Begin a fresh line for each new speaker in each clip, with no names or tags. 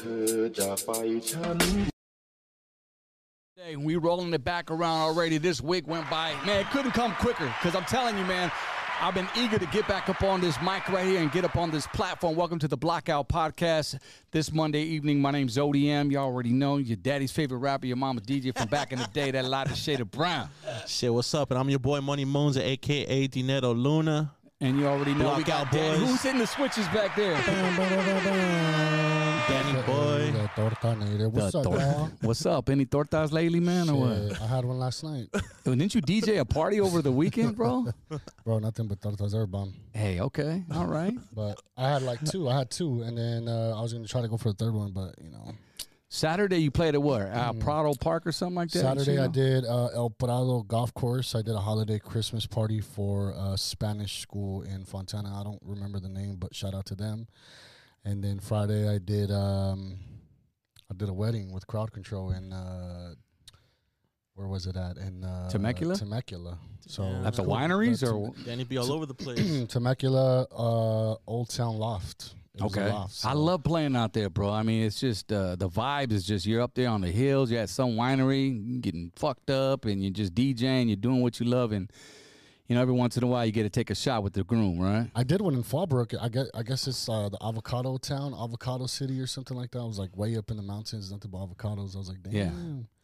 ไปฉัน
Hey, we rolling it back around already. This week went by. Man, it couldn't come quicker because I'm telling you, man, I've been eager to get back up on this mic right here and get up on this platform. Welcome to the Blockout Podcast this Monday evening. My name's ODM. You already know your daddy's favorite rapper, your mama DJ from back in the day, that lot of shade of brown.
Shit, what's up? And I'm your boy Money Moonza, aka Dinetto Luna.
And you already know we got
Blockout
Danny.
Boys.
Who's in the switches back there?
Danny Boy.
The torta nigga. What's
The
up,
torta.
y'all?
What's up? Any tortas lately, man, or what?
Shit, I had one last night,
Oh, Didn't you DJ a party over the weekend, bro?
bro. Nothing but tortas, every bomb.
hey, okay, all right.
But I had like two. I had two, and then uh, I was gonna try to go for a third one, but you know,
Saturday you played at what? Uh, Prado Park or something like that? in
Mm. Saturday I
Chino?
did uh, El Prado Golf Course. I did a holiday Christmas party for a Spanish school in Fontana. I don't remember the name, but shout out to them. And then Friday I did um, I did a wedding with crowd control in uh, where was it at? In uh,
Temecula?
Temecula. So
Yeah.
At the
Cool.
wineries
That's-
or
Danny be all over the place.
Temecula, uh, Old Town Loft. It was a loft, so-
I love playing out there, bro. I mean, it's just uh, the vibe is just you're up there on the hills, you're at some winery, you're getting fucked up, and you're just DJing, you're doing what you love, and you know every once in a while you get to take a shot with the groom, right?
I did one in Fallbrook. I guess I guess it's uh, the avocado town, avocado city, or something like that. I was like way up in the mountains, nothing but avocados. I was like, damn.
Yeah.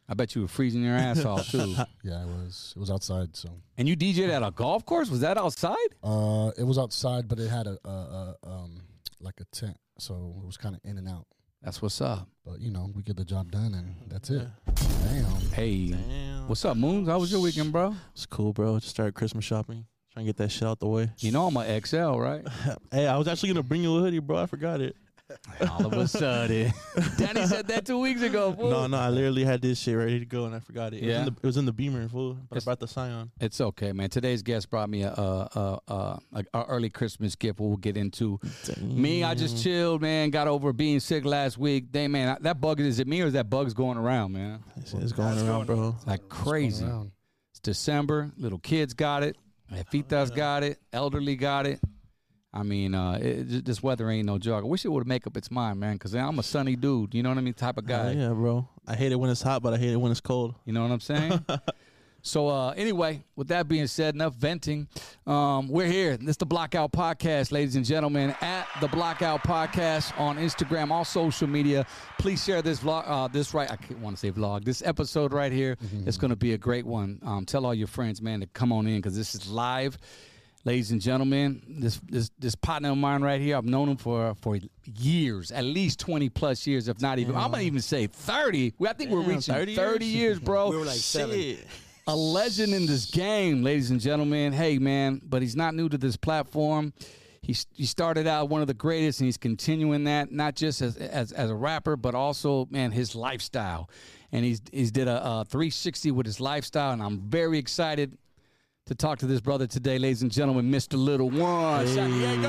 I bet you were freezing your ass off too.
Yeah, it was. It was outside. So
And you DJed at a golf course? Was that outside?
uh, it was outside, but it had a, a, a um like a tent, so it was kind of in and out.
That's what's up.
But you know, we get the job done, and that's it. Damn.
Hey,
Damn.
what's up, Moons? How was your weekend, bro?
It's cool, bro. Just started Christmas shopping. Trying to get that shit out the way.
You know I'm a XL, right?
Hey, I was actually gonna bring you a hoodie, bro. I forgot it.
All of a sudden, Danny said that two weeks ago. fool.
No, no, I literally had this shit ready to go and I forgot it. It,
Yeah.
was, in the, it was in the beamer, fool. But
It's-
I brought the Scion.
It's okay, man. Today's guest brought me a a a, a, a, a early Christmas gift. We'll get into. Me, I just chilled, man. Got over being sick last week. Damn, man, I- that bug is it me or is that bug's going around, man?
It's, it's going around, bro.
Like crazy.
Around.
It's December. Little kids got it. Fitas got it. Elderly got it. I mean, uh, it, it- this weather ain't no joke. I wish it would make up its mind, man. Cause I'm a sunny dude. You know what I mean? Type of guy.
Hell Oh, yeah, bro. I hate it when it's hot, but I hate it when it's cold.
You know what I'm saying? so uh, anyway, with that being said, enough venting. Um, we're here. This is the Blockout Podcast, ladies and gentlemen. At the Blockout Podcast on Instagram, all social media. Please share this vlog. Uh, this right, I want to say vlog. This episode right here.
Mm-hmm.
It's going to be a great one. Um, tell all your friends, man, to come on in because this is live. Ladies and gentlemen, this, this this partner of mine right here, I've known him for for years, at least twenty plus years, if not even. I'm gonna even say thirty. We- I think we're
Damn,
reaching
30
thirty,
years?
years, bro.
We were like seven.
Shit.
a legend in this game, ladies and gentlemen. Hey, man, but he's not new to this platform. He, s- he started out one of the greatest, and he's continuing that not just as, as, as a rapper, but also man his lifestyle, and he's he's did a, uh 360 with his lifestyle, and I'm very excited to talk to this brother today, ladies and gentlemen, Mr. Little One. San Diego.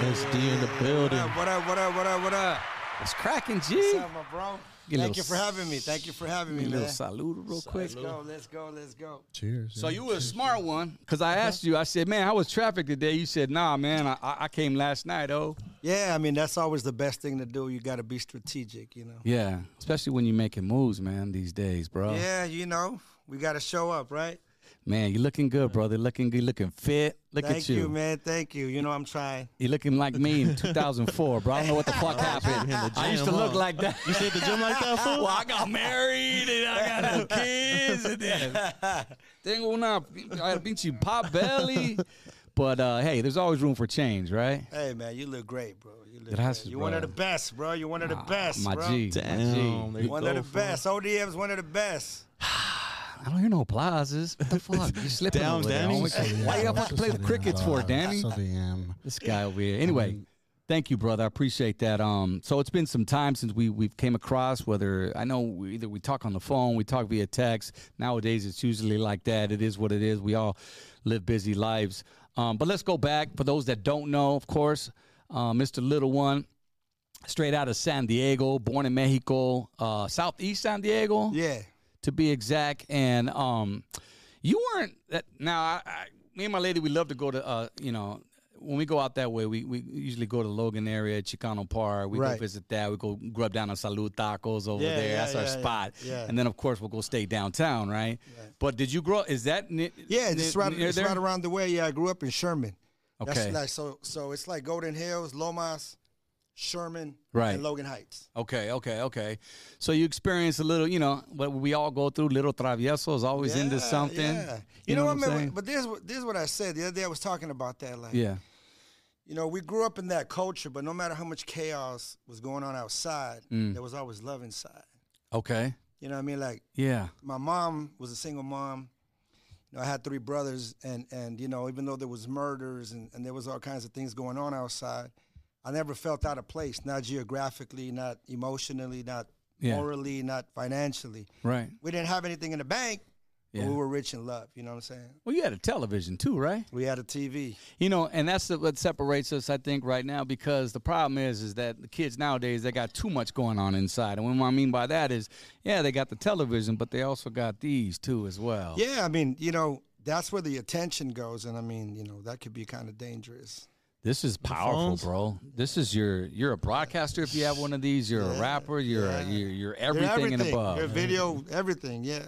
That's D in the building.
What up, what up, what up, what up?
it's cracking, G.
What's up, my bro?
Get a
Thank
little
you for having me. Thank you for having me,
A little
man.
salute real quick.
Let's go, let's go, let's go.
Cheers. yeah.
So Oh, you were a smart one, cause I asked you. I said, "Man, how was traffic today?" You said, "Nah, man, I, I I came last night, oh."
Yeah, I mean, that's always the best thing to do. You got to be strategic, you know?
Yeah, especially when you're making moves, man. These days, bro.
Yeah, you know, we got to show up, right?
Man, you're looking good, brother. Looking good, looking fit. Look at
Thank
you.
you, man. Thank you. You know, I'm trying.
You're looking like me in 2004, bro. I don't know what the fuck happened.
in the
I used to
gym,
look
huh?
like that.
You stay at the gym like that, fool?
well, I got married and I got no kids and then tengo una I beat you pop belly. But uh, hey, there's always room for change, right?
Hey, man, you look great, bro. You look
Gracias,
great. You're one of
bro.
the best, bro. You're one of the best,
My
bro.
G,
Damn.
my
there
G.
you
One
go,
of the
fool.
best. ODM's one of the best.
I don't hear no applauses. What the fuck? You slipping
Damn,
over there.
Danny.
homie. Why you have to play the crickets for, Danny?
So they am.
This guy over here. Anyway, thank you, brother. I appreciate that. Um, so it's been some time since we we've came across. Whether I know we, either we talk on the phone, we talk via text. Nowadays, it's usually like that. It is what it is. We all live busy lives. Um, but let's go back for those that don't know. Of course, uh, Mr. Little One, straight out of San Diego, born in Mexico, uh, southeast San Diego
Yeah.
to be exact. And um, you weren't that. Now, I, I, me and my lady, we love to go to uh, you know, when we go out that way, we, we usually go to Logan area, Chicano Park. We go
Right.
visit that. We go grub down on Salud Tacos over
Yeah,
there.
yeah,
That's our
yeah, yeah,
spot.
yeah.
And then of course we'll go stay downtown, right? But did you grow? Is that ni-
Yeah,
ni-
it's right,
near
it's
there?
right around the way. Yeah, I grew up in Sherman.
Okay.
That's like so so it's like Golden Hills, Lomas, Sherman,
Right.
and Logan Heights.
Okay, okay, okay. So you experience a little, you know, what we all go through, little traviesos, always into
Yeah,
something.
yeah. You, know, what,
I'm
man?
saying?
But this is what- this is what I said the other day. I was talking about that. Like,
yeah,
you know, we grew up in that culture, but no matter how much chaos was going on outside,
Mm.
there was always love inside.
okay,
You know what I mean? Like
yeah,
my mom was a single mom. You know, I had three brothers, and and you know, even though there was murders and, and there was all kinds of things going on outside, I never felt out of place. Not geographically, not emotionally, not
Yeah.
morally, not financially.
right.
We didn't have anything in the bank,
Yeah.
but we were rich in love. You know what I'm saying?
Well, you had a television too, right?
We had a TV.
You know, and that's the- what separates us, I think, right now, because the problem is, is that the kids nowadays they got too much going on inside, and what I mean by that is, yeah, they got the television, but they also got these too as well.
Yeah, I mean, you know, that's where the attention goes, and I mean, you know, that could be kind of dangerous.
This is powerful,
phones.
bro. This is your you're a broadcaster if you have one of these. You're a rapper. You're a, you're,
You're
you're everything, and above.
Your video, everything, yeah.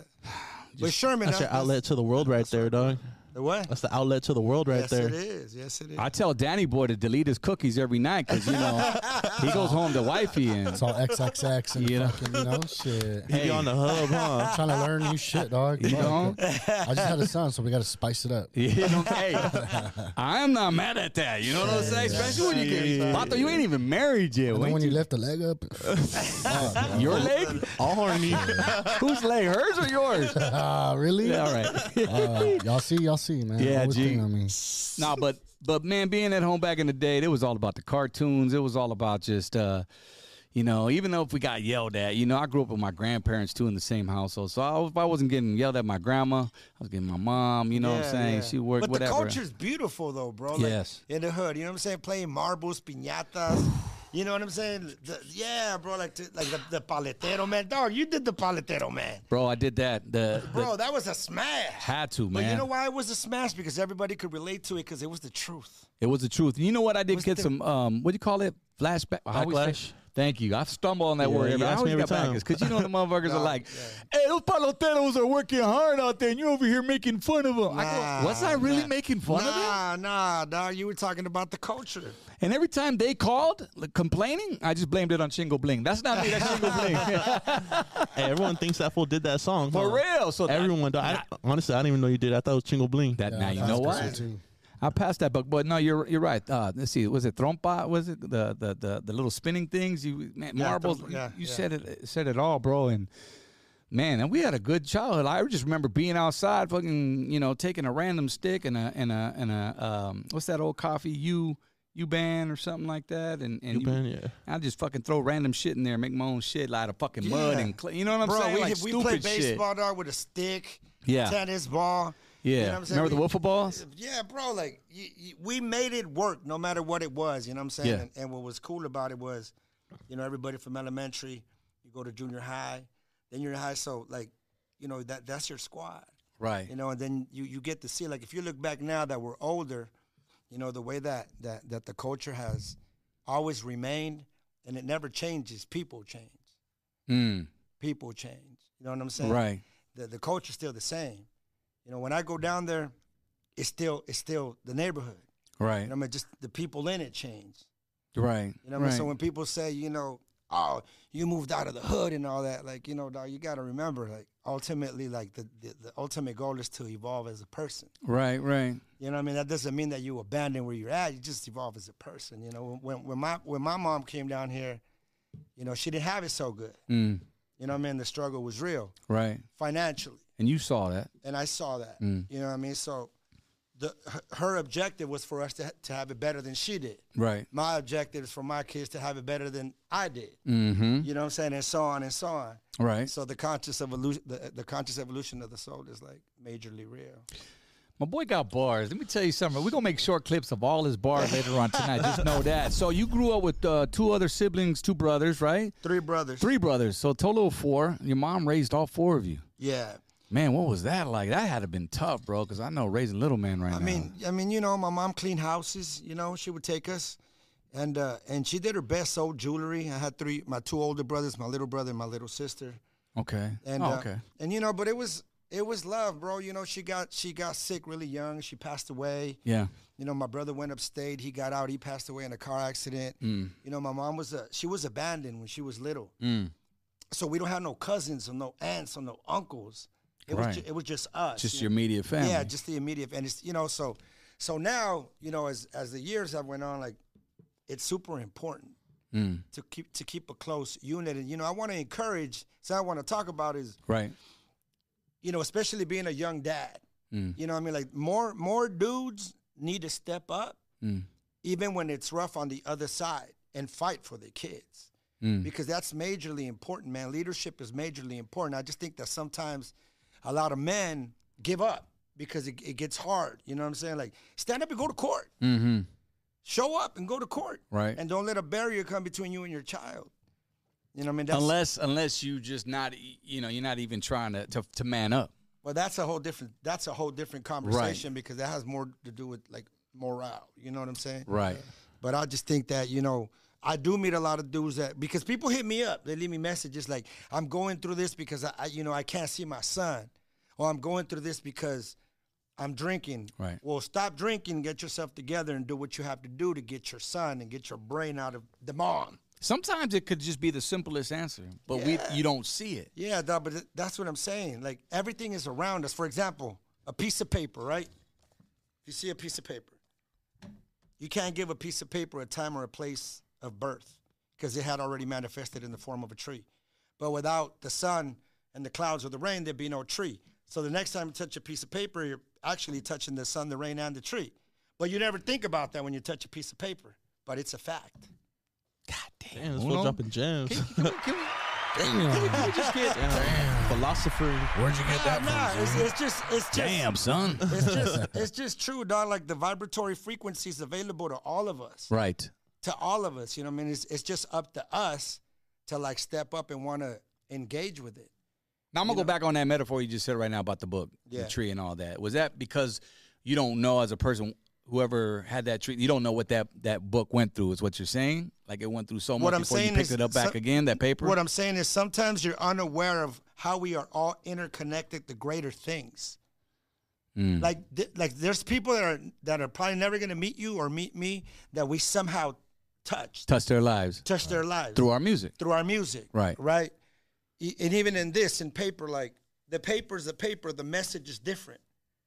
but Sherman,
That's your
that's-
outlet to the world right there, dog.
The what?
That's the outlet to the world right
yes,
there.
it is. Yes, it is.
I tell Danny Boy to delete his cookies every night because you know he goes home to wifey and
It's all XXX and
You know?
fucking, you know, shit.
You be on the hub, huh?
I'm trying to learn new shit, dog.
you know.
I just had a son, so we got to spice it up.
You know, hey, I'm not mad at that. You know what I'm saying? Especially when you can, Vato, you ain't even married yet.
And then
ain't
when
you?
you lift the leg up, fuck,
Uh,
dog.
Your leg?
All horny.
Whose leg? Hers or yours?
Ah, really?
All right.
Uh, y'all see, y'all see, man.
Yeah,
Always
G.
think of me.
nah, but but man, being at home back in the day, it was all about the cartoons. It was all about just uh you know, even though if we got yelled at, you know, I grew up with my grandparents too in the same household. So I, if I wasn't getting yelled at my grandma, I was getting my mom, you know what I'm
Yeah,
saying?
yeah.
She worked
but
whatever.
the culture's beautiful though, bro. Like,
Yes.
In the hood, you know what I'm saying? Playing marbles, piñatas. you know what I'm saying? The- yeah, bro. Like the, like the, the paletero man, dog. You did the paletero man,
Bro, I did that. The, the-
bro. That was a smash.
had to, man.
But you know why it was a smash? Because everybody could relate to it because it was the truth.
It was the truth. You know what? I did
What's
get
the-
some. Um, what do you call it? Flashback. I always
Backlash?
Say, thank you. I've stumbled on that
Yeah,
word.
you
every- I
ask me
always
every
got
time.
backers because you know the motherfuckers are like, "Hey, those paloteros are working hard out there, and you over here making fun of them." I
Nah,
go, "Was I really
nah.
making fun of them?"
nah, nah, dog. You were talking about the culture.
And every time they called like, complaining, I just blamed it on Shingo Bling. That's not me. That's Shingo Bling.
hey, everyone thinks that fool did that song.
For
huh?
real. So that-
Everyone, dog. I, honestly, I didn't even know you did. I thought it was Chingo Bling.
That now you
that's
know
crazy,
what?
too.
I passed that book, but no, you're you're right. Uh, let's see, was it trompa? Was it the the the, the little spinning things? You man, marbles.
trompa, yeah,
you
yeah.
said it said it all, bro. And man, and we had a good childhood. I just remember being outside, fucking, you know, taking a random stick and a and a and a um, what's that old coffee you you ban or something like that, and and
You been- yeah.
I just fucking throw random shit in there, make my own shit out of fucking mud
Yeah.
and clay. You know what I'm
bro,
saying?
we,
like
hit- we
stupid
play
shit.
baseball, dog, with a stick.
Yeah.
Tennis ball.
Yeah,
You know what I'm saying?
remember
We-
the wiffle balls?
Yeah, bro. Like y y we made it work, no matter what it was. You know what I'm saying?
Yeah.
And, and what was cool about it was, you know, everybody from elementary, you go to junior high, then you're in high. So like, you know, that that's your squad.
Right.
You know, and then you you get to see like if you look back now that we're older, you know, the way that that that the culture has always remained and it never changes. People change.
Mm,
People change. You know what I'm saying?
right.
the, the culture's still the same. You know, when I go down there, it's still it's still the neighborhood.
Right.
You know, I mean, just the people in it change.
right.
You know, what I mean? so
right.
when people say, you know, oh, you moved out of the hood and all that, like, you know, dog, you got to remember, like, ultimately, like the, the the ultimate goal is to evolve as a person.
Right, right.
You know, what I mean, that doesn't mean that you abandon where you're at. You just evolve as a person. You know, when when my when my mom came down here, you know, she didn't have it so good.
Mm,
You know, what I mean, the struggle was real
right.
financially.
And you saw that.
and I saw that.
Mm-hmm.
You know what I mean? So the her- her objective was for us to, ha- to have it better than she did.
Right.
My objective is for my kids to have it better than I did.
Mm-hmm.
You know what I'm saying? And so on and so on.
Right.
So the conscious evolution, the, the conscious evolution of the soul is like majorly real.
My boy got bars. Let me tell you something. We're gonna make short clips of all his bars later on tonight. Just know that. So you grew up with uh, two other siblings, two brothers, right?
Three brothers.
Three brothers. So total of four. Your mom raised all four of you.
Yeah.
Man, what was that like? That had to been tough, bro. Because I know raising little man right
I
now.
mean, I mean, you know, my mom cleaned houses. You know, she would take us, and uh, and she did her best. Sold jewelry. I had three, my two older brothers, my little brother, and my little sister.
okay.
And
oh,
uh,
okay.
and you know, but it was it was love, bro. You know, she got she got sick really young. She passed away.
Yeah.
You know, my brother went upstate. He got out. He passed away in a car accident.
Mm.
You know, my mom was a, she was abandoned when she was little.
Mm.
So we don't have no cousins or no aunts or no uncles. It was
Right.
ju- it was just us.
Just
you
your immediate family.
yeah, just the immediate, and it's you know, so so now you know, as as the years have went on, like it's super important
Mm.
to keep to keep a close unit, and you know, I want to encourage. So I want to talk about is
right.
you know, especially being a young dad.
Mm.
You know, what I mean, like more more dudes need to step up,
mm.
even when it's rough on the other side, and fight for their kids because that's majorly important, man. Leadership is majorly important. I just think that sometimes a lot of men give up because it, it gets hard. You know what I'm saying? Like stand up and go to court.
Mm-hmm.
Show up and go to court,
Right.
And don't let a barrier come between you and your child. You know what I mean? That's,
Unless, unless you just not, e- you know, you're not even trying to to, to man up.
Well, that's a whole different. That's a whole different conversation because that has more to do with like morale. You know what I'm saying?
Right.
But I just think that you know I do meet a lot of dudes that because people hit me up, they leave me messages like I'm going through this because I, I you know I can't see my son, or I'm going through this because I'm drinking.
Right.
Well, stop drinking, get yourself together, and do what you have to do to get your son and get your brain out of the mom.
Sometimes it could just be the simplest answer, but we you don't see it.
Yeah, dawg, but th- that's what I'm saying. Like everything is around us. For example, a piece of paper, right? If you see a piece of paper, you can't give a piece of paper a time or a place of birth because it had already manifested in the form of a tree. But without the sun and the clouds or the rain, there'd be no tree. So the next time you touch a piece of paper, you're actually touching the sun, the rain, and the tree. But you never think about that when you touch a piece of paper. But it's a fact.
Damn, this
Uno?
fool's dropping gems.
Can we, can we, can we just get
Philosopher.
Where'd you get
Nah, nah, it's, it's just, it's just.
damn, son?
It's just it's just true, dog. Like the vibratory frequencies available to all of us.
right.
To all of us. You know what I mean? It's it's just up to us to like step up and wanna engage with it.
Now I'm gonna go back on that metaphor you just said right now about the book,
Yeah.
the tree, and all that. Was that because you don't know as a person, whoever had that tree, you don't know what that that book went through? Is what you're saying? Like it went through so much
What I'm
before you
saying
picked
is
it up back
some-
again. That paper.
What I'm saying is sometimes you're unaware of how we are all interconnected to greater things.
Hmm.
Like th- like there's people that are that are probably never gonna meet you or meet me that we somehow touched,
touched their lives
touched their lives.
through our music.
through our music.
Right.
Right. E- And even in this, in paper, like the paper's the paper, the message is different.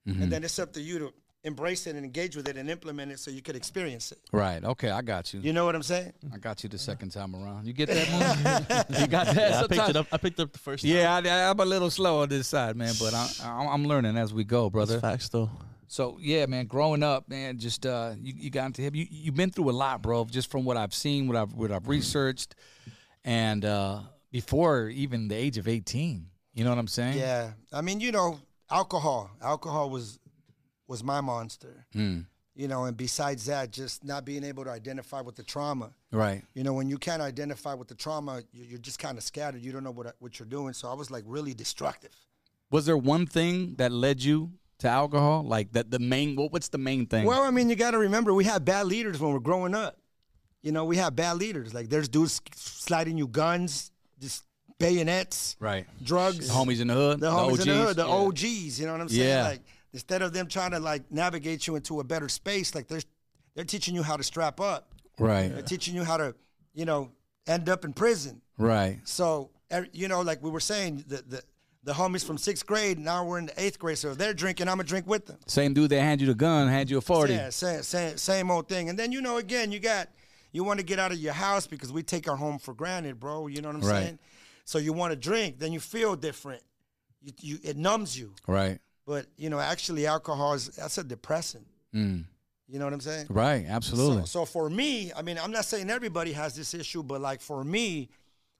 Mm-hmm.
And then it's up to you to embrace it and engage with it and implement it so you could experience it.
Right. Okay, I got you.
You know what I'm saying?
I got you the second time around. You get that one? you got that?
I picked
Sometimes-
it up. I picked it up the first. time.
Yeah, I, am a little slow on this side, man, but I, I, I'm learning as we go, brother.
That's facts though.
So yeah, man, growing up, man, just uh, you, you got into hip. You you've been through a lot, bro. Just from what I've seen, what I've what I've researched, and uh, before even the age of eighteen, you know what I'm saying?
Yeah. I mean, you know, alcohol. Alcohol was was my monster.
Mm,
You know, and besides that, just not being able to identify with the trauma.
Right.
You know, when you can't identify with the trauma, you- you're just kind of scattered. You don't know what what you're doing. So I was like really destructive.
Was there one thing that led you to alcohol? Like that the main what, what's the main thing?
Well, I mean, you got to remember, we had bad leaders when we are growing up. You know, we had bad leaders. Like there's dudes sliding you guns, just bayonets,
right.
drugs,
The homies in the hood.
the homies in the
OGs,
hood, the
yeah.
OGs. You know what I'm saying?
Yeah.
Like instead of them trying to like navigate you into a better space, like they're they're teaching you how to strap up.
Right.
They're teaching you how to, you know, end up in prison.
Right.
So er- you know, like we were saying, the the, the homies from sixth grade now we're in the eighth grade, so if they're drinking, I'm gonna drink with them.
Same dude that hand you the gun, hand you a forty.
Yeah, same, same, same old thing. And then you know, again, you got you want to get out of your house because we take our home for granted, bro. You know what I'm
Right.
saying? So you want to drink, then you feel different. You, you, it numbs you.
Right.
But you know, actually, alcohol is that's a depressant.
Mm,
You know what I'm saying?
Right. Absolutely.
So, so for me, I mean, I'm not saying everybody has this issue, but like for me,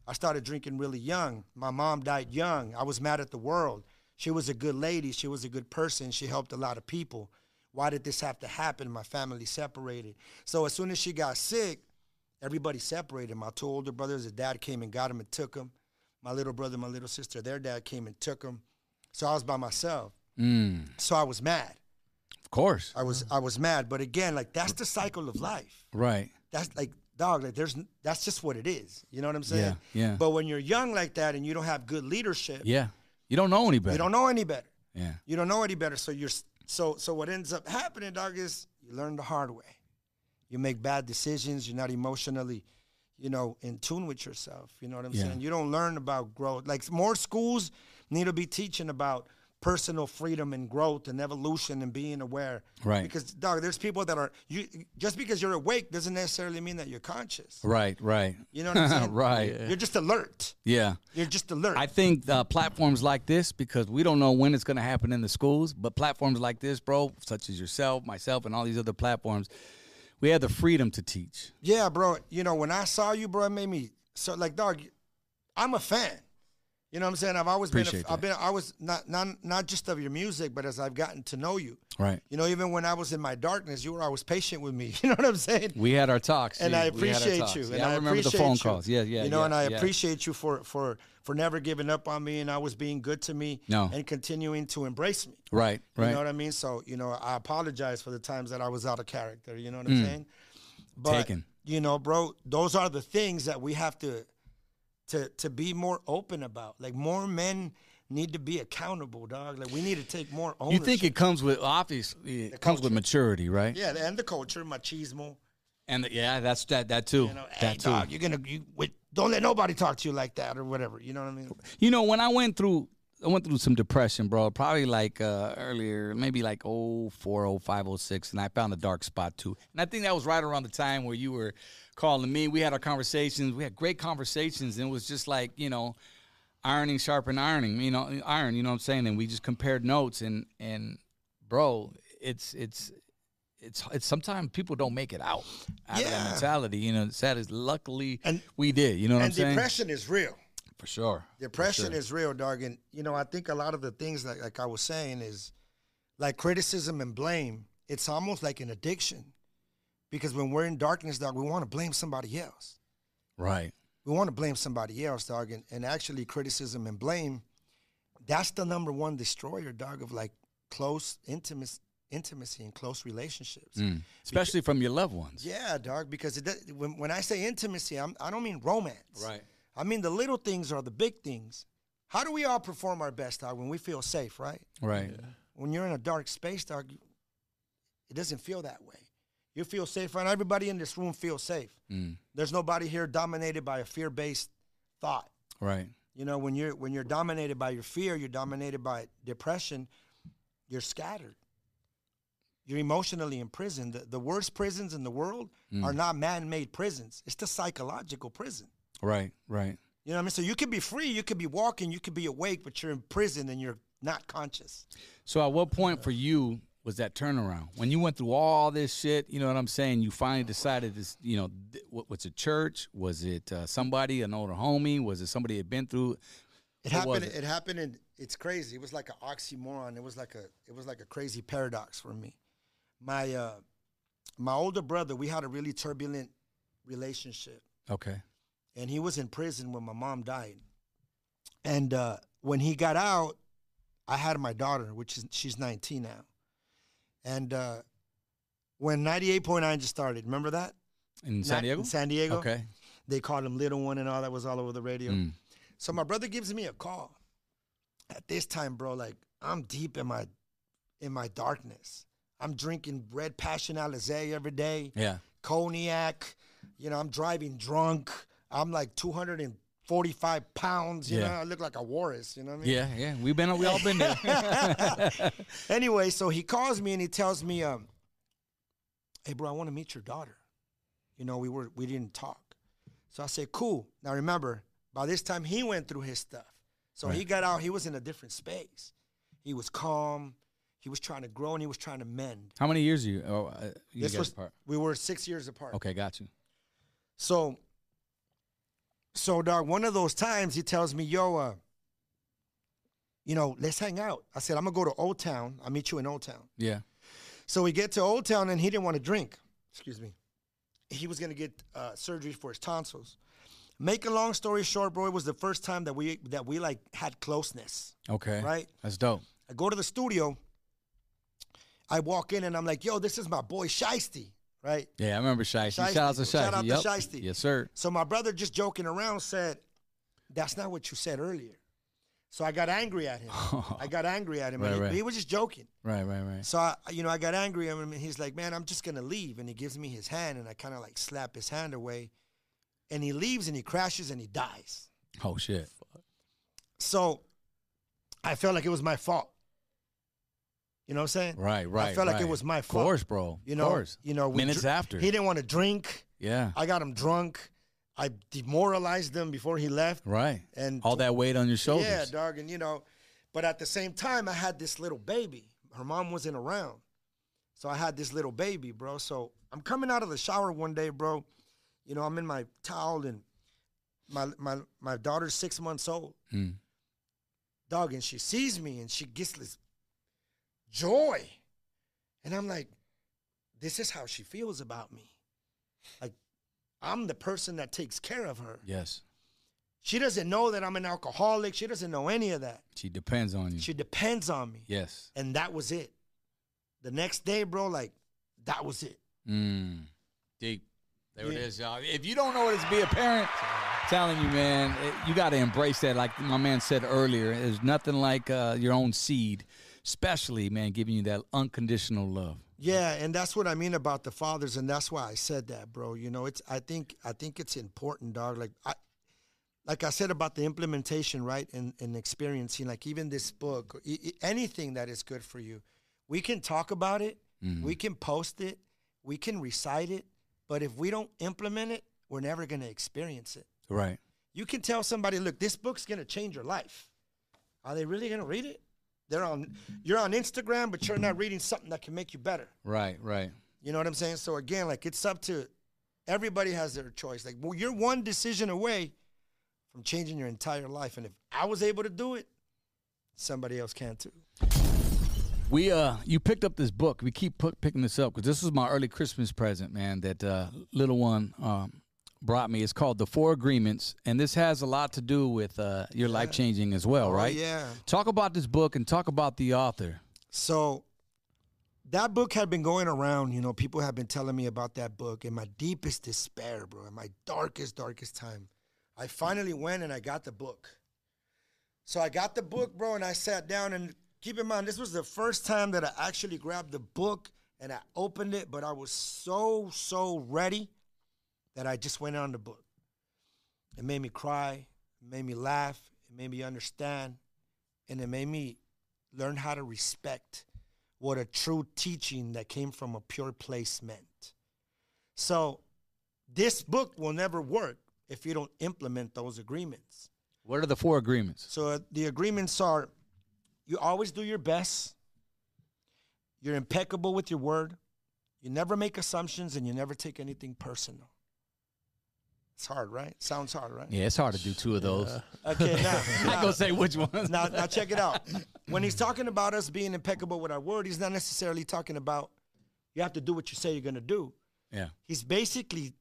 I started drinking really young. My mom died young. I was mad at the world. She was a good lady. She was a good person. She helped a lot of people. Why did this have to happen? My family separated. So as soon as she got sick, everybody separated. My two older brothers, their dad came and got him and took him. My little brother, my little sister, their dad came and took him. So I was by myself.
Mm,
So I was mad.
of course.
I was I was mad. But again, like that's the cycle of life.
Right.
That's like dog. Like there's n- that's just what it is. You know what I'm saying?
yeah.
But when you're young like that and you don't have good leadership,
Yeah. You don't know any better.
you don't know any better.
Yeah.
You don't know any better. So you're s- so so what ends up happening, dog, is you learn the hard way. You make bad decisions. You're not emotionally, you know, in tune with yourself. You know what I'm
Yeah.
saying? You don't learn about growth. Like more schools need to be teaching about personal freedom and growth and evolution and being aware.
Right.
Because dog, there's people that are you just because you're awake doesn't necessarily mean that you're conscious.
Right. Right.
You know what I'm saying?
Right.
You're just alert.
Yeah.
You're just alert.
I think uh, platforms like this, because we don't know when it's going to happen in the schools, but platforms like this, bro, such as yourself, myself, and all these other platforms, we have the freedom to teach.
Yeah, bro. You know, when I saw you, bro, it made me so like, dog. I'm a fan. You know what I'm saying? I've always
Appreciate
been. A, I've been. I was not not not just of your music, but as I've gotten to know you.
Right.
You know, even when I was in my darkness, you were always patient with me. You know what I'm saying?
We had our talks,
and
yeah,
I
we had our
appreciate
talks.
you.
Yeah,
and
I, remember the
appreciate
phone
you.
calls. Yeah, yeah.
You know,
yeah,
and I
yeah.
appreciate you for for for never giving up on me and always being good to me
No.
and continuing to embrace me.
Right, right.
You know what I mean? So, you know, I apologize for the times that I was out of character. You know what I'm saying? But
Mm. Taken.
you know, bro, those are the things that we have to to to be more open about. Like more men need to be accountable, dog. Like we need to take more
you
ownership.
think it comes with obviously it comes with maturity, right?
yeah, and the culture, machismo.
And the, yeah, that's that that too.
You know, hey,
that too.
dog, you're gonna you, wait, don't let nobody talk to you like that or whatever. You know what I mean?
You know, when I went through I went through some depression, bro, probably like uh, earlier, maybe like 04, 05, 06, and I found a dark spot too. And I think that was right around the time where you were calling me. We had our conversations, we had great conversations, and it was just like, you know, ironing, sharpen ironing, you know, iron, you know what I'm saying? And we just compared notes and and bro, it's it's it's, it's sometimes people don't make it out out of that
Yeah.
mentality, you know. Sad is luckily
And-
we did, you know what I'm
and
saying?
depression is real.
For sure.
Depression is real, dog. And you know, I think a lot of the things like like I was saying is like criticism and blame, it's almost like an addiction. Because when we're in darkness, dog, we want to blame somebody else.
Right.
We want to blame somebody else, dog. And, and actually criticism and blame, that's the number one destroyer, dog, of like close intimacy intimacy and close relationships.
Mm. especially from your loved ones.
Yeah, dog, because it does, when when I say intimacy, I'm, I don't mean romance. I mean, the little things are the big things. How do we all perform our best, dog, when we feel safe, right?
Right.
When you're in a dark space, dog, you- it doesn't feel that way. You feel safe, and everybody in this room feels safe.
Mm.
There's nobody here dominated by a fear-based thought.
Right.
You know, when you're when you're dominated by your fear, you're dominated by depression, you're scattered. You're emotionally imprisoned. The, the worst prisons in the world are not man-made prisons. It's the psychological prison.
Right. Right.
You know what I mean? So you could be free, you could be walking, you could be awake, but you're in prison and you're not conscious.
So at what point for you was that turnaround? When you went through all this shit, you know what I'm saying? You finally decided this, you know, th- what was it church? Was it uh, somebody, an older homie? Was it somebody had been through?
It
What was
happened.
it?
It? happened, and it's crazy. It was like an oxymoron. It was like a it was like a crazy paradox for me. My uh, my older brother, we had a really turbulent relationship,
Okay.
and he was in prison when my mom died. And uh, when he got out, I had my daughter, which is she's 19 now. And uh, when 98.9 just started, remember that
In San
Ni-
Diego?
San Diego.
Okay.
They called him Little One and all that was all over the radio.
Mm.
So my brother gives me a call. At this time, bro, like I'm deep in my in my darkness. I'm drinking red passion alizé every day,
Yeah.
cognac. You know, I'm driving drunk. I'm like 245 pounds. You
Yeah.
know, I look like a walrus. You know what I mean?
Yeah. Yeah. We've been, we all been there.
Anyway, so he calls me and he tells me, um, "Hey, bro, I want to meet your daughter." You know, we were we didn't talk, so I said, "Cool." Now remember, by this time he went through his stuff, so he got out. He was in a different space. He was calm. He was trying to grow and he was trying to mend.
How many years are you? Oh, uh, you
this
guys
was
apart?
we were six years apart.
Okay. Got you.
So, so dog, one of those times he tells me, "Yo, uh, you know, let's hang out." I said, "I'm gonna go to Old Town. I'll meet you in Old Town."
Yeah.
So we get to Old Town and he didn't want to drink. Excuse me. He was going to get uh, surgery for his tonsils. Make a long story short, bro, it was the first time that we that we like had closeness,
Okay.
right?
That's dope.
I go to the studio. I walk in and I'm like, yo, this is my boy Shiesty, right?
Yeah, I remember Shiesty.
Shiesty.
Shout out to Shiesty.
Shout out to
Yep.
Shiesty.
Yes, sir.
So my brother, just joking around, said, "That's not what you said earlier." So I got angry at him. I got angry at him.
Right,
and he,
right.
he was just joking.
Right, right, right.
So I, you know, I got angry at him, and he's like, "Man, I'm just gonna leave." And he gives me his hand, and I kind of like slap his hand away, and he leaves, and he crashes, and he dies.
Oh shit.
So I felt like it was my fault. You know what I'm saying?
Right, right.
I felt like it
right.
was my fault.
Of course, bro.
You know,
of course.
you know, we
minutes
dr-
after.
he didn't want to drink.
yeah.
I got him drunk. I demoralized him before he left.
Right.
And
All that weight on your shoulders.
Yeah, dog, and you know, but at the same time, I had this little baby. Her mom wasn't around, so I had this little baby, bro. So I'm coming out of the shower one day, bro. You know, I'm in my towel, and my my my daughter's six months old,
Mm.
dog, and she sees me, and she gets this joy, and I'm like, this is how she feels about me, like. I'm the person that takes care of her.
Yes.
She doesn't know that I'm an alcoholic. She doesn't know any of that.
She depends on you.
She depends on me.
yes.
And that was it. The next day, bro, like, that was it.
Mm. Deep. There it
Yeah.
is, y'all. If you don't know what it's to be a parent, I'm telling you, man, it- you got to embrace that. Like my man said earlier, there's nothing like uh, your own seed, especially man giving you that unconditional love.
Yeah, and that's what I mean about the fathers, and that's why I said that, bro. You know, it's I think I think it's important, dog. Like I like I said about the implementation, right? And and experiencing, like even this book, or e- e- anything that is good for you, we can talk about it,
Mm. Mm-hmm.
we can post it, we can recite it, but if we don't implement it, we're never gonna experience it.
Right.
You can tell somebody, look, this book's gonna change your life. Are they really gonna read it? They're on you're on Instagram, but you're not reading something that can make you better.
Right. Right.
You know what I'm saying? So again, like it's up to everybody has their choice. Like well, you're one decision away from changing your entire life. And if I was able to do it, somebody else can too.
We uh, you picked up this book. We keep pu- picking this up because this was my early Christmas present, man. That uh, little one um, brought me. It's called The Four Agreements, and this has a lot to do with uh, your life changing as well, right?
Oh, yeah.
Talk about this book and talk about the author.
So that book had been going around, you know, people have been telling me about that book in my deepest despair, bro, in my darkest, darkest time. I finally went and I got the book. So I got the book, bro, and I sat down and keep in mind this was the first time that I actually grabbed the book and I opened it, but I was so, so ready that I just went on the book. It made me cry, it made me laugh, it made me understand, and it made me learn how to respect what a true teaching that came from a pure place meant. So, this book will never work if you don't implement those agreements.
What are the four agreements?
So, uh, the agreements are you always do your best, you're impeccable with your word, you never make assumptions, and you never take anything personal. It's hard, right? Sounds hard, right?
Yeah, it's hard to do two of those.
Okay, now,
I
now-
ain't gonna say which ones.
now, now check it out. When he's talking about us being impeccable with our word, he's not necessarily talking about you have to do what you say you're going to do.
Yeah,
He's basically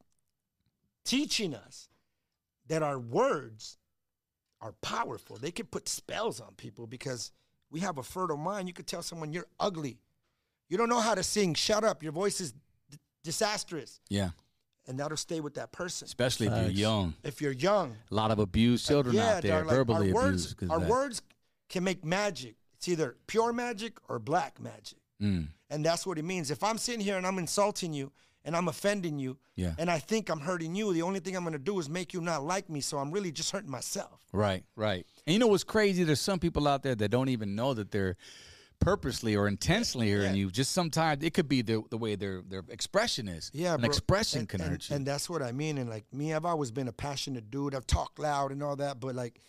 teaching us that our words are powerful. They can put spells on people because we have a fertile mind. You could tell someone you're ugly. You don't know how to sing. Shut up. Your voice is d- disastrous.
yeah.
And that'll stay with that person.
Especially if you're young.
If you're young,
A lot of abused children out there,
dog, Uh, like,
verbally
our
abused.
words,
'cause
Our
of that.
words can make magic. It's either pure magic or black magic.
Mm,
And that's what it means. If I'm sitting here and I'm insulting you and I'm offending you
Yeah.
and I think I'm hurting you, the only thing I'm going to do is make you not like me. So I'm really just hurting myself.
right, right. And you know what's crazy? There's some people out there that don't even know that they're purposely or intentionally hurting you. Just sometimes it could be the, the way their their expression is.
Yeah,
an
bro.
expression
and,
can
and-
hurt you.
And that's what I mean. And like me, I've always been a passionate dude. I've talked loud and all that, but like,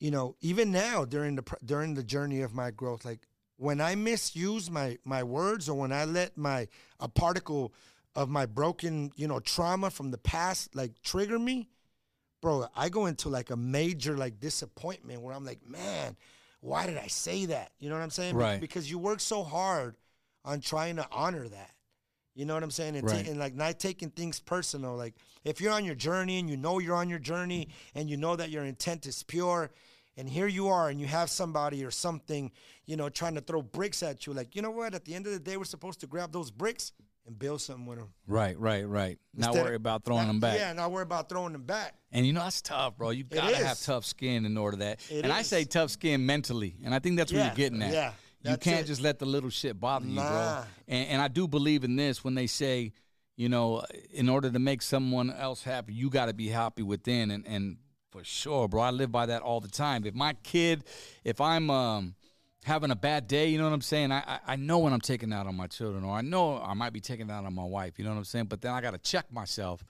you know, even now during the pr- during the journey of my growth, like when I misuse my my words or when I let my a particle of my broken, you know, trauma from the past like trigger me, bro, I go into like a major like disappointment where I'm like, man, why did I say that? You know what I'm saying? Be-
Right.
Because you work so hard on trying to honor that. You know what I'm saying? And,
Right.
ta- and like not taking things personal. Like if you're on your journey and you know you're on your journey and you know that your intent is pure, and here you are and you have somebody or something, you know, trying to throw bricks at you. Like you know what? At the end of the day, we're supposed to grab those bricks and build something with them.
Right, right, right. Not
Instead of-
worry about throwing them back.
Yeah, not worry about throwing them back.
And you know that's tough, bro. You gotta have
is.
tough skin in order to that.
It
and I
is.
say tough skin mentally, and I think that's what
Yeah,
you're getting at.
yeah,
you
that's
can't
it.
just let the little shit bother you, bro.
Nah.
And, and I do believe in this when they say, you know, in order to make someone else happy, you got to be happy within. And and for sure, bro, I live by that all the time. If my kid, if I'm um having a bad day, you know what I'm saying? I I, I know when I'm taking out on my children, or I know I might be taking out on my wife. You know what I'm saying? But then I got to check myself.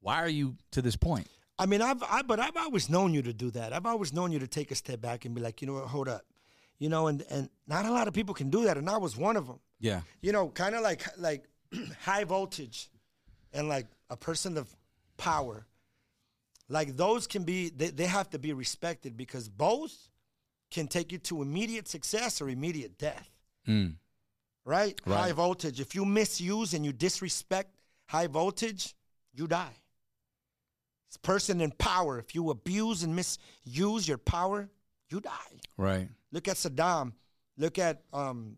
Why are you to this point?
I mean, I've I, but I've always known you to do that. I've always known you to take a step back and be like, you know what, hold up, you know, and and not a lot of people can do that, and I was one of them.
Yeah.
You know, kind of like like high voltage, and like a person of power. Like those can be they, they have to be respected because both can take you to immediate success or immediate death.
Mm.
Right?
Right.
High voltage. If you misuse and you disrespect high voltage, you die. It's person in power. If you abuse and misuse your power, you die.
Right.
Look at Saddam. Look at um,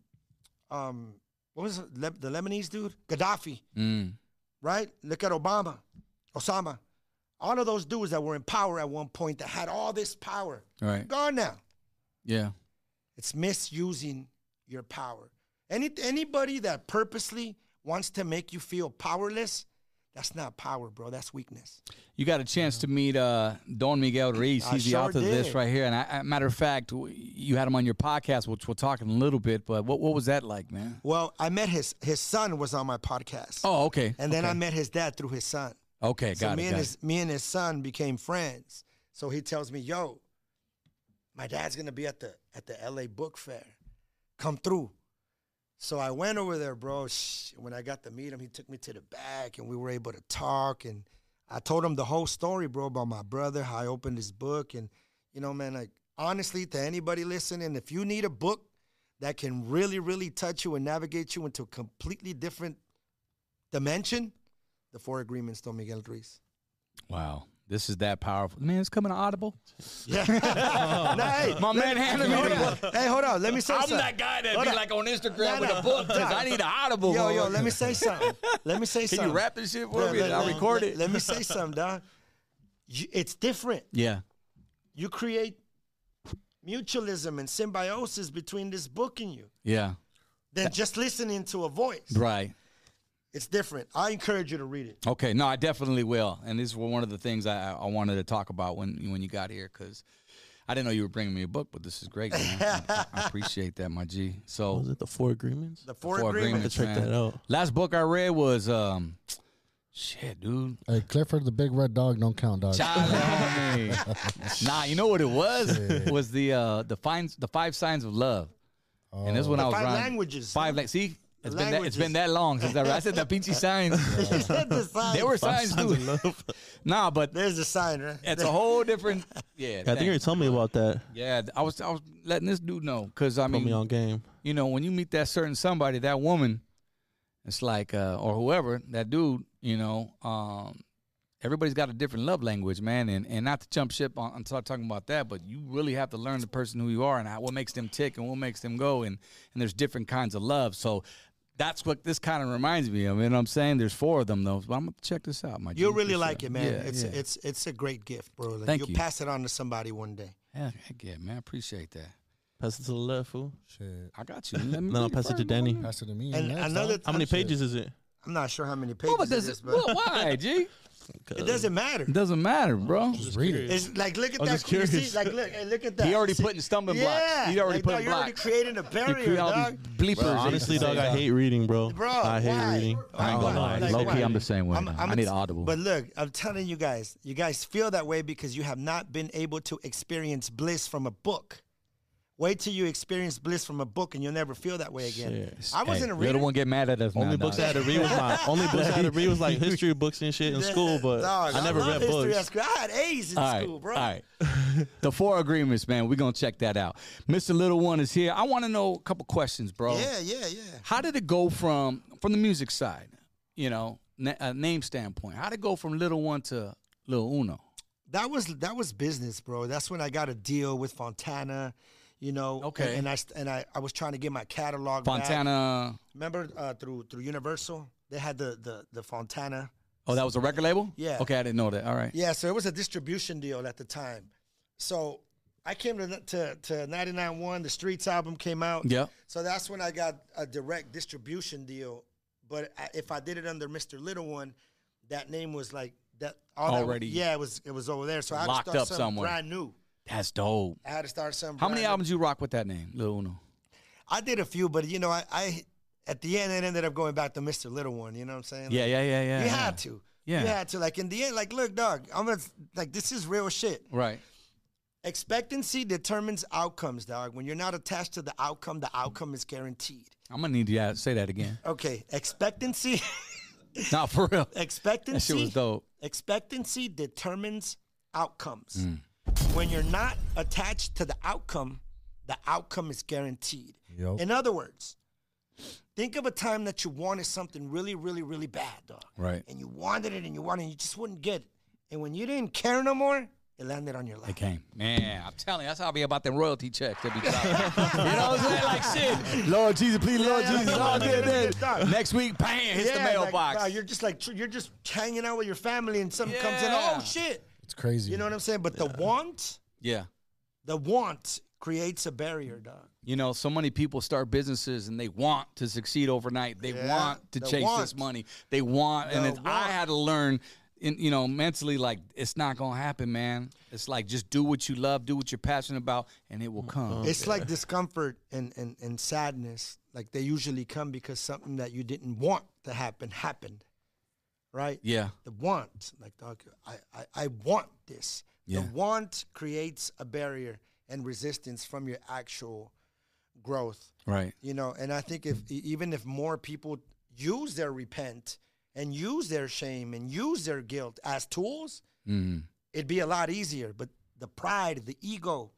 um, what was it? Le- the Lebanese dude? Gaddafi.
Mm.
Right? Look at Obama, Osama. All of those dudes that were in power at one point that had all this power.
Right.
Gone now.
Yeah.
It's misusing your power. Any anybody that purposely wants to make you feel powerless, that's not power, bro. That's weakness.
You got a chance to meet uh, Don Miguel Ruiz.
I
He's the
sure
author of this
did.
right here. And I, I, matter of fact, w- you had him on your podcast, which we'll talk in a little bit. But what what was that like, man?
Well, I met his his son was on my podcast,
Oh, okay.
and then
okay.
I met his dad through his son.
Okay,
So
got
me
it.
and
Got it.
his me and his son became friends. So he tells me, "Yo, my dad's gonna be at the at the L.A. Book Fair. Come through." So I went over there, bro. Shh. When I got to meet him, he took me to the back, and we were able to talk. And I told him the whole story, bro, about my brother, how I opened his book, and you know, man, like honestly, to anybody listening, if you need a book that can really, really touch you and navigate you into a completely different dimension, the Four Agreements, Don Miguel Ruiz.
Wow. This is that powerful. Man, it's coming to Audible. Oh,
Yeah. Nah, hey,
My man handed me the book.
hey, hold on. Oh, Let me say
I'm
something.
that guy that
Hold
be
on.
like on Instagram
No,
with
no.
a book because
No.
I need an Audible.
Yo,
bro.
yo, let me say something. Let me say
Can
something.
you rap this shit for
Yeah,
me?
let-
I'll
let-
record
let-
it.
Let me say something, dog. You- It's different.
yeah.
You create mutualism and symbiosis between this book and you
Yeah.
than just listening to a voice.
Right.
It's different. I encourage you to read it.
Okay, no, I definitely will. And these were one of the things I, I wanted to talk about when when you got here because I didn't know you were bringing me a book, but this is great. Man. I, I appreciate that, my G. So
Was it the Four Agreements?
The Four,
Four
Agreements.
Agreements.
Check
man.
that out.
last book I read was um, shit, dude.
Hey, Clifford the Big Red Dog don't count, dog.
Chale. nah, you know what it was? was the uh, the find, the five signs of love. And this is when I was
Oh. Five
running
languages.
Five like see, it's been that, it's been
Languages.
that long since I, read- I said the pinchy signs.
Is that the sign?
there were signs, dude. nah, but
There's the sign, right?
It's a whole different. Yeah,
I think you were
thanks.
telling me about that.
yeah. I was I was letting this dude know because I
Put me
mean,
on game.
you know, when you meet that certain somebody, that woman, it's like uh, or whoever that dude, you know, um, everybody's got a different love language, man, and and not to jump ship on, on start talking about that, but you really have to learn the person who you are and how, what makes them tick and what makes them go, and and there's different kinds of love, so. That's what this kind of reminds me of. You know what I'm saying? There's four of them though. But I'm gonna check this out, my.
You'll really like it, man.
Yeah,
it's
yeah.
it's it's a great gift, bro. Like,
Thank
you'll
you.
pass it on to somebody one day.
Yeah, heck yeah, man. I appreciate that.
Pass it to the left, fool.
Shit.
I got you. Let me
Then I'll
read
pass it to
first.
Danny.
Pass it to me.
And
next, dog.
another,
How many pages is it?
I'm not sure how many pages
Oh, but does
it
it,
is, but
well, why, G?
it doesn't matter.
It doesn't matter, bro.
Just read it.
It's like look at
I'm
that.
just
you see,
curious.
like look, hey, look at that.
He already
See-
putting stumbling blocks.
yeah,
He already
like, dog,
putting
you're already
blocks.
creating a
You
barrier,
create all
dog.
these bleepers.
Bro, honestly, dog, I hate reading, bro.
Bro,
I hate
why?
reading.
I
I ain't
why?
gonna lie.
Like,
Low key,
why?
I'm the same way.
I'm-
man.
I'm
I need
ex-
audible.
But look, I'm telling you guys, you guys feel that way because you have not been able to experience bliss from a book. Wait till you experience bliss from a book, and you'll never feel that way again.
Shit.
I wasn't
hey,
a
You're
reader.
the one get mad at us.
Only
now,
books I
dog.
had to read was my only books I had to read was like history books and shit in school, but
Dog,
I never
love
read
history at
books.
school. I had A's in
All right,
school, bro.
All right. the four agreements, man. We're gonna check that out. Mr. Little One is here. I want to know a couple questions, bro.
Yeah, yeah, yeah.
How did it go from from the music side? you know, na- a name standpoint? How to go from little one to little uno?
that was that was business, bro. That's when I got a deal with Fontana, you know.
Okay.
And, and I st- and I, I was trying to get my catalog. back.
Fontana.
Remember uh, through through Universal, they had the the the Fontana.
Oh, that was a record label.
Yeah.
Okay, I didn't know that. All right.
Yeah, so it was a distribution deal at the time. So I came to to to 991 the Streets album came out.
Yeah.
So that's when I got a direct distribution deal, but I, if I did it under Mr. Little One, that name was like that all that-
Already
yeah, it was it was over there. So I had
locked
to start
up
something
somewhere.
brand new.
That's dope.
I had to start something.
How many
brand new.
albums you rock with that name, Little Uno?
I did a few, but you know, I, I at the end it ended up going back to Mr. Little One. You know what I'm saying?
Yeah, yeah, yeah, yeah.
you
yeah.
had to.
Yeah.
You had to. Like in the end, like look, dog, I'm gonna like this is real shit.
Right.
Expectancy determines outcomes, dog. When you're not attached to the outcome, the outcome is guaranteed.
I'm gonna need you to say that again.
Okay, expectancy,
Not for real. That shit
expectancy,
was dope.
expectancy determines outcomes.
Mm.
When you're not attached to the outcome, the outcome is guaranteed.
Yup.
In other words, think of a time that you wanted something really, really, really bad, dog.
Right.
And you wanted it and you wanted it and you just wouldn't get it. And when you didn't care no more, it landed on your lap.
It came. Man, I'm telling you, that's how I be about them royalty checks that be dropping. you know what I'm saying? Like shit. Lord Jesus, please, Lord
yeah,
Jesus.
yeah,
Lord,
yeah,
this,
yeah,
this.
yeah.
Next week, bam, hits the
Yeah, like,
mailbox.
wow, you're just like tr- you're just hanging out with your family and something comes in.
Yeah.
Oh shit!
It's crazy.
You know what I'm saying? But the want,
yeah.
the want creates a barrier, dog.
You know, so many people start businesses and they want to succeed overnight. They
Yeah,
want to
the
chase this
want.
money. They want, and
The
it's, I
want.
had to learn, in, you know, mentally, like it's not gonna happen, man. It's like just do what you love, do what you're passionate about, and it will come.
It's like discomfort and, and and sadness. Like they usually come because something that you didn't want to happen happened, right?
yeah,
The want, like dog, I I, I want this.
Yeah.
The want creates a barrier and resistance from your actual growth.
right.
you know and i think if e- even if more people use their repent and use their shame and use their guilt as tools it'd be a lot easier but the pride the ego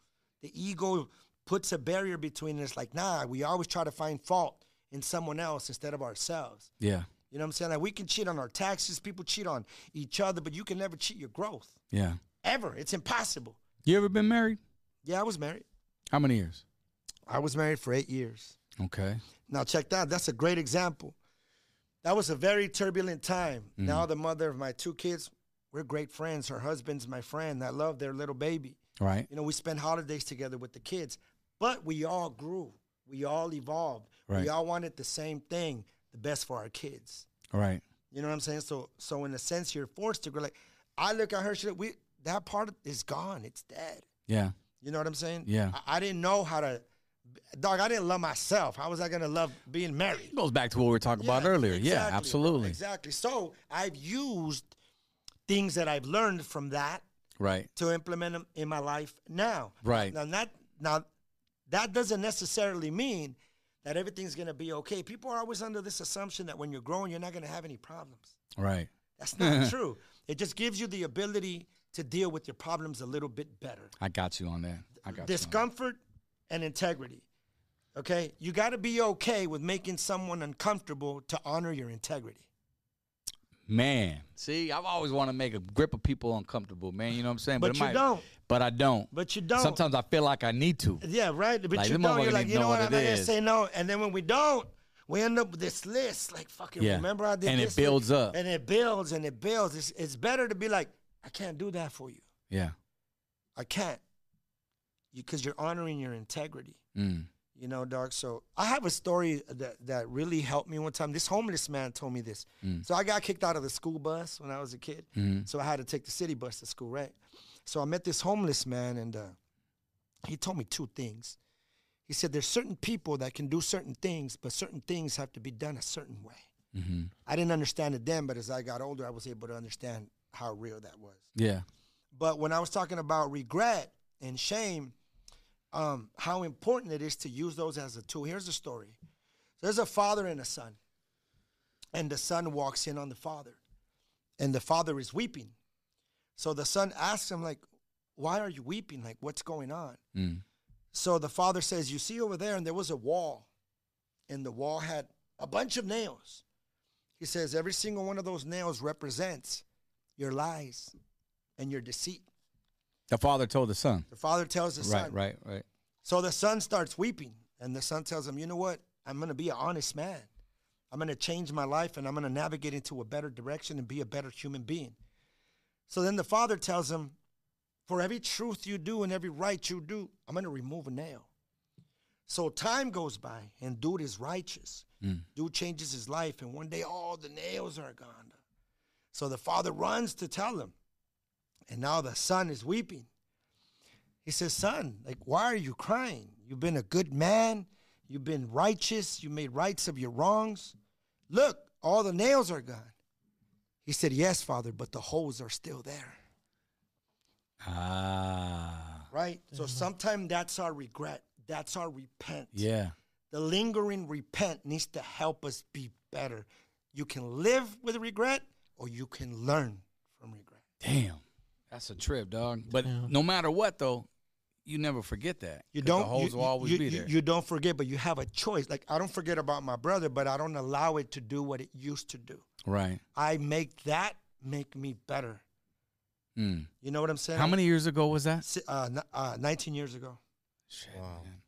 the ego puts a barrier between us like nah we always try to find fault in someone else instead of ourselves
Yeah,
you know what i'm saying like we can cheat on our taxes people cheat on each other but you can never cheat your growth
yeah.
ever it's impossible
You ever been married?
yeah i was married
How many years?
i was married for eight years
Okay.
Now check that. That's a great example. That was a very turbulent time. Now the mother of my two kids, we're great friends. Her husband's my friend. I love their little baby.
Right.
You know, we spend holidays together with the kids, but we all grew. We all evolved.
Right.
We all wanted the same thing, the best for our kids.
Right.
You know what I'm saying? So so in a sense you're forced to grow like I look at her, she look- we that part is gone. It's dead.
Yeah.
You know what I'm saying?
Yeah.
I, I didn't know how to dog, I didn't love myself. How was I gonna love being married?
Goes back to what we were talking about
Yeah,
earlier.
exactly,
yeah,
bro,
absolutely.
Exactly. So I've used things that I've learned from that
Right.
to implement them in my life now.
Right.
Now not now that doesn't necessarily mean that everything's gonna be okay. People are always under this assumption that when you're growing, you're not gonna have any problems.
Right.
That's not true. It just gives you the ability to deal with your problems a little bit better.
I got you on that. I got you. on
Discomfort and integrity. Okay? You gotta be okay with making someone uncomfortable to honor your integrity.
that. Man. See, I've always wanted to make a grip of people uncomfortable, man. You know what I'm saying?
But
it
you don't.
But I don't.
But you don't.
Sometimes I feel like I need to.
Yeah, right. But
Like,
you
the
don't.
motherfucker
You're like,
need
you
to
know
know
what?
what
I'm
it
not gonna
is.
say no. And then when we don't, we end up with this list. Like, fucking
Yeah.
remember I did
And it
this, like-
builds up.
And it builds and it builds. It's, it's better to be like, I can't do that for you.
Yeah.
I can't. Because you're honoring your integrity.
Mm.
You know, dog. So I have a story that, that really helped me one time. This homeless man told me this. So I got kicked out of the school bus when I was a kid. So I had to take the city bus to school, right? So I met this homeless man, and uh, he told me two things. He said, There's certain people that can do certain things, but certain things have to be done a certain way.
Mm-hmm.
I didn't understand it then, but as I got older, I was able to understand how real that was.
Yeah.
But when I was talking about regret and shame, um, how important it is to use those as a tool. Here's a story. There's a father and a son, and the son walks in on the father, and the father is weeping. So the son asks him, like, "Why are you weeping? Like, what's going on?"
Mm.
So the father says, "You see over there, and there was a wall, and the wall had a bunch of nails." He says every single one of those nails represents your lies and your deceit.
The father told the son.
The father tells the
right,
son.
right, right.
So the son starts weeping, and the son tells him, "You know what? I'm going to be an honest man. I'm going to change my life, and I'm going to navigate into a better direction and be a better human being." So then the father tells him, "For every truth you do and every right you do, I'm going to remove a nail." So time goes by, and dude is righteous.
Mm.
Dude changes his life, and one day all the nails are gone. So the father runs to tell him, and now the son is weeping. He says, Son, like, why are you crying? You've been a good man. You've been righteous. You made rights of your wrongs. Look, all the nails are gone. He said, Yes, Father, but the holes are still there.
Ah,
Right? So sometimes that's our regret. That's our repent.
yeah.
The lingering repent needs to help us be better. You can live with regret or you can learn from regret.
Damn, that's a trip, dog. But no matter what, though, you never forget that.
You
'cause
don't.
The holes
you,
will always
you,
be
you-
there.
you don't forget, but you have a choice. Like I don't forget about my brother, but I don't allow it to do what it used to do.
right.
I make that make me better.
Mm.
You know what I'm saying?
How many years ago was that?
Si- Uh, n- uh, 19 years ago.
Shit, man.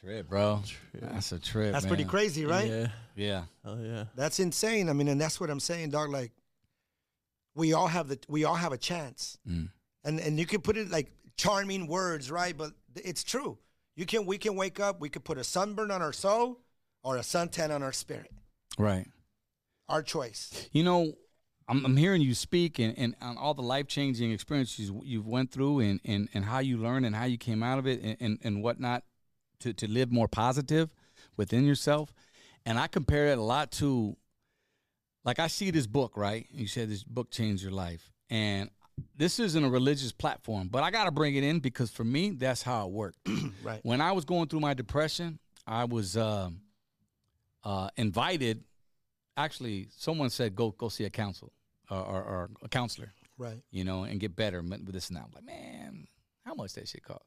Trip, bro. That's a trip.
That's pretty
man.
crazy, right?
Yeah.
Yeah.
Oh yeah.
That's insane. I mean, and that's what I'm saying, dog. Like, we all have the we all have a chance,
Mm.
and and you can put it like charming words, right? But th- it's true. You can we can wake up. We could put a sunburn on our soul or a suntan on our spirit.
Right.
Our choice.
You know, I'm, I'm hearing you speak and, and on all the life changing experiences you've went through and, and, and how you learned and how you came out of it and, and, and whatnot to, to live more positive within yourself. And I compare it a lot to, like, I see this book, right? You said this book changed your life. And this isn't a religious platform, but I got to bring it in because for me, that's how it worked
Right.
when I was going through my depression, I was um, uh, invited. Actually, someone said go go see a counsel or, or, or a counselor,
Right.
you know, and get better with this and that. I'm like, man, how much that shit cost?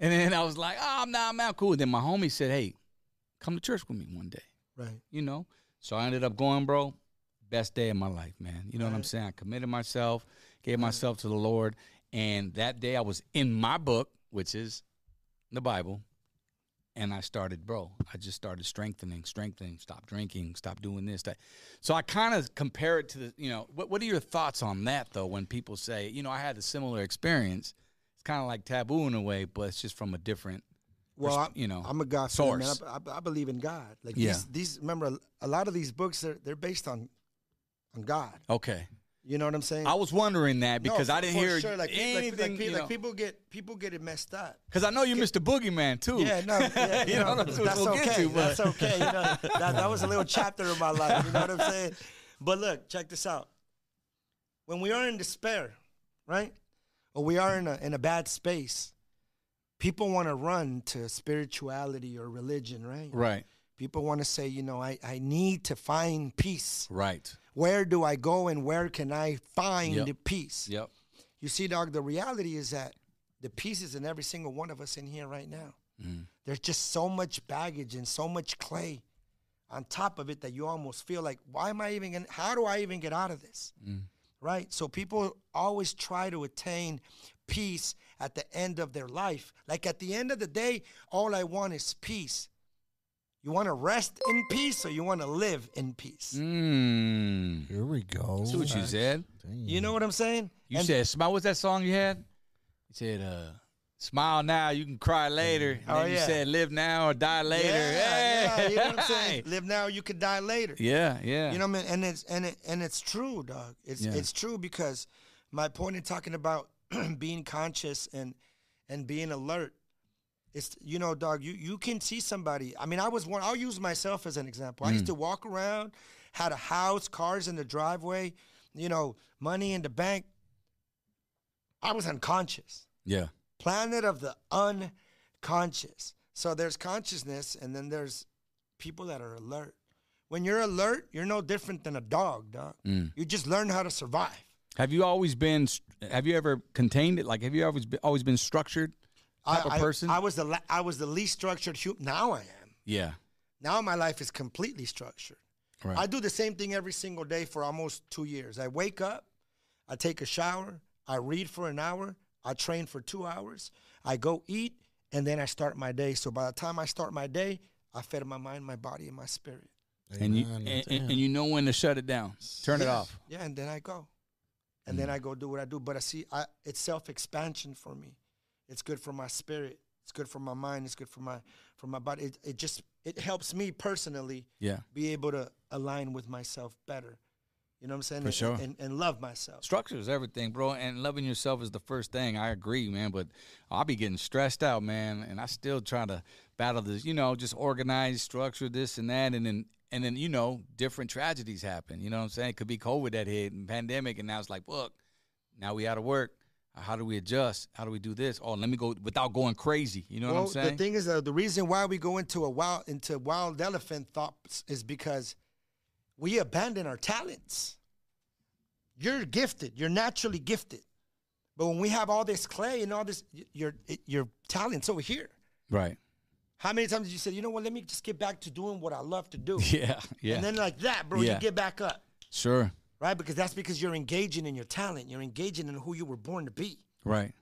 And then I was like, oh, I'm not, I'm not cool. Then my homie said, hey, come to church with me one day
Right.
you know. So I ended up going, bro. Best day of my life, man. You know what I'm saying? I committed myself, gave myself to the Lord, and that day I was in my book, which is the Bible, and I started, bro. I just started strengthening, strengthening. Stop drinking, stop doing this, that. So I kind of compare it to the, you know, what what are your thoughts on that though? When people say, you know, I had a similar experience, it's kind of like taboo in a way, but it's just from a different,
Well,
persp-
I'm,
you know,
I'm a God fearer man.
source.
I, I, I believe in God. Like
Yeah.
these, these. Remember, a- a lot of these books are they're based on, on God.
okay.
You know what I'm saying?
I was wondering that
No,
because I
for-
didn't
for
hear
sure. Like, pe- like-
anything.
Like, pe-
you
like
know.
people get people get it messed up.
Because I know you're Mr. Boogeyman too.
Yeah, no, yeah,
you know, that's what
that's
we'll
okay.
get to, but-
that's okay. You know, that, that was a little chapter of my life. You know what I'm saying? But look, check this out. When we are in despair, right, or we are in a in a bad space, people want to run to spirituality or religion, right?
Right,
People want to say, you know, I, I need to find peace.
right.
Where do I go and where can I find
Yep.
peace?
Yep.
You see, dog, the reality is that the pieces in every single one of us in here right now.
Mm-hmm.
There's just so much baggage and so much clay on top of it that you almost feel like, why am I even, gonna, how do I even get out of this?
Mm-hmm.
Right? So people always try to attain peace at the end of their life. Like at the end of the day, all I want is peace. You want to rest in peace or you want to live in peace?
Mm.
Here we go.
See what you said.
You know what I'm saying?
You
And-
said, "Smile." What's that song you had? You said, uh, "Smile now, you can cry later." And
Oh,
then you
yeah.
said, "Live now or die later."
Yeah, yeah,
Hey!
you know what I'm saying? Live now, you could die later.
yeah, yeah.
You know what I mean? And it's and it and it's true, dog. It's
Yeah.
it's true because my point in talking about being conscious and and being alert. It's you know, dog, you, you can see somebody. I mean, I was one I'll use myself as an example. I used
Mm.
to walk around, had a house, cars in the driveway, you know, money in the bank. I was unconscious
yeah.
planet of the unconscious. So there's consciousness, and then there's people that are alert. When you're alert, you're no different than a dog, dog.
Mm.
You just learn how to survive.
Have you always been? Have you ever contained it? Like, have you always been, always been structured type
I,
of person?
I, I was the la- I was the least structured human. Now I am.
yeah.
Now my life is completely structured.
Right.
I do the same thing every single day for almost two years. I wake up, I take a shower, I read for an hour, I train for two hours, I go eat, and then I start my day. So by the time I start my day, I fed my mind, my body, and my spirit.
and you
Amen.
and, and, and you know when to shut it down. Turn it
Yes.
off. Mm.
Yeah, and then I go, and then I go do what I do. But I see, I, it's self expansion for me. It's good for my spirit. It's good for my mind. It's good for my for my body. It, it just it helps me personally
Yeah.
be able to align with myself better. You know what I'm saying?
For
And-
sure.
And, and love myself.
Structure is everything, bro, and loving yourself is the first thing. I agree, man. But I'll be getting stressed out, man, and I still try to battle this. You know, just organize, structure this and that, and then and then you know, different tragedies happen. You know what I'm saying? It could be COVID that hit and pandemic, and now it's like, look, now we out of work. How do we adjust? How do we do this? Oh, let me go without going crazy. You know
well,
what I'm saying?
the thing is, uh, the reason why we go into a wild into wild elephant thoughts is because we abandon our talents. You're gifted. You're naturally gifted, but when we have all this clay and all this, y- your it- your talents over here.
right.
How many times did you say, you know what? Let me just get back to doing what I love to do,
Yeah. Yeah.
and then like that, bro,
Yeah.
you get back up,
sure.
right? Because that's because you're engaging in your talent. You're engaging in who you were born to be.
Right.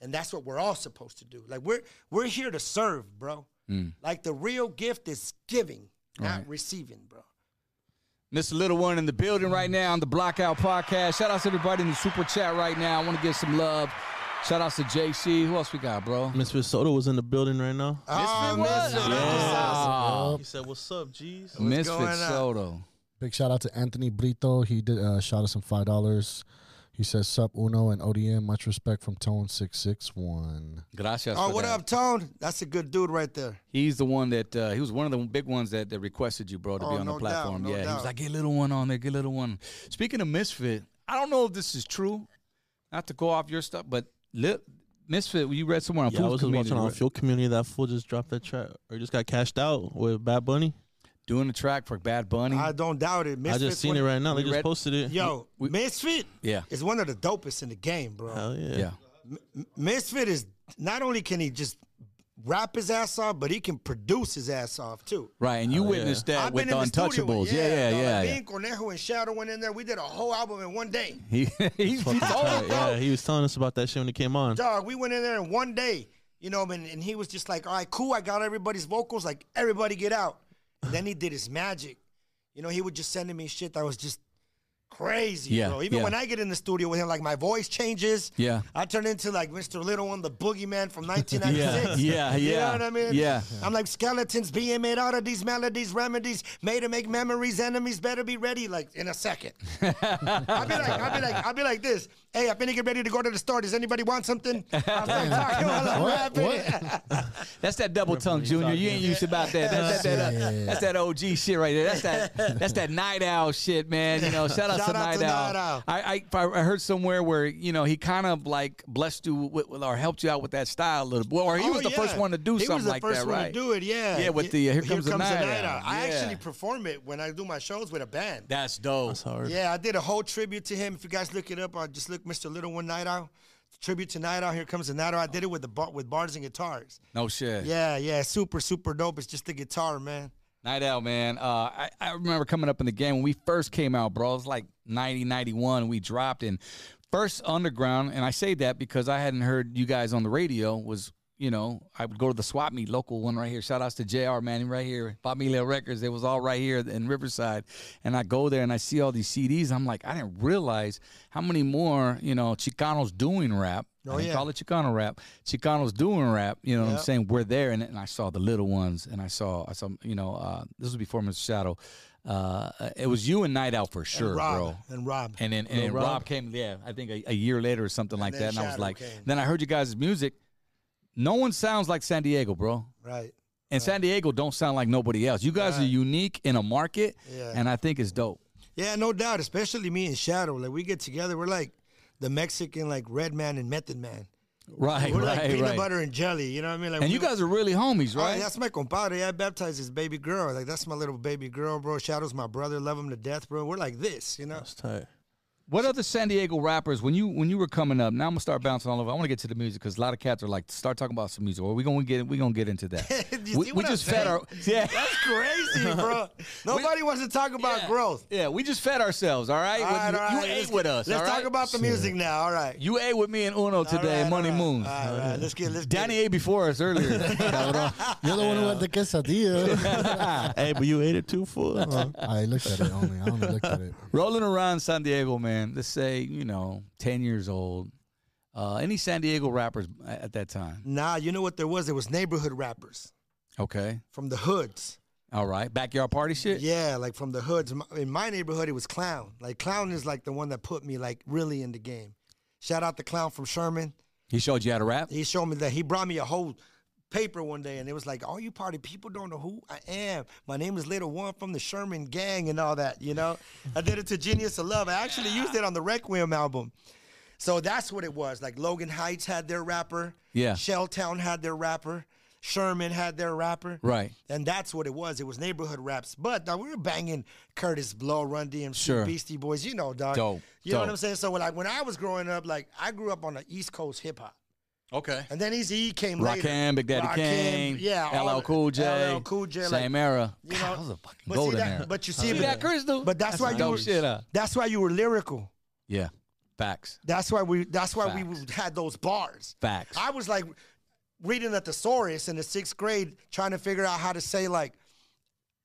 and that's what we're all supposed to do. Like we're we're here to serve, bro.
Mm.
Like the real gift is giving, not
Right.
receiving, bro.
Mr. Little One in the building right now on the Blockout Podcast. Shout out to everybody in the super chat right now. I want to get some love. Shout outs to JC. Who else we got, bro?
Misfit Soda was in the building right now.
Oh, Misfit.
Ah,
He said, "What's up, G's?"
Misfit
going on?
Soto.
Big shout out to Anthony Brito. He did uh, shot us some five dollars. He says sup Uno and ODM. Much respect from Tone six six one.
Gracias.
Oh,
for
what
that.
up, Tone? That's a good dude right there.
He's the one that uh, he was one of the big ones that, that requested you, bro, to be
Oh,
on the
no doubt,
platform.
no
yeah, he was
doubt.
like, "Get little one on there, get little one." Speaking of Misfit, I don't know if this is true. Not to go off your stuff, but li- Misfit, you read somewhere on
Yeah, I
Fool's
was just
Community,
watching on
right?
Fuel Community. That fool just dropped that track, or just got cashed out with Bad Bunny.
doing the track for Bad Bunny.
I don't doubt it.
I
Misfit's
just seen
one-
it right now. They
we
just
read-
posted it.
Yo,
We-
Misfit
yeah,
is one of the dopest in the game, bro.
Hell Oh, yeah.
yeah.
M- Misfit is not only can he just rap his ass off, but he can produce his ass off too.
Right, and you
Oh, yeah.
witnessed that
I've
with
been
the
in the studio
Untouchables.
with-
yeah, yeah,
dog,
yeah.
like,
yeah.
Me and Cornejo and Shadow went in there. We did a whole album in one day.
He, he's, he's
Yeah, yeah,
old, bro.
he was telling us about that shit when he came on.
dog, we went in there in one day, you know, and, and he was just like, all right, cool, I got everybody's vocals, like, everybody get out. And then he did his magic. You know, he would just sending me shit that was just crazy,
Yeah,
bro. Even
yeah.
when I get in the studio with him, like, my voice changes.
Yeah.
I turn into, like, Mr. Little on the boogeyman from
Yeah,
1996.
yeah,
You know
yeah.
what I mean?
Yeah.
I'm like, skeletons being made out of these melodies, remedies, made to make memories, enemies better be ready, like, in a second. I'll be like, I'll be like, I'll be like this. Hey, I'm finna get ready to go to the store. Does anybody want something? I'll start talking while I'm
What?
rapping.
That's that double tongue, Junior. You ain't used about that. That's that, that, uh, that's that OG shit right there. That's that that's that night owl shit, man. You know, shout out
Shout
to,
out
night,
to
owl.
Night Owl.
I, I- if I I heard somewhere where you know he kind of like blessed you with, with- or helped you out with that style a little bit, or he
Oh,
was the
yeah.
first one to do
he
something
was the
like
first
that,
one
right?
to do it, yeah.
Yeah, with the, uh, Here Comes the Night Owl.
I
Yeah.
actually perform it when I do my shows with a band.
That's dope.
Sorry.
yeah, I did a whole tribute to him. If you guys look it up, I just look Mr. Little One Night Owl. Tribute to Night Owl. Here comes the Night Owl. I did it with the bar, with bars and guitars.
No shit.
Yeah, yeah, super, super dope. It's just the guitar, man.
Night Owl, man. Uh, I, I remember coming up in the game when we first came out, bro. It was like 90, 91. We dropped in first underground. And I say that because I hadn't heard you guys on the radio was, you know, I would go to the swap meet, local one right here. Shout outs to JR, man. He right here, Familia Records. It was all right here in Riverside. And I go there and I see all these CDs. I'm like, I didn't realize how many more, you know, Chicanos doing rap.
Oh,
I didn't
yeah.
call it Chicano rap. Chicanos doing rap. You know what I'm
Yep.
saying? We're there, and, and I saw the little ones, and I saw some. You know, uh, this was before Mr. Shadow. Uh, it was you and Night Out for sure,
Rob
bro.
and Rob.
And then and then Rob, came, yeah, I think a, a year later or something like
then
that. And I was
Shadow
like,
came.
then I heard you guys' music. No one sounds like San Diego, bro.
Right.
And San Diego don't sound like nobody else. You guys are unique in a market,
Yeah.
and I think it's dope.
Yeah, no doubt. Especially me and Shadow. Like we get together, we're like the Mexican like Red Man and Method Man.
Right,
We're
right,
like peanut
right.
butter and jelly. You know what I mean? Like
and
we-
you guys are really homies,
Oh,
right?
that's my compadre. I baptized his baby girl. Like that's my little baby girl, bro. Shadow's my brother. Love him to death, bro. We're like this, you know.
That's tight.
What other San Diego rappers when you when you were coming up? Now I'm gonna start bouncing all over. I want to get to the music because a lot of cats are like, start talking about some music. Or we gonna get we gonna get into that.
You see
we we
what I'm
just fed
saying?
our yeah
That's crazy, bro. Nobody wants to talk about
yeah.
growth.
Yeah, we just fed ourselves. All right,
All right,
you,
all
you
right,
ate
let's
with
get-
us.
Let's
all
talk
right?
about the music now. All right.
You ate with me and Uno today,
right,
Money
all right,
Moon.
All right, all right. Let's get let's
Danny ate before us earlier. cabrón.
You're the one who had the quesadilla. Uh-huh.
hey, but you ate it too full. huh?
I looked at it only. I only looked at it.
Rolling around San Diego, man. Let's say you know, ten years old. Uh, any San Diego rappers a- at that time?
Nah, you know what there was? There was neighborhood rappers
Okay,
from the hoods.
all right. Backyard party shit.
Yeah, like from the hoods. M- In my neighborhood, it was Clown. Like Clown is like the one that put me like really in the game. Shout out to Clown from Sherman.
He showed you how to rap.
He showed me that he brought me a whole paper one day, and it was like, "All you party people don't know who I am. My name is Little One from the Sherman Gang and all that." You know, I did it to Genius of Love. I actually used it on the Requiem album. So that's what it was. Like Logan Heights had their rapper.
Yeah.
Shelltown had their rapper. Sherman had their rapper.
Right.
And that's what it was. It was neighborhood raps. But now we were banging Curtis Blow, Run DMC,
Sure.
Beastie Boys, you know, dog.
Dope,
You know what
dope.
I'm saying? So like when I was growing up, like I grew up on the East Coast hip hop.
Okay.
And then Easy E came later.
Rakim, Big Daddy
Rakim,
Kane,
yeah, all
LL
of-
Cool J,
LL Cool J, like,
same era.
you know,
that was a fucking
but see
golden
that-
era.
but you see
See
it-
that, Chris? Though,
But that's why you
dope
were,
shit. Uh,
that's why you were lyrical.
yeah, facts,
That's why we. That's why we
Facts.
had those bars.
facts.
I was like reading a thesaurus in the sixth grade, trying to figure out how to say like,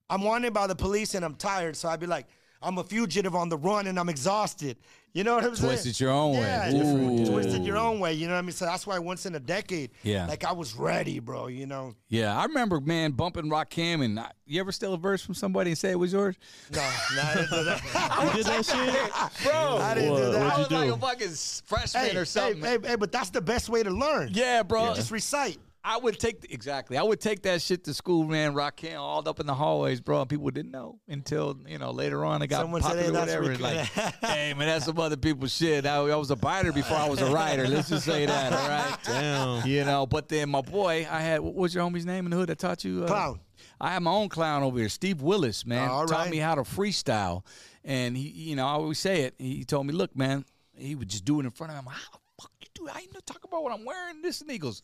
I'm wanted by the police and I'm tired. So I'd be like, I'm a fugitive on the run and I'm exhausted. You know what I'm saying?
Twist it your own way.
Yeah,
Ooh.
twist it your own way. You know what I mean? So that's why once in a decade,
Yeah.
like I was ready, bro. You know,
yeah, I remember, man, bumping Rakim, and I, you ever steal a verse from somebody and say it was yours?
no, no, I didn't do that.
You did that shit?
Bro,
I didn't do
What- what'd
that.
I
you
was like
do?
a fucking s- freshman
hey,
or something.
Hey, hey, hey, but that's the best way to learn.
yeah, bro.
You just recite.
I would take exactly. I would take that shit to school, man. Rakim all up in the hallways, bro. And people didn't know until you know later on. It got
Someone said,
popular,
"Hey, that's
whatever.
Rick-
Like, hey, man, that's some other people's shit. I, I was a biter before I was a writer. Let's just say that, all right?
Damn.
You know, but then my boy, I had what was your homie's name in the hood that taught you? Uh,
Clown.
I had my own clown over here, Steve Willis, man.
All
Taught
right.
me how to freestyle, and he, you know, I always say it. He told me, "Look, man," he would just do it in front of him. How the fuck you do? That? I ain't gonna talk about what I'm wearing. This and he goes,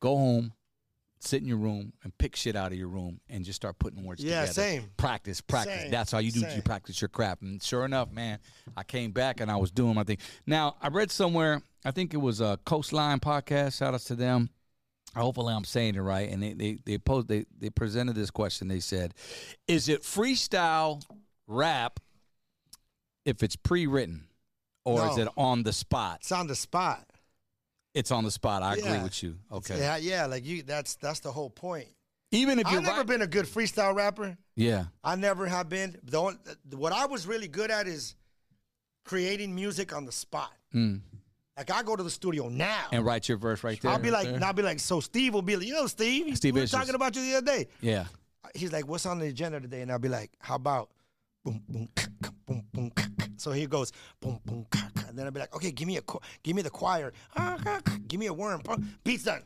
"Go home." Sit in your room and pick shit out of your room and just start putting words
Yeah,
together.
same.
Practice, practice.
Same,
That's how you do. You
same.
practice your craft. And sure enough, man, I came back and I was doing my thing. Now I read somewhere. I think it was a Coastline podcast. Shout outs to them. Hopefully, I'm saying it right. And they they they posed they they presented this question. They said, "Is it freestyle rap if it's pre-written, or is
No.
it on the spot?
It's on the spot.
It's on the spot. I agree
Yeah.
with you. Okay,
Yeah, yeah, like you. That's that's the whole point.
even if you're
I've never
right-
been a good freestyle rapper.
yeah,
I never have been. The only, what I was really good at is creating music on the spot.
Mm.
Like I go to the studio now.
and write your verse right there.
I'll be like,
there.
and I'll be like, so Steve will be like, you know, Steve,
Steve
we were
Issues.
talking about you the other day.
yeah,
He's like, what's on the agenda today? And I'll be like, how about boom, boom, kuk, kuk, boom, boom, kuk, kuk. So he goes, boom, boom, kuk, kuk. and then I'll be like, okay, give me a, cho- give me the choir, Ah, kuk, kuk. give me a worm, Pum. beats done,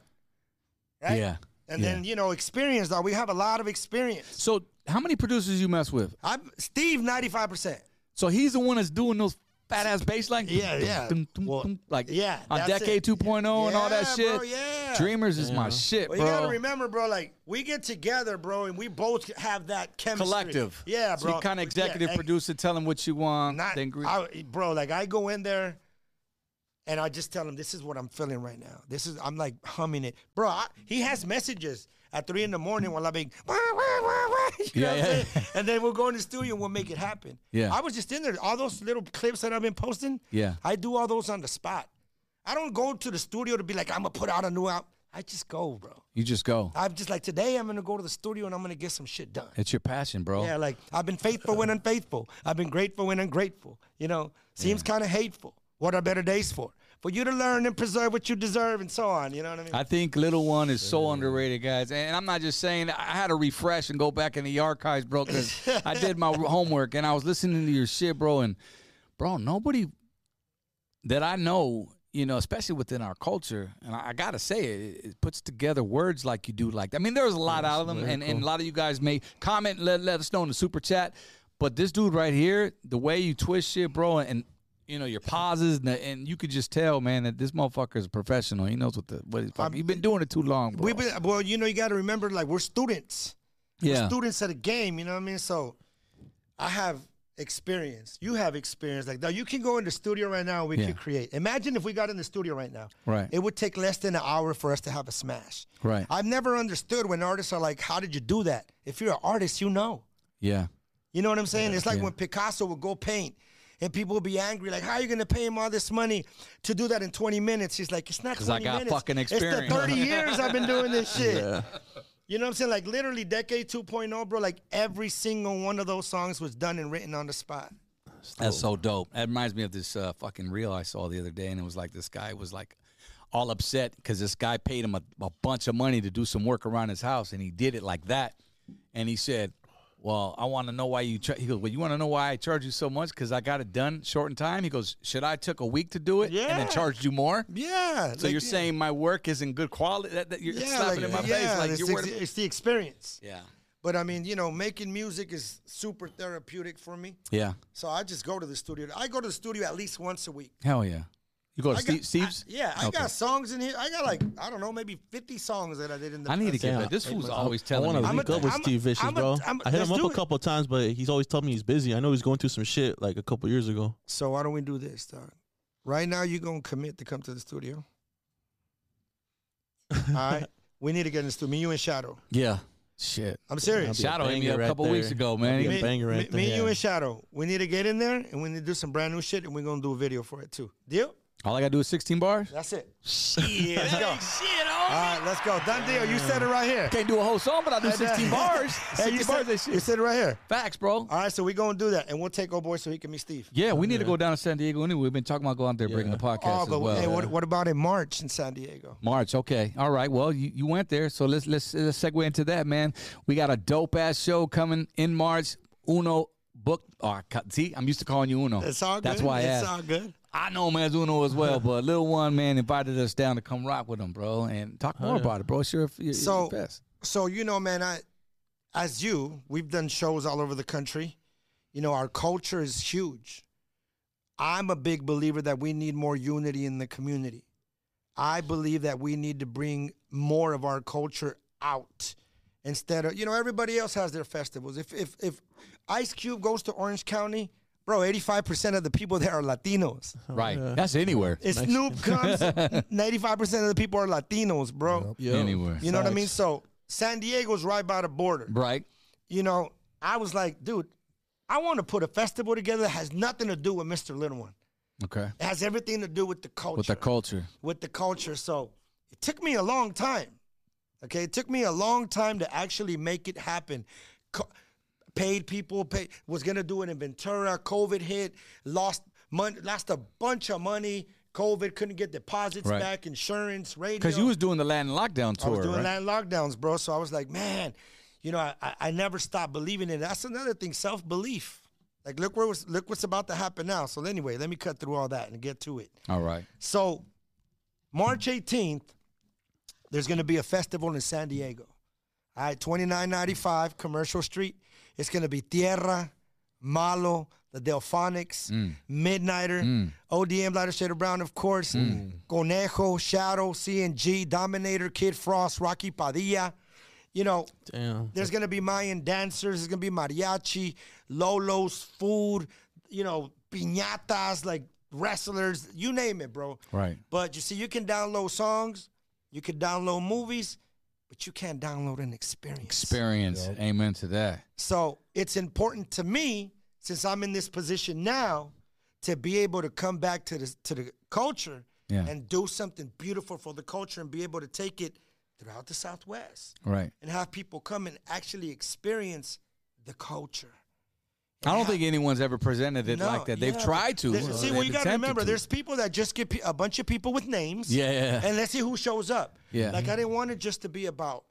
right?
yeah.
And
yeah.
then you know, experience though, we have a lot of experience.
So how many producers you mess with?
I'm Steve, ninety five percent.
So he's the one that's doing those fat ass bass lines.
Yeah, yeah.
Dum, dum,
Well,
dum, like
yeah,
on
that's
decade
it.
2.0 and all that
Yeah,
shit.
bro, yeah.
Dreamers is my shit,
Well,
bro.
you gotta remember, bro. Like we get together, bro, and we both have that chemistry.
Collective.
Yeah,
So
bro.
you kind of executive
yeah, and
producer, tell him what you want.
Not,
then agree.
I, bro. Like I go in there, and I just tell him this is what I'm feeling right now. This is I'm like humming it, bro. I, he has messages at three in the morning while I'm like, wah, wah, wah, wah, you know
Yeah,
what I'm
yeah.
saying? and then we'll go in the studio and we'll make it happen.
Yeah.
I was just in there. All those little clips that I've been posting.
Yeah.
I do all those on the spot. I don't go to the studio to be like, I'm gonna put out a new album. I just go, bro.
you just go.
I'm just like today. I'm gonna go to the studio and I'm gonna get some shit done.
It's your passion, bro.
Yeah, like I've been faithful when unfaithful. I've been grateful when ungrateful. You know, seems kind of hateful. What are better days for? For you to learn and preserve what you deserve and so on. You know what I mean?
I think Little One is so underrated, guys. And I'm not just saying. I had to refresh and go back in the archives, bro, because I did my homework and I was listening to your shit, bro. And bro, nobody that I know, you know, especially within our culture, and I, I gotta say it, it puts together words like you do. Like, I mean, there's a lot out of them, and, and a lot of you guys may comment, let let us know in the super chat. But this dude right here, the way you twist shit, bro, and you know your pauses, and, the, and you could just tell, man, that this motherfucker is a professional. He knows what the what he's.
I'm-
You've been doing it too long, bro.
We've been well, you know, you got to remember, like we're students. We're
yeah,
students at a game. You know what I mean? So I have experience. You have experience. Like now, you can go in the studio right now. and We
Yeah.
can create. Imagine if we got in the studio right now.
Right.
It would take less than an hour for us to have a smash.
Right.
I've never understood when artists are like, "How did you do that?" If you're an artist, you know.
yeah,
You know what I'm saying? It's like
Yeah.
when Picasso would go paint and people would be angry, like, how are you going to pay him all this money to do that in 20 minutes? He's like, it's not
'Cause
20
I got
minutes.
fucking
It's
experience."
the 30 years I've been doing this shit. You know what I'm saying? Like, literally, Decade 2.0, bro, like every single one of those songs was done and written on the spot.
that's so dope. That reminds me of this uh, fucking reel I saw the other day, and it was like this guy was like all upset because this guy paid him a, a bunch of money to do some work around his house, and he did it like that, and he said. Well, I want to know why you. Tra-. He goes, well, you want to know why I charge you so much? Because I got it done short in time. He goes, should I took a week to do it and then
Yeah.
charged you more?
Yeah.
So you're saying my work isn't good quality? That, that you're slapping in my face like
it's,
you're worried
it's,
about-
it's the experience.
Yeah,
But I mean, you know, making music is super therapeutic for me.
yeah,
So I just go to the studio. I go to the studio at least once a week.
hell yeah. You go to
I got-
Steve, Steve's?
I- yeah, I
Okay.
got songs in here. I got like I don't know, maybe fifty songs that I did in the.
I need to get
Yeah.
that. This fool's
I-
always
I
telling
wanna
me.
I'm a-
link up with
I'm a-
Steve Vicious,
I'm a-
bro.
I'm a-
I hit
let's
him up
do
a
it.
couple times, but he's always telling me he's busy. I know he's going through some shit like a couple years ago.
So why don't we do this, dog? Right now, you gonna commit to come to the studio? All right, we need to get in the studio. Me, you, and Shadow.
yeah, shit.
I'm serious.
be a
Shadow hit me
banger
up a
right
couple weeks
there.
ago,
That'd be
man.
a banger
me,
right
me,
there.
you, and Shadow. We need to get in there and we need to do some brand new shit, and we're gonna do a video for it too. Deal?
All I gotta do is 16 bars.
That's it.
Shit,
Let's go. All right, let's go. Done deal. You said it right here.
Can't do a whole song, but I do 16 bars.
Hey, you
16 bars.
said,
That
you
shit.
said it right here.
Facts, bro.
All right, so we gonna do that, and we'll take old boy so he can meet Steve.
Yeah, we need to go down to San Diego anyway. We've been talking about going out there, bringing the podcast
Oh,
as
but
well.
hey, what, what about in March in San Diego?
March. Okay. All right. Well, you, you went there, so let's let's let's segue into that, man. We got a dope ass show coming in March. Uno book. Oh, I ca- see, I'm used to calling you Uno.
It's all good.
That's why I
it's
asked.
all good.
I know him as Uno as well, but Lil One man invited us down to come rock with him, bro, and talk more about it, bro. Sure, if you
Oh, So-
best.
So you know, man, I as you, we've done shows all over the country. You know, our culture is huge. I'm a big believer that we need more unity in the community. I believe that we need to bring more of our culture out instead of you know everybody else has their festivals. If if if Ice Cube goes to Orange County, bro, 85% of the people there are Latinos.
right. That's anywhere.
If Snoop comes, 95% of the people are Latinos, bro.
Anywhere.
You know what I mean? So San Diego's right by the border.
Right.
You know, I was like, dude, I want to put a festival together that has nothing to do with Mr. Little One.
Okay.
It has everything to do with the culture.
With the culture.
with the culture. So it took me a long time. Okay, it took me a long time to actually make it happen. Co- paid people paid, was gonna do it in Ventura. COVID hit, lost money, lost a bunch of money. COVID couldn't get deposits
Right.
back, insurance, radio.
Because you was doing the Latin lockdown tour,
I was doing
right?
land lockdowns, bro. So I was like, man, you know, I, I, I never stopped believing in it. That's another thing, self belief. Like, look where was, look what's about to happen now. So anyway, let me cut through all that and get to it.
All right.
So March 18th, there's going to be a festival in San Diego. All right, 2995 Commercial Street. It's going to be Tierra, Malo, the Delphonics,
Mm.
Midnighter, ODM, Lighter Shade of Brown, of course, Conejo, Shadow, CNG, Dominator, Kid Frost, Rocky Padilla. You know,
Damn.
there's gonna be Mayan dancers. There's gonna be mariachi, lolos, food. You know, piñatas, like wrestlers. You name it, bro.
Right.
But you see, you can download songs, you can download movies, but you can't download an experience.
Experience. Amen to that.
So it's important to me, since I'm in this position now, to be able to come back to the to the culture
Yeah.
and do something beautiful for the culture and be able to take it throughout the Southwest
Right.
and have people come and actually experience the culture.
I don't think anyone's ever presented it
No,
like that. They've
yeah.
tried to.
There's-
or
see,
they've
well, you got to
attempted
remember,
to.
there's people that just get pe- a bunch of people with names.
Yeah, yeah, yeah.
And let's see who shows up.
Yeah.
Like I didn't want it just to be about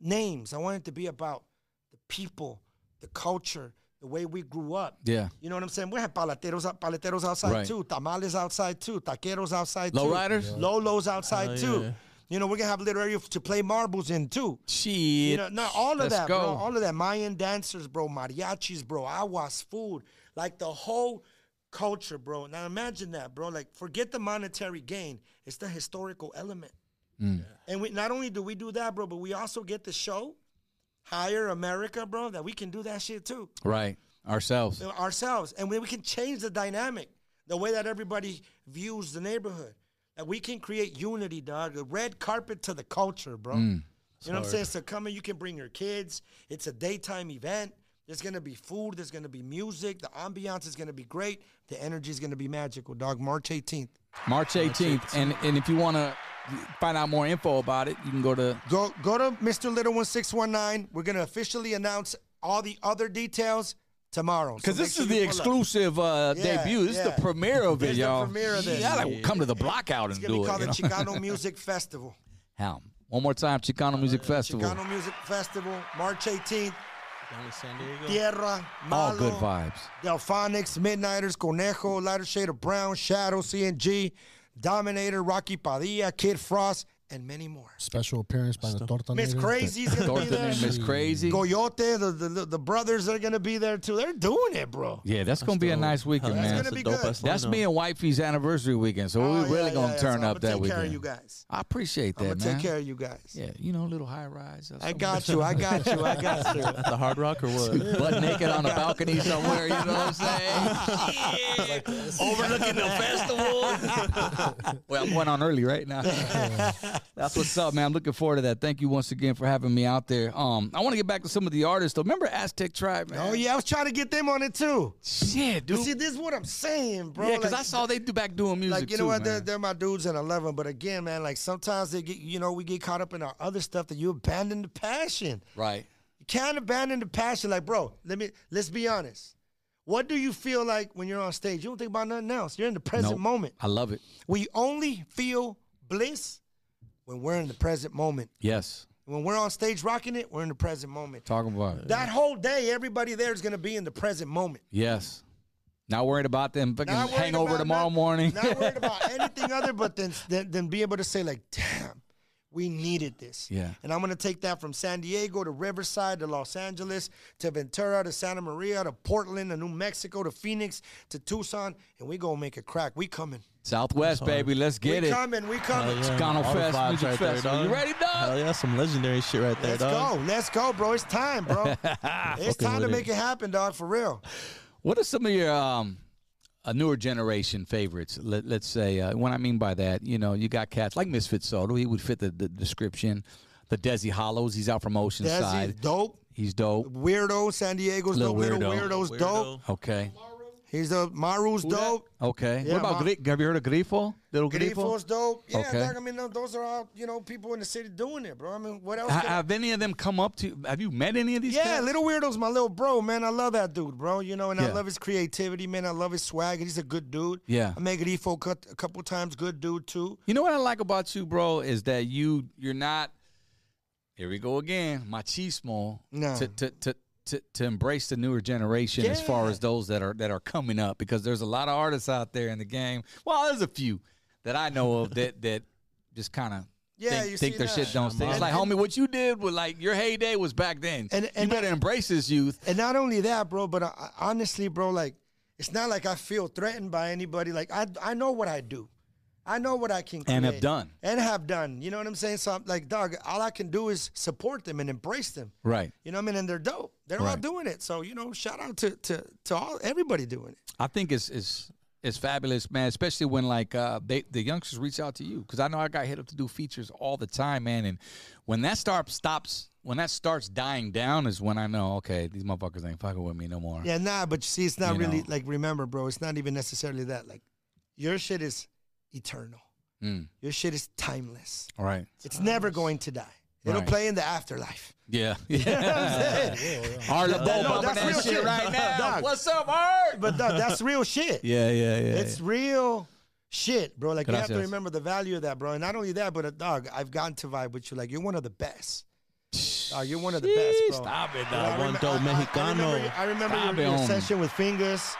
names. I wanted it to be about the people, the culture, the way we grew up.
Yeah.
You know what I'm saying? We have paleteros, out- paleteros outside
Right.
too, tamales outside too, taqueros outside too,
Lowriders? Yeah.
lolos outside
Oh,
too.
yeah.
You know, we're gonna have a little area f- to play marbles in too.
Shit.
You know, no, all of
Let's
that,
go.
bro. All of that. Mayan dancers, bro. Mariachis, bro. Aguas, food. Like the whole culture, bro. Now imagine that, bro. Like, forget the monetary gain. It's the historical element.
Mm.
And we not only do we do that, bro, but we also get to show higher America, bro, that we can do that shit too
Right. Ourselves.
ourselves, and we, we can change the dynamic, the way that everybody views the neighborhood. That we can create unity, dog. A red carpet to the culture, bro.
Mm.
you know what I'm saying? So come and you can bring your kids. It's a daytime event. There's gonna be food. There's gonna be music. The ambiance is gonna be great. The energy is gonna be magical, dog. March 18th.
March 18th. And and if you want to find out more info about it, you can go to
Go go to Mr. Little One Six One Nine. We're gonna officially announce all the other details tomorrow.
because
So make
this is
sure
the
you pull up.
exclusive uh,
Yeah,
debut. This is
yeah.
the premiere of
This
it,
is the
y'all.
premiere of this.
Yeah, like, come to the block out and
It's gonna
do
be
it.
called
you know?
the Chicano Music Festival.
How? One more time, Chicano Music Festival.
Chicano Music Festival, March 18th,
Down in San Diego.
Tierra,
All
Malo,
good vibes.
Delphonics, Midnighters, Conejo, Lighter Shade of Brown, Shadow, CNG, Dominator, Rocky Padilla, Kid Frost, and many more.
Special appearance by the Torta
Miss Crazy's gonna be
Dorothy
there.
and Miss Crazy.
Goyote, the, the, the, the brothers are gonna be there too. They're doing it, bro.
Yeah, that's gonna be a nice weekend,
That's
man.
gonna be good.
That's me and Wifey's anniversary weekend, so
Oh,
we're really
yeah,
gonna
yeah, yeah.
turn
So
up
I'ma
that
take care of
weekend.
you guys.
I appreciate that,
I'm gonna
man.
take care of you guys.
Yeah, you know, little high rise.
I got you. I got you. I got you.
the Hard Rock or what?
butt naked on a balcony somewhere. You know what I'm saying? Overlooking the festival. well, I'm going on early right now. That's what's up, man. I'm looking forward to that. Thank you once again for having me out there. Um, I want to get back to some of the artists. though. Remember Aztec Tribe, man?
Oh yeah, I was trying to get them on it too.
shit, dude.
See, this is what I'm saying, bro.
yeah, because
Like-
I saw they do back doing music.
like you know
too,
what they're,
man.
they're my dudes and i love them but again man like sometimes they get you know we get caught up in our other stuff that you abandon the passion
right.
you can't abandon the passion like bro let me let's be honest what do you feel like when you're on stage you don't think about nothing else you're in the present
Nope.
moment
I love it.
we only feel bliss when we're in the present moment
Yes,
when we're on stage rocking it we're in the present moment
talking about it.
that whole day everybody there is going to be in the present moment
Yes, not worried about them fucking
Not worried
hangover
about
tomorrow
noth-
morning.
Not worried about anything other but than, than than be able to say like, damn, we needed this.
Yeah.
And I'm gonna take that from San Diego to Riverside to Los Angeles to Ventura to Santa Maria to Portland to New Mexico to Phoenix to Tucson, and we gonna make a crack. We coming.
Southwest, baby, let's get
we
it. Uh,
coming. We coming.
Chicano
All the
Fest,
vibes
Music Fest.
There, dog.
You ready, dog?
Hell yeah, some legendary shit right there,
Let's
dog.
go. Let's go, bro. It's time, bro. it's time to
with
make it happen, dog. For real.
What are some of your um, uh, newer generation favorites? Let, let's say, uh, what I mean by that, you know, you got cats like Misfit Soto. He would fit the, the description. The Desi Hollows. He's out from
That's
Oceanside.
it. dope.
He's dope.
Weirdo. San Diego's
Little
dope. Little
weirdo.
weirdo's dope.
Okay.
He's the Maru's dope.
Okay.
Yeah,
what about
Ma-
Gri- Have you heard of Grifo? Little Grifo?
Grifo's dope. Yeah,
Okay.
dog, I mean, tho- those are all you know people in the city doing it, bro. I mean, what else?
Ha-
can I-
have any of them come up to Have you met any of these
yeah,
cats?
Little Weirdo's my little bro, man. I love that dude, bro. You know, and
Yeah.
I love his creativity, man. I love his swag. He's a good dude.
Yeah.
I met Grifo cut a couple times. Good dude too.
You know what I like about you, bro, is that you you're not. Here we go again, machismo.
No.
To to to. To, to embrace the newer generation as far
Yeah.
as those that are that are coming up because there's a lot of artists out there in the game. Well, there's a few that I know of that that just kind of
Yeah,
think,
you
think
see
their
that.
shit don't stay. It's
And-
like,
and-
homie, what you did was like your heyday was back then.
And-
you
and
better
I-
embrace this youth.
And not only that, bro, but I, I- honestly, bro, like it's not like I feel threatened by anybody. Like I, I know what I do. I know what I can create.
And have done.
And have done. You know what I'm saying? So I'm like, dog, all I can do is support them and embrace them.
Right.
You know what I mean? And they're dope. They're all
Right.
doing it. So, you know, shout out to to to all everybody doing it.
I think it's it's it's fabulous, man. Especially when like uh, they the youngsters reach out to you because I know I got hit up to do features all the time, man. And when that start stops, when that starts dying down, is when I know okay, these motherfuckers ain't fucking with me no more.
Yeah, nah, but you see, it's not
You
really
know.
like remember, bro, it's not even necessarily that. Like your shit is eternal.
Mm.
Your shit is timeless.
All right.
It's never going to die. It'll
Right.
play in the afterlife.
Yeah. Yeah. Art LeBeau
That- no,
bumping
that's
that
real
shit
shit.
right now.
Dog.
What's up, Art?
But dog, that's real shit.
Yeah, yeah, yeah.
It's real shit, bro. Like you have
Gracias.
to remember the value of that, bro. And not only that, but uh, dog, I've gotten to vibe with you. Like you're one of the best. Dog, you're one of the best,
Jeez,
bro.
Stop it,
You know,
dog.
I
one
remem-
dope
I- I- I remember-
Mexicano.
I remember,
Stop
your,
it,
your
homie.
session with Fingers.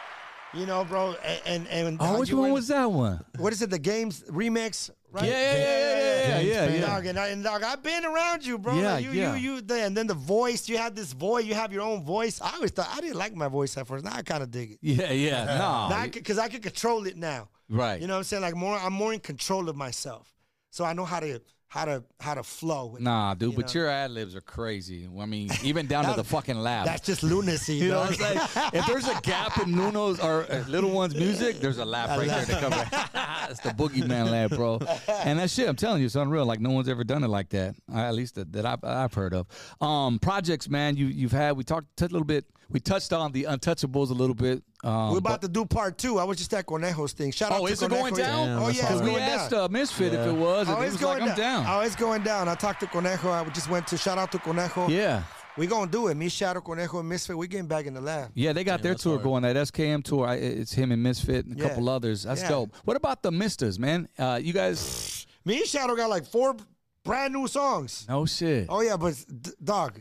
You know, bro, and and, and
Oh,
uh,
which
you
one
were-
was that one?
What is it? The games remix, right?
Yeah, yeah, yeah, yeah, yeah, yeah, Yeah,
James
yeah,
Bay.
yeah.
Dog, and, I, and dog, I've been around you, bro.
Yeah,
Like, you,
yeah.
you, you, the, and then the voice. You had this voice. You have your own voice. I always thought I didn't like my voice at first. Now I kind of dig it.
Yeah, yeah. No.
Now because I, can control it now.
Right.
You know what I'm saying? Like more, I'm more in control of myself. So I know how to how to how to flow. with
Nah, dude,
you
but
know?
your ad libs are crazy. I mean, even down to the fucking laugh.
That's just lunacy.
you know
dog.
what I'm saying? if there's a gap in Nuno's or uh, Little One's music, there's a laugh right there to cover. it's the boogeyman laugh, bro. And that shit, I'm telling you, it's unreal. Like no one's ever done it like that. Uh, At least that, that I've, I've heard of. Um, projects, man. You you've had. We talked touched a little bit. We touched on the Untouchables a little bit. Um,
We're about to do part two. I was just at Conejo's thing. Shout out
Oh,
to
is it going
Conejo.
down?
Damn,
oh
that's
yeah,
all
it's
because
going
we asked
down.
uh, Misfit if it was, and
Oh,
he
it's
was like,
going
"I'm down."
Oh, it's going down. I talked to Conejo. I just went to shout out to Conejo.
Yeah,
We gonna do it. Me, Shadow, Conejo, and Misfit. We getting back in the lab.
yeah, they got their
that's
tour
hard.
going. That SKM tour, I, it's him and Misfit and a
Yeah.
couple others. That's
Yeah.
dope. What about the Misters, man? Uh, you guys,
Me and Shadow got like four brand new songs.
no shit.
Oh yeah, but d- dog,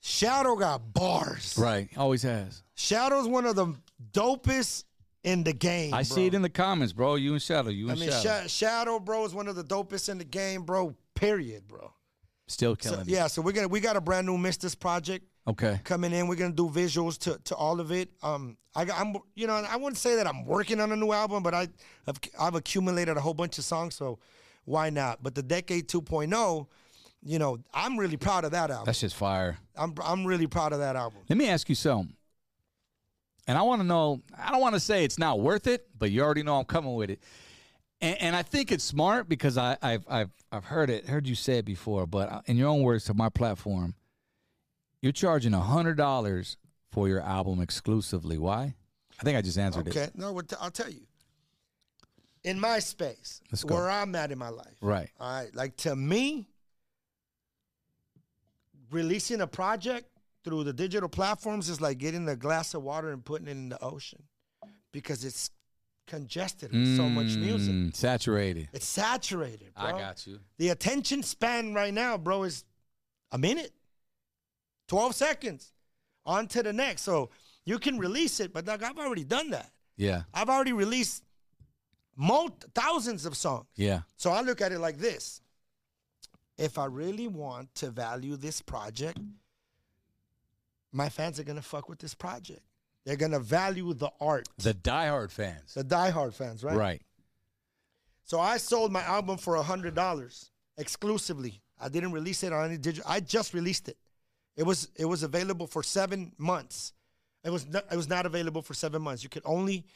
Shadow got bars.
Right. Always has.
Shadow's one of the dopest in the game.
I
bro.
see it in the comments, bro. You and Shadow. You
I
and
mean,
Shadow.
Sha- Shadow, bro, is one of the dopest in the game, bro. Period, bro.
Still
So,
killing it.
yeah, so we're gonna we got a brand new Mistress project
Okay.
coming in. We're gonna do visuals to, to all of it. Um, I, got- I'm you know I wouldn't say that I'm working on a new album, but I I've, I've accumulated a whole bunch of songs, so why not? But the Decade 2.0, you know, I'm really proud of that album.
That's just fire.
I'm I'm really proud of that album.
Let me ask you something. And I want to know, I don't want to say it's not worth it, but you already know I'm coming with it. And, and I think it's smart because I, I've, I've, I've heard it, heard you say it before, but uh, in your own words to my platform, you're charging $100 for your album exclusively. Why? I think I just answered it.
Okay, no, what I'll tell you. In my space,
Let's go.
where I'm at in my life,
Right.
All right. Like to me, releasing a project through the digital platforms is like getting a glass of water and putting it in the ocean because it's congested with so much music.
Mm, Saturated.
It's saturated, bro.
I got you.
The attention span right now, bro, is a minute, 12 seconds. On to the next. So you can release it, but like, I've already done that.
Yeah.
I've already released mul- thousands of songs.
Yeah.
So I look at it like this. If I really want to value this project, my fans are gonna fuck with this project. They're gonna value the art.
The diehard fans.
The diehard fans, right?
Right.
So I sold my album for a hundred dollars exclusively. I didn't release it on any digital. I just released it. It was it was available for seven months. It was not, it was not available for seven months. You could only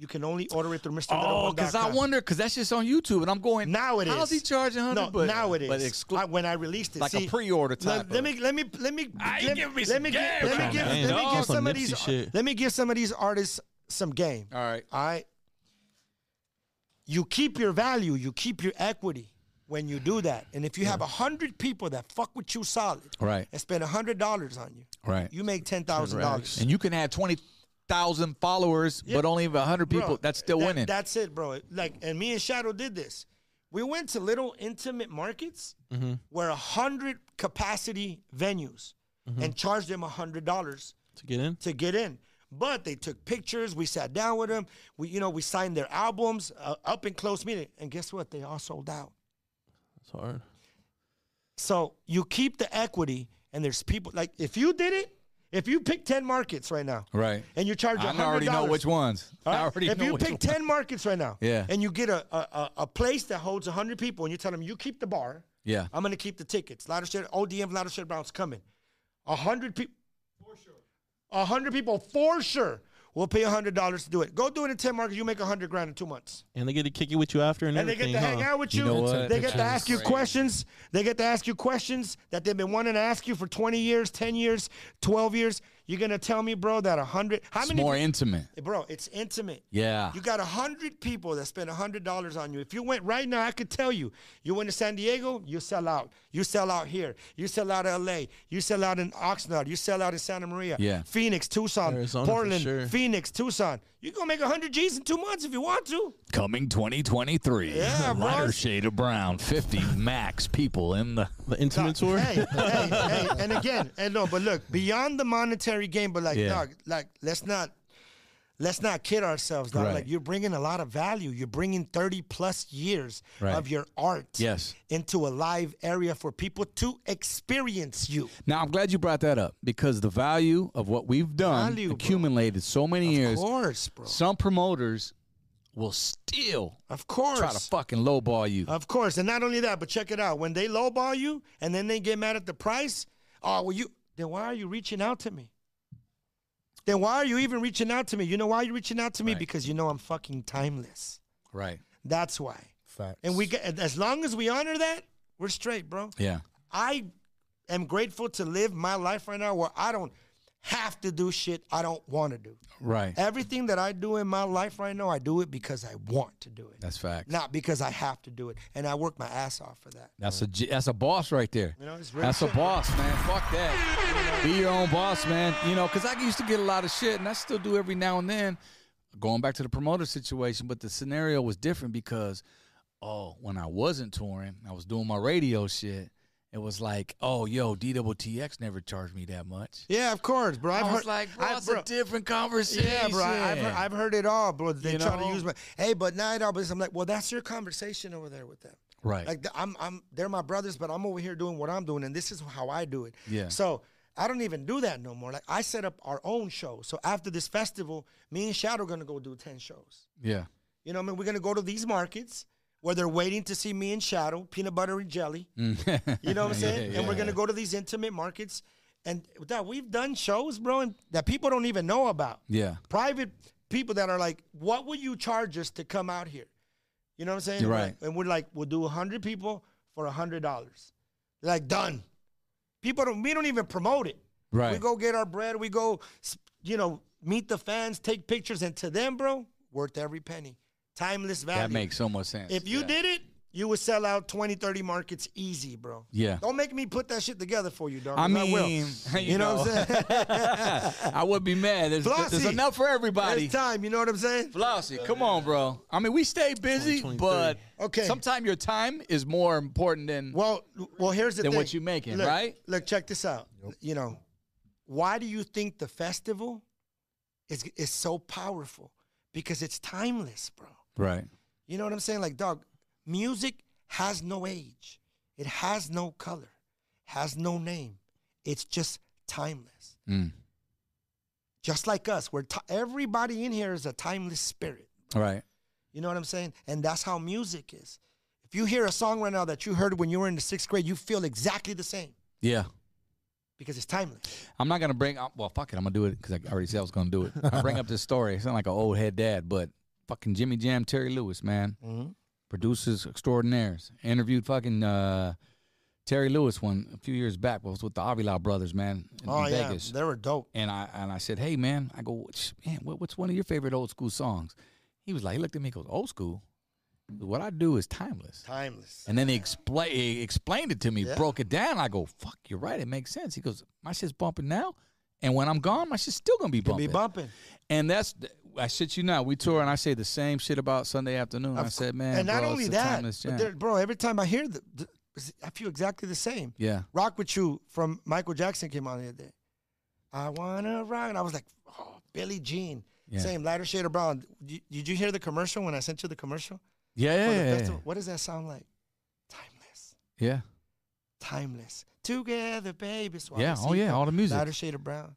you can only order it through Mr.
Oh, because I wonder, because that's just on YouTube, and I'm going.
Now it is.
How's he charging hundred?
No, now it is.
But
I-
exclu-
when I released it,
like
see,
a pre-order type.
Let, let me let me let me
Ah, you
let,
give me
let
some
me
game,
give, let
man.
me give
Man,
let me
dog.
give some of
Nipsey
these
shit.
let me give some of these artists some game.
All right.
All right. You keep your value, you keep your equity when you do that. And if you have a hundred people that fuck with you solid
Right.
and spend a hundred dollars on you,
Right.
you make ten thousand dollars.
and you can have twenty thousand followers, but only if hundred people. that's still winning.
That's it, bro. Like, and me and Shadow did this. We went to little intimate markets
Mm-hmm.
where a hundred capacity venues and charged them a hundred dollars
Mm-hmm. to get in.
to get in. But they took pictures. We sat down with them. We, you know, we signed their albums uh, up in close meeting. And guess what? They all sold out.
It's hard.
So you keep the equity, and there's people like if you did it, if you pick ten markets right now,
right.
and you charge
I
hundred dollars,
already know which ones.
all right?
I already
if
know
you
which
pick
one.
10 markets right now
Yeah.
and you get a, a, a, a place that holds 100 people and you tell them you keep the bar
Yeah.
i'm gonna keep the tickets louder shit odm louder shit brown's coming 100 people for sure 100 people for sure will pay $100 to do it go do it in 10 markets you make 100 grand in two months
And they get to kick it with you after, and,
and they get
everything,
to hang
huh?
out with you,
You know what?
they get to
That's
ask you
crazy.
questions they get to ask you questions that they've been wanting to ask you for 20 years 10 years 12 years you're gonna tell me bro that 100 how
It's
many
more intimate.
bro it's intimate
Yeah.
you got a hundred people that spend a hundred dollars on you. If you went right now, I could tell you. You went to San Diego, you sell out. You sell out here. You sell out L.A. You sell out in Oxnard. You sell out in Santa Maria.
Yeah.
Phoenix, Tucson,
Arizona for
Portland,
sure.
Phoenix, Tucson. You gonna make a hundred G's in two months if you want to.
Coming 2023.
Yeah, bro.
Lighter shade of brown. 50 max people in the.
The intimate tour.
Hey, hey, hey. And again, and no, but look beyond the monetary game. But like,
Yeah.
dog, like let's not. let's not kid ourselves. Dog.
Right.
Like you're bringing a lot of value. You're bringing 30 plus years
Right.
of your art
Yes.
into a live area for people to experience you.
Now I'm glad you brought that up because the value of what we've done
Value, bro.
accumulated so many
Of
years.
course, bro.
Some promoters will still
Of course.
try to fucking lowball you.
Of course, and not only that, but check it out. When they lowball you and then they get mad at the price, oh well, you then why are you reaching out to me? Then why are you even reaching out to me? You know why you're reaching out to me?
Right.
Because you know I'm fucking timeless.
Right.
That's why.
Facts.
And we get as long as we honor that, we're straight, bro.
Yeah.
I am grateful to live my life right now where I don't have to do shit I don't want to do.
Right.
Everything that I do in my life right now, I do it because I want to do it.
That's fact.
not because I have to do it. And I work my ass off for that.
That's a G- that's a boss right there.
You know, it's real
that's a
shit, bro.
boss, man. Fuck that. Be your own boss, man. You know, because I used to get a lot of shit, and I still do every now and then. Going back to the promoter situation, but the scenario was different because, oh, when I wasn't touring, I was doing my radio shit. It was like, oh, yo, DWTX never charged me that much.
Yeah, of course, bro. I've
I was
heard,
like, bro,
I've-
that's
bro,
a different conversation.
yeah, bro. I- I've heard, I've heard it all, bro. They
You
try
know?
to use my hey, but now it all. But I'm like, well, that's your conversation over there with them.
right.
Like the, I'm, I'm, they're my brothers, but I'm over here doing what I'm doing, and this is how I do it.
Yeah.
So I don't even do that no more. Like I set up our own show. So after this festival, me and Shadow gonna go do ten shows.
yeah.
You know, what I mean, we're gonna go to these markets where they're waiting to see me and Shadow, peanut butter and jelly.
Mm.
You know what I'm saying? And we're gonna go to these intimate markets, and that we've done shows, bro, and that people don't even know about.
Yeah.
Private people that are like, "What will you charge us to come out here?" You know what I'm saying?
You're
We're
right.
like- and we're like, "We'll do 100 people for $100." They're like, "Done." People don't. We don't even promote it.
Right.
We go get our bread. We go, s- you know, meet the fans, take pictures, and to them, bro, worth every penny. Timeless value.
that makes so much sense.
If you
Yeah.
did it, you would sell out 20, 30 markets easy, bro.
Yeah.
Don't make me put that shit together for you, dog.
I
'cause
mean,
will.
you,
You know what I'm saying?
I would be mad. There's,
Flossie.
there's enough for everybody.
it's time. You know what I'm saying?
Flossie, come on, bro. I mean, we stay busy,
20, 30.
but
Okay.
sometimes your time is more important than
Well, well, here's the
Then
thing.
what you making,
Look-
right?
Look, check this out. You know, why do you think the festival is is so powerful? Because it's timeless, bro.
right.
You know what I'm saying? Like, dog, music has no age. It has no color. Has no name. It's just timeless.
Mm.
Just like us, we're ti everybody in here is a timeless spirit.
Right.
You know what I'm saying? And that's how music is. If you hear a song right now that you heard when you were in the sixth grade, you feel exactly the same
Yeah.
because it's timeless.
I'm not gonna bring. up Well, fuck it. I'm gonna do it because I already said I was gonna do it. I bring up this story. It sound like an old head dad, but fucking Jimmy Jam, Terry Lewis, man,
Mm-hmm.
producers extraordinaires. Interviewed fucking uh, Terry Lewis one a few years back. Was with the Avila brothers, man, in,
Oh
in
yeah,
Vegas.
they were dope.
and I and I said, "Hey, man," I go, "What's- "Man, what, what's one of your favorite old school songs?" He was like, he looked at me, he goes, "Old school." What I do is timeless.
Timeless.
And then he, expla- he explained it to me,
Yeah.
broke it down. I go, "Fuck, you're right. It makes sense." He goes, "My shit's bumping now, and when I'm gone, my shit's still gonna be
Be
bumping."
bumping.
and that's I shit you not. We tour and I say the same shit about Sunday afternoon. I
Of
said,
cou-
"Man,
and not
bro,
only
it's a
that,
timeless
but
jam."
there- bro, every time I hear the, the, I feel exactly the same.
yeah,
Rock with you from Michael Jackson came on the other day. I wanna rock, and I was like, oh, Billy Jean,
Yeah.
same lighter shade of brown. Did you, did you hear the commercial when I sent you the commercial
yeah,
for the
yeah, yeah,
festival? What does that sound like? Timeless.
yeah,
timeless. Together, baby. Swallow
yeah. Oh yeah, all the music.
Lighter shade of brown.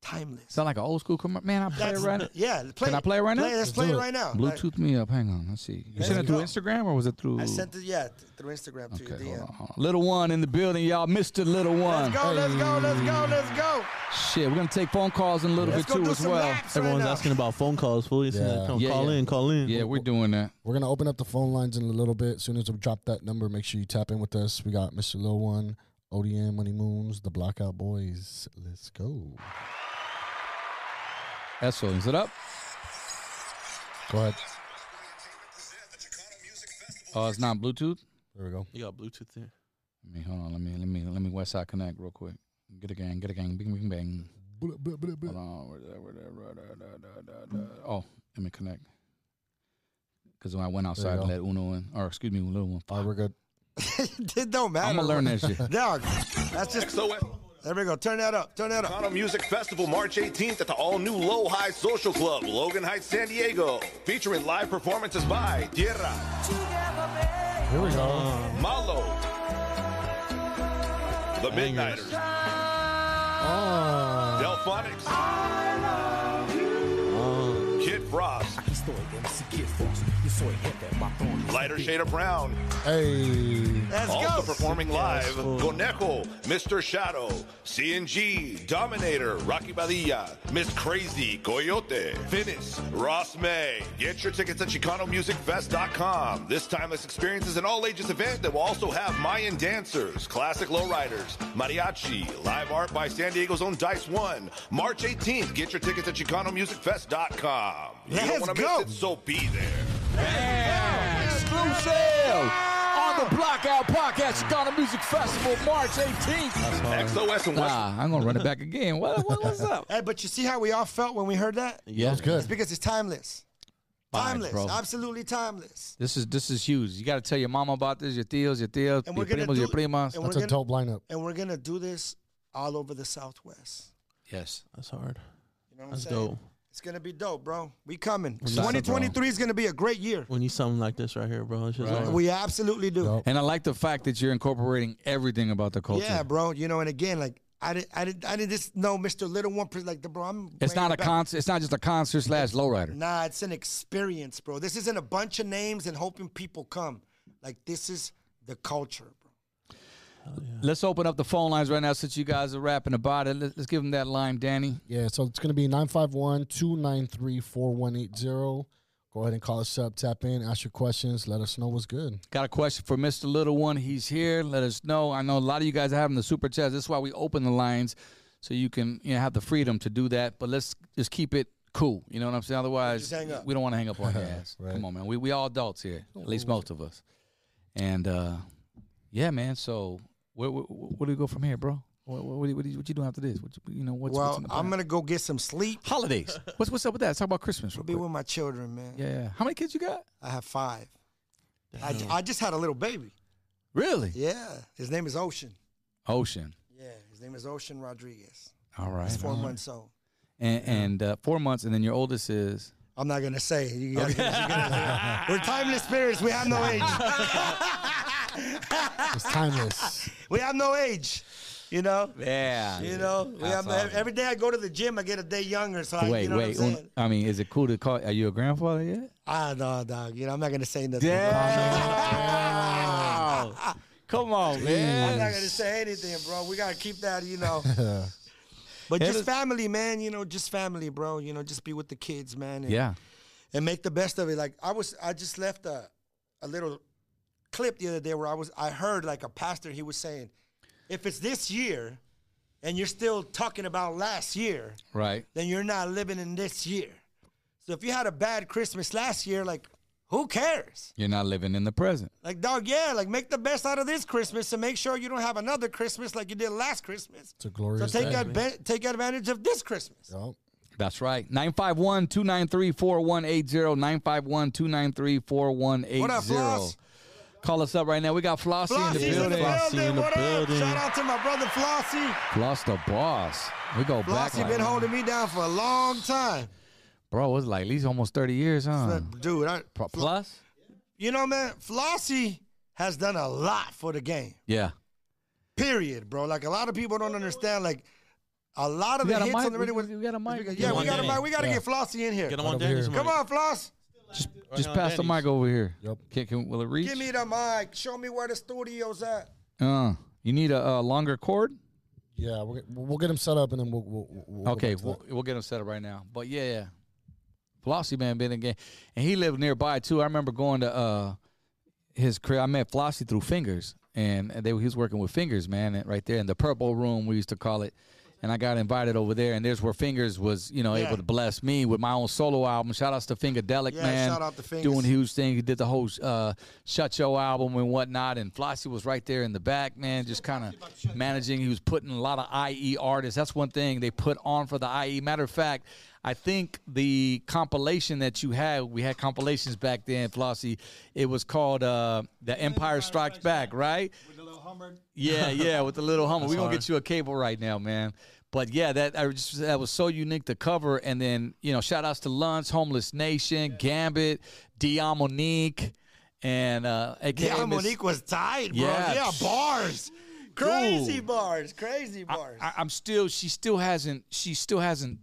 Timeless.
Sound like an old school commercial. Man, I play it
That's-
right. now.
Yeah, play.
Can I
it.
play it right now?
Play- Let's
Let's
play
do
it
it.
right now. Like,
Bluetooth me up. Hang on. Let's see. You
Let's
sent it through
go.
Instagram or was it through?
I sent it. Yeah, th- through Instagram to
Okay,
your
hold on,
DM.
hold on. Little one in the building, y'all. Mr. Little
Let's
One.
go. Let's go. Let's go. Let's go.
Shit, we're gonna take phone calls in a little
Let's
bit
go
too
do
as
some
well.
laps right
Everyone's
now.
asking about phone calls. Fool, you
Yeah.
come
Yeah,
call
yeah.
in, call in.
Yeah, we're doing that.
We're gonna open up the phone lines in a little bit. As soon as we drop that number, make sure you tap in with us. We got Mr. Lil One, ODM, Money Moons, the Blockout Boys. Let's go.
That's all. Is it up?
Go ahead.
Oh, it's not Bluetooth.
There we go.
You got Bluetooth there.
Let me hold on. Let me let me let me Westside Connect real quick. Get a gang. Get a gang. Bing bing bang.
Blah, blah, blah, blah.
Hold on. Where that, where that, where that, da, da, da, da. Oh, let me connect. Because when I went outside
go.
and let Uno in, or excuse me, Little One.
All right, we're good.
it don't matter.
I'm gonna learn that shit.
Dog, that's just. There we go. Turn that up. Turn that up.
Econo Music Festival March 18th at the all-new Low High Social Club, Logan Heights, San Diego, featuring live performances by Tierra,
Here we go.
Malo, The Midnighters,
Oh.
Delphonics, Kid Frost, Lighter Shade of Brown,
Hey.
Let's
also
go.
performing live, Conejo, Mr. Shadow, CNG, Dominator, Rocky Badilla, Miss Crazy, Coyote, Finnis, Ross May. Get your tickets at ChicanoMusicFest.com. This timeless experience is an all-ages event that will also have Mayan dancers, classic lowriders, mariachi, live art by San Diego's own Dice One. March 18th, get your tickets at ChicanoMusicFest.com. You
Let's
don't want to
go.
miss it, so be there.
Exclusive on the Blackout Podcast, Chicago Music Festival, March 18th.
XOS and West
Ah, I'm gonna run it back again. What, what what's up?
Hey, but you see how we all felt when we heard that?
Yeah,
That's good.
It's because it's timeless. Timeless.
bro.
Absolutely timeless.
This is this is huge. You got to tell your mama about this, your tios, your tias,
And
your
we're gonna
primos,
do-
your primas.
and we're
That's a
gonna-
dope lineup.
And we're gonna do this all over the Southwest.
Yes,
That's hard.
You know what
That's
I'm saying?
dope.
It's gonna be dope, bro. We coming.
not, bro.
2023 is gonna be a great year.
We need something like this right here, bro. It's just hard.
We absolutely do.
Dope.
and I like the fact that you're incorporating everything about the culture.
Yeah, bro. You know, and again, like I did, I did, I did just know Mr. Little One. Pres- Like the bro, I'm.
it's
playing
not a
back-
concert. It's not just a concert slash lowrider.
Nah, it's an experience, bro. This isn't a bunch of names and hoping people come. Like this is the culture, bro.
Let's open up the phone lines right now since you guys are rapping about it. Let- Let's give them that lime, Danny.
Yeah, so it's going to be 951 293 4180. Go ahead and call us up, tap in, ask your questions, let us know what's good.
Got a question for Mr. Little One. He's here. Let us know. I know a lot of you guys are having the super chats. That's why we open the lines so you can you know, have the freedom to do that. But let's just keep it cool. You know what I'm saying? Otherwise,
Just hang up.
we don't want to hang up on your ass. Come on, man. We we all adults here. At least most of us. And uh, yeah, man. So where, where, where do we go from here, bro? What what, what, do you- what, do you- what you doing after this? What you, you know? What's, what's
Well,
in the
I'm
plan?
gonna go get some sleep.
holidays. what's what's up with that? Let's talk about Christmas. Real
Be
quick.
with my children, man.
Yeah. How many kids you got?
I have five. I, j- I just had a little baby.
Really?
Yeah, his name is Ocean.
Ocean.
Yeah, his name is Ocean Rodriguez.
All right.
He's four months old.
and, and uh, four months, and then your oldest is
I'm not gonna say. it. You gotta- you gotta- we're timeless spirits. We have no age.
It's timeless.
We have no age. You know.
yeah.
You know. We have, every day I go to the gym, I get a day younger. So I,
wait,
you know
wait.
What I'm saying?
un- I mean, is it cool to call? Are you a grandfather yet?
Ah, no, dog. You know, I'm not gonna say nothing.
Yeah. Come on,
I'm
man.
not gonna say anything, bro. We gotta keep that, you know. But just family, man. You know, just family, bro. You know, just be with the kids, man. And,
Yeah.
and make the best of it. Like I was, I just left a, a little clip the other day where I was, I heard like a pastor. He was saying, if it's this year, and you're still talking about last year,
Right.
then you're not living in this year. So if you had a bad Christmas last year, like who cares?
You're not living in the present.
Like dog, yeah, like make the best out of this Christmas and make sure you don't have another Christmas like you did last Christmas.
It's a
So
glorious
take
day.
adva- take advantage of this Christmas.
Yup.
That's right. 951 293 4180. 951 293
What up,
4180.
Floss?
Call us up right now. We got Flossie in the
Flossie's in the
building.
Flossie in
building.
the
What up?
building.
Shout out to my brother Flossie.
Floss the boss. We go back.
Flossie
Like,
been holding me down for a long time.
Bro, it's like at least almost 30 years, huh?
But, Dude, I,
Pro- Plus?
you know, man, Flossie has done a lot for the game.
Yeah.
Period, bro. Like a lot of people don't understand. Like a lot of
We
the
got a
hits on
mic?
the radio.
We-
was-
we got a mic?
because- Yeah, we got a
Yeah.
mic. We got to
Yeah.
get Flossie in here.
Get him
Right
on
over
Danny's
here.
Come on, Floss.
Just,
Right
just
on,
pass the
Danny's.
mic over here.
Yup.
Can, can, will it reach?
Give me the mic. Show me where the studio's at.
Uh, you need a, uh longer cord.
Yeah, we'll, get- we'll get him set up and then we'll. we'll, we'll- we'll go
Okay,
back to
we'll,
that.
we'll get him set up right now. But yeah, yeah. Flossie man been in game, and he lived nearby too. I remember going to uh his crib. I met Flossie through Fingers, and and they he was working with Fingers, man, and right there in the Purple Room we used to call it. And I got invited over there, and there's where Fingers was, you know,
Yeah.
able to bless me with my own solo album. Shout outs to Fingerdelic,
Yeah,
man.
shout out to Fingers.
Doing huge thing. He did the whole uh, Shut Yo album and whatnot. And Flossie was right there in the back, man, just kind of managing. He was putting a lot of IE artists. That's one thing they put on for the IE. Matter of fact, I think the compilation that you had, we had compilations back then, Flossie. It was called uh, The Empire Strikes Back, right?
Hummer.
Yeah, yeah, with the little Hummer. We're gonna
hard.
get you a cable right now, man. But yeah, that I just that was so unique to cover. And then, you know, shout outs to Lunch, Homeless Nation, Gambit, Diamonique, and uh AKA
Yeah,
Miss-
Monique was tight, bro.
Yeah.
Yeah, bars. Crazy
Dude.
bars. Crazy bars.
I, I'm still she still hasn't she still hasn't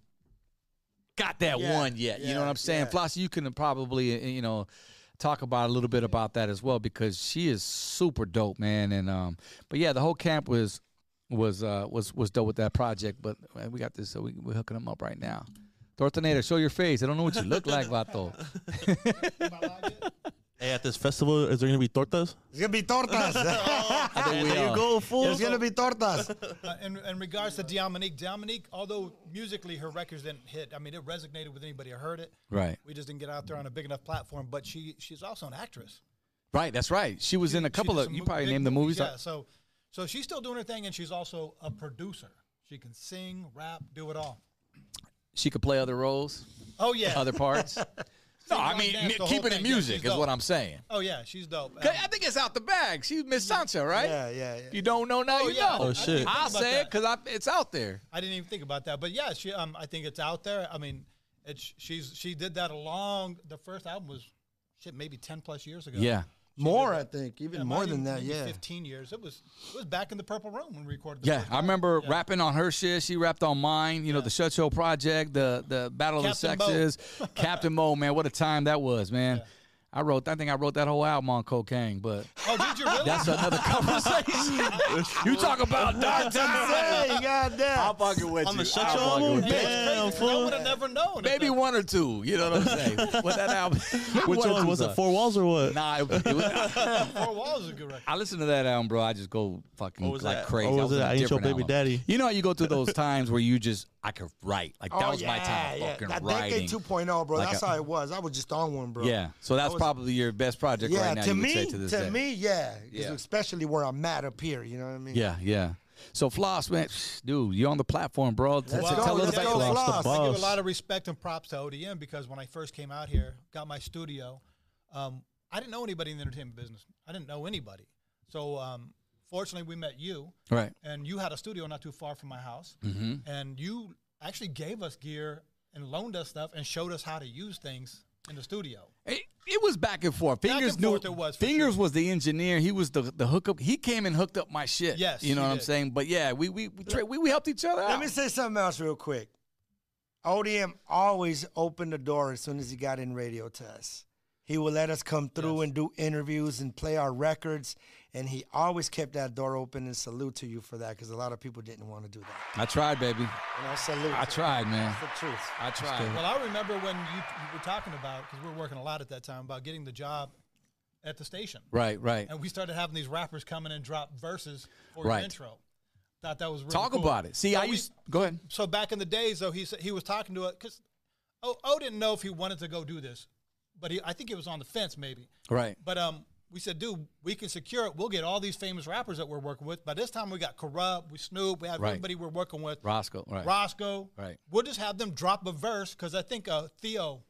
got that
Yeah,
one yet. you know what
yeah,
I'm saying?
yeah.
Flossie, you can probably uh, you know talk about a little bit about that as well because she is super dope, man. And um, but yeah, the whole camp was was uh was was dope with that project. But man, we got this, so we, we're hooking them up right now. Thortonator, show your face. I don't know what you look like, Vato.
Hey, at this festival, is there gonna be tortas?
it's gonna be tortas.
I think we
There
are.
you go, fool.
it's gonna be tortas.
Uh, in, in regards to Dominique, Dominique, although musically her records didn't hit, I mean it resonated with anybody who heard it.
Right.
We just didn't get out there on a big enough platform. But she she's also an actress.
Right, that's right. She was in a
She
couple
did
of
some
you
mo-
probably
big
named the movies.
Yeah. So so she's still doing her thing, and she's also a producer. She can sing, rap, do it all.
She could play other roles,
Oh yeah.
other parts. No, I
Sing,
mean
dance,
ni-
the whole
keeping it
thing. Yeah,
music
she's
is what
dope.
I'm saying.
Oh yeah, she's dope.
Hey,
Um,
I think it's out the bag. She's Miss Sansa, right?
Yeah, yeah, yeah.
You don't know now,
Oh,
you
yeah.
know.
Oh,
shit.
I'll
Think about
say it
that.
because it's out there.
I didn't even think about that, but yeah, she. Um, I think it's out there. I mean, it's she's she did that along. The first album was shit, maybe ten plus years ago.
More, I think, even
Yeah,
more
mine
than
even-
that.
maybe
Yeah.
fifteen years. It was it was back in the Purple Room when we recorded. The
Yeah,
first
I
album.
remember
Yeah.
rapping on her shit. She rapped on mine. You know, the Shut Show Project, the the Battle of
Captain
the
Mo.
Sexes, Captain Mo. Man, what a time that was, man. I wrote. I think I wrote that whole album on cocaine, but
Oh, did you really?
that's another conversation. you talk about dark times.
Hey, goddamn.
I'm fucking with
On
you.
the Shut
I'm
Your
fucking
Album?
with you.
Hey, it's
Damn,
crazy, 'cause I
fool.
would have never known. at
Maybe
the-
one or two. You know what I'm saying? What that album?
Which
one or
one
two
was
son?
it? Four walls or what?
Nah, it, it was,
Four Walls is a good record.
I listen to that album, bro. I just go fucking
What was
like
that?
crazy.
What
I
was
in
it?
a
I Ain't Your
different
Baby
album.
Daddy.
You know, how you go through those times where you just I could write. Like that
Oh,
was my time
yeah,
fucking
yeah. That
writing.
decade 2.0, bro.
Like
that's
a-
how it was. I was just on one, bro.
yeah, so that's
was-
probably your best project
Yeah,
right now.
to
you would
me,
say to this day.
me, yeah, 'Cause
Yeah.
especially where I'm at up here. You know what I mean?
Yeah, yeah. So Floss, man, dude, you're on the platform, bro. T-
Let's
t-
go,
tell us
let's
about
go,
Floss.
Floss.
The
I give a
boss.
lot of respect and props to ODM because when I first came out here, got my studio, um, I didn't know anybody in the entertainment business. I didn't know anybody. So um, fortunately, we met you,
Right. Mm-hmm.
and you had a studio not too far from my house, and you actually gave us gear and loaned us stuff and showed us how to use things in the studio.
It, it was back and forth.
and
Fingers knew
forth it was, for
Fingers
sure.
was the engineer. He was the the hookup. He came and hooked up my shit.
Yes,
you know
he
what I'm
did.
saying. But yeah, we we we, tra- we, we helped each other out.
Let me say something else real quick. ODM always opened the door as soon as he got in radio to us. He would let us come through and do interviews and play our records, and he always kept that door open. And salute to you for that, because a lot of people didn't want to do that.
I tried, baby.
And I salute.
I
you.
tried, man.
That's the truth.
I tried.
Well, I remember when you, you were talking about because we were working a lot at that time about getting the job at the station.
Right, right.
and we started having these rappers come in and drop verses for
Right.
your intro. Thought that was really
Talk
cool.
about it. See,
So
I
we-
used go ahead.
so back in the days though he said he was talking to us because oh O didn't know if he wanted to go do this, but he, I think it was on the fence maybe.
Right.
But um, we said, dude, we can secure it. We'll get all these famous rappers that we're working with. By this time, we got corrupt, we Snoop, we had
Right.
everybody we're working with.
Roscoe, right.
Roscoe.
Right.
We'll just have them drop a verse because I think uh, Theo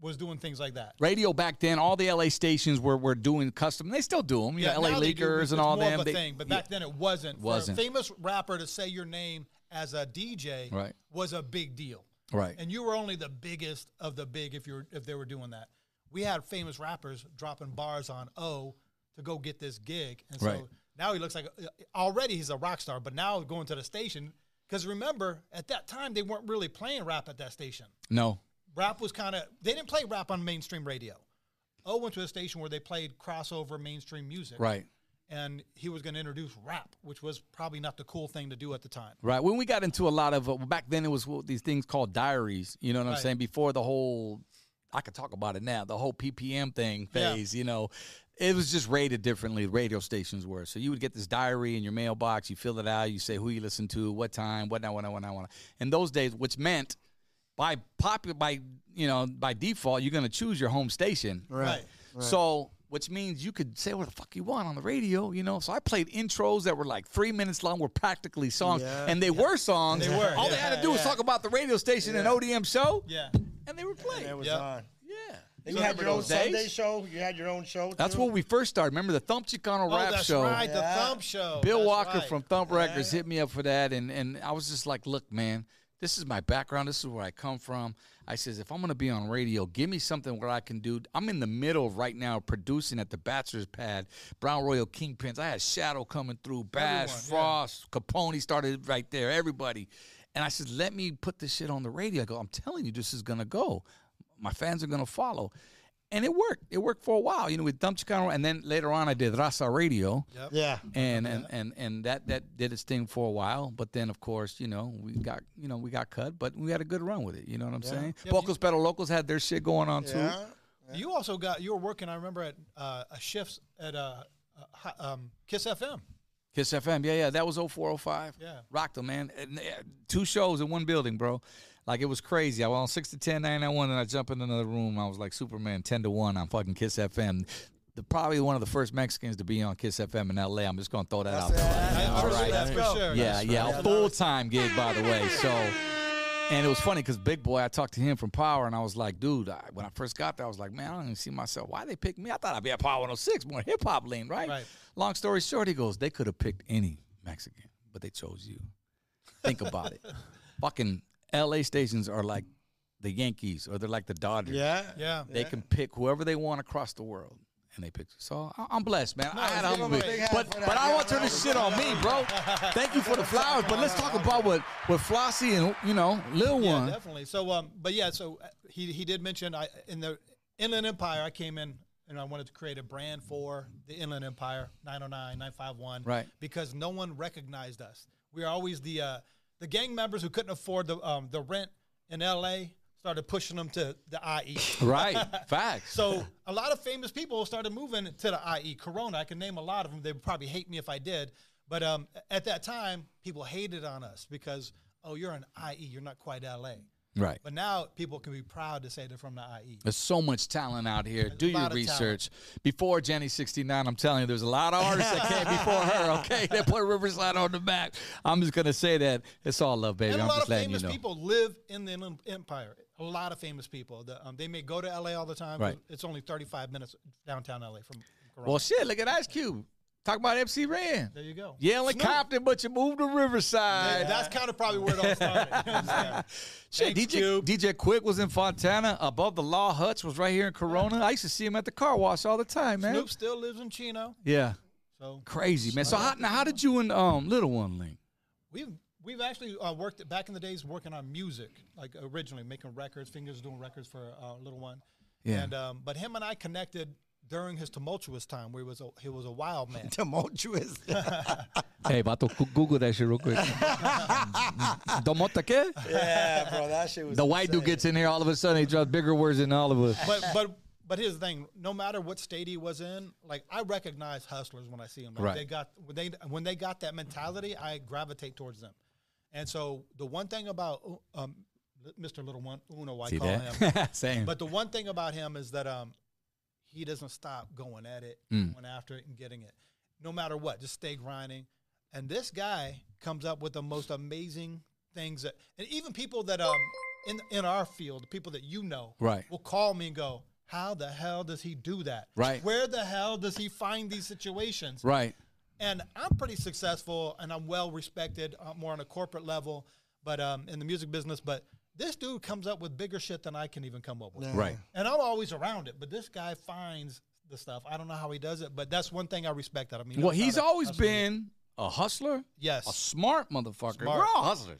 was doing things like that.
Radio back then, all the LA stations were, were doing custom. They still do them. You know, LA
now they do,
Leakers
it's
and all
more Of
them.
a
They-
thing, but
yeah.
back then it wasn't.
Wasn't.
For a famous rapper to say your name as a DJ
Right.
was a big deal.
Right.
And you were only the biggest of the big if you're if they were doing that. We had famous rappers dropping bars on O to go get this gig, and so
Right.
now he looks like uh, already he's a rock star. But now going to the station because remember at that time they weren't really playing rap at that station
no.
rap was kind of they didn't play rap on mainstream radio. O went to a station where they played crossover mainstream music,
Right.
And he was going to introduce rap, which was probably not the cool thing to do at the time.
Right. When we got into a lot of, uh, back then it was what, these things called diaries. You know what I'm
Right.
saying? Before the whole, I could talk about it now, the whole PPM thing
Yeah.
phase, you know, it was just rated differently. Radio stations were. So you would get this diary in your mailbox, you fill it out, you say who you listen to, what time, what now, what now, what now, what now. In those days, which meant by popular, by, you know, by default, you're going to choose your home station.
Right.
So, which means you could say what the fuck you want on the radio, you know. So I played intros that were like three minutes long, were practically songs,
Yeah.
and they were songs.
They were,
All they
yeah.
had to do was
Yeah.
talk about the radio station and ODM show,
Yeah.
and they were playing.
It was
Yep.
on.
yeah,
Then you had
remember
your own
those days?
Sunday show. You had your own show.
That's
too?
what we first started. Remember the Thump Chicano
Oh,
Rap
that's
Show?
right, the
Yeah.
Thump Show.
Bill
That's
Walker
right.
from Thump Records hit me up for that, and and I was just like, look, man, this is my background. This is where I come from. I says, if I'm gonna be on radio, give me something where I can do. I'm in the middle of right now producing at the Bachelor's Pad, Brown Royal Kingpins. I had Shadow coming through,
Everyone,
Bash,
yeah.
Frost, Capone started right there, everybody. And I said, let me put this shit on the radio. I go, I'm telling you, this is gonna go. My fans are gonna follow. And it worked. It worked for a while, you know, with Dump Chicano. And then later on, I did Raza Radio
Yeah.
and and, and and that that did its thing for a while. But then, of course, you know we got you know we got cut, but we had a good run with it. You know what I'm saying?
Yeah, but
Bocos Pedal Locals had their shit going on
Yeah.
too.
You also got you were working. I remember at uh, a shifts at uh, uh, hi- um, Kiss FM.
Kiss FM, yeah, yeah, that was 0405.
Yeah.
rocked them, man. And, uh, two shows in one building, bro. Like it was crazy. I went on six to ten, nine nine one, and I jump in another room. I was like Superman, ten to one on fucking Kiss FM. The, probably one of the first Mexicans to be on Kiss FM in LA. I'm just gonna throw that out. there.
I- I remember that
right.
for sure.
Yeah, yeah, a full time gig, by the way. So, and it was funny because Big Boy, I talked to him from Power, and I was like, dude, I, when I first got there, I was like, man, I don't even see myself. Why they pick me? I thought I'd be at Power 106, more hip hop lean, right?
Right.
Long story short, he goes, they could have picked any Mexican, but they chose you. Think about it. Fucking LA stations are like the Yankees or they're like the Dodgers.
Yeah.
Yeah.
They can pick whoever they want across the world. And they picked. So I- I'm blessed, man. I had
give
humble
them a
bit.
big
hand
But
for that.
but I
Yeah,
want
that
you to
was-
shit on me, bro. Thank you for the flowers. But let's talk about what what Flossie and you know Lil
Yeah,
One.
definitely. So, um, but yeah, so uh, he he did mention I in the Inland Empire, I came in and I wanted to create a brand for the Inland Empire 909, 951,
Right.
Because no one recognized us. We are always the uh, the gang members who couldn't afford the um, the rent in L.A. started pushing them to the E. IE.
Right. Facts.
So a lot of famous people started moving to the IE Corona. I can name a lot of them. They would probably hate me if I did. But um, at that time, people hated on us because oh, you're an IE, you're not quite LA.
Right.
But now people can be proud to say they're from the E. IE.
There's so much talent out here. Do your
lot of
research. Before Jenny 69, I'm telling you, there's a lot of artists that came before her, okay? That put Riverside on the map. I'm just going to say that. It's all love, baby.
And a
I'm
lot of
just letting you
famous
know.
people live in the Inland Empire. A lot of famous people. The, um, they may go to LA all the time. but
Right.
It's only 35 minutes downtown LA from Corona.
Well, shit, look at Ice Cube. Talk about MC Ren.
there you go.
Yeah, like
Snoop.
Compton, but you moved to Riverside.
That's kind of probably where it all started. You know what I'm saying?
Shit,
Thanks,
DJ
Cube.
DJ Quick was in Fontana. Above the Law Huts was right here in Corona. I used to see him at the car wash all the time, man.
Snoop still lives in Chino.
Yeah,
So
crazy man. So how, now, how did you and um Little One link?
We've we've actually uh, worked back in the days working on music, like originally making records. Fingers doing records for uh, little one.
Yeah.
And um, but him and I connected during his tumultuous time, where he was a, he was a wild man.
Tumultuous.
Hey, Bato, Google that shit real quick.
yeah, bro. That shit was.
The white dude
insane.
gets in here. All of a sudden, he drops bigger words than all of us.
but but but here's the thing: no matter what state he was in, like I recognize hustlers when I see them. Like,
Right.
They got when they when they got that mentality, I gravitate towards them. And so the one thing about um, Mr. Little One Uno, I
See
call him.
that? Same.
But the one thing about him is that um, he doesn't stop going at it,
Mm.
going after it, and getting it, no matter what. Just stay grinding. And this guy comes up with the most amazing things that, and even people that um in in our field, people that you know,
Right.
will call me and go, "How the hell does he do that?
Right.
Where the hell does he find these situations?
right.
and I'm pretty successful and I'm well respected uh, more on a corporate level, but um, in the music business. But this dude comes up with bigger shit than I can even come up with.
Right.
And I'm always around it, but this guy finds the stuff. I don't know how he does it, but that's one thing I respect that. I mean,
Well, he's always been a hustler.
Yes.
A smart motherfucker.
Smart.
We're all hustlers.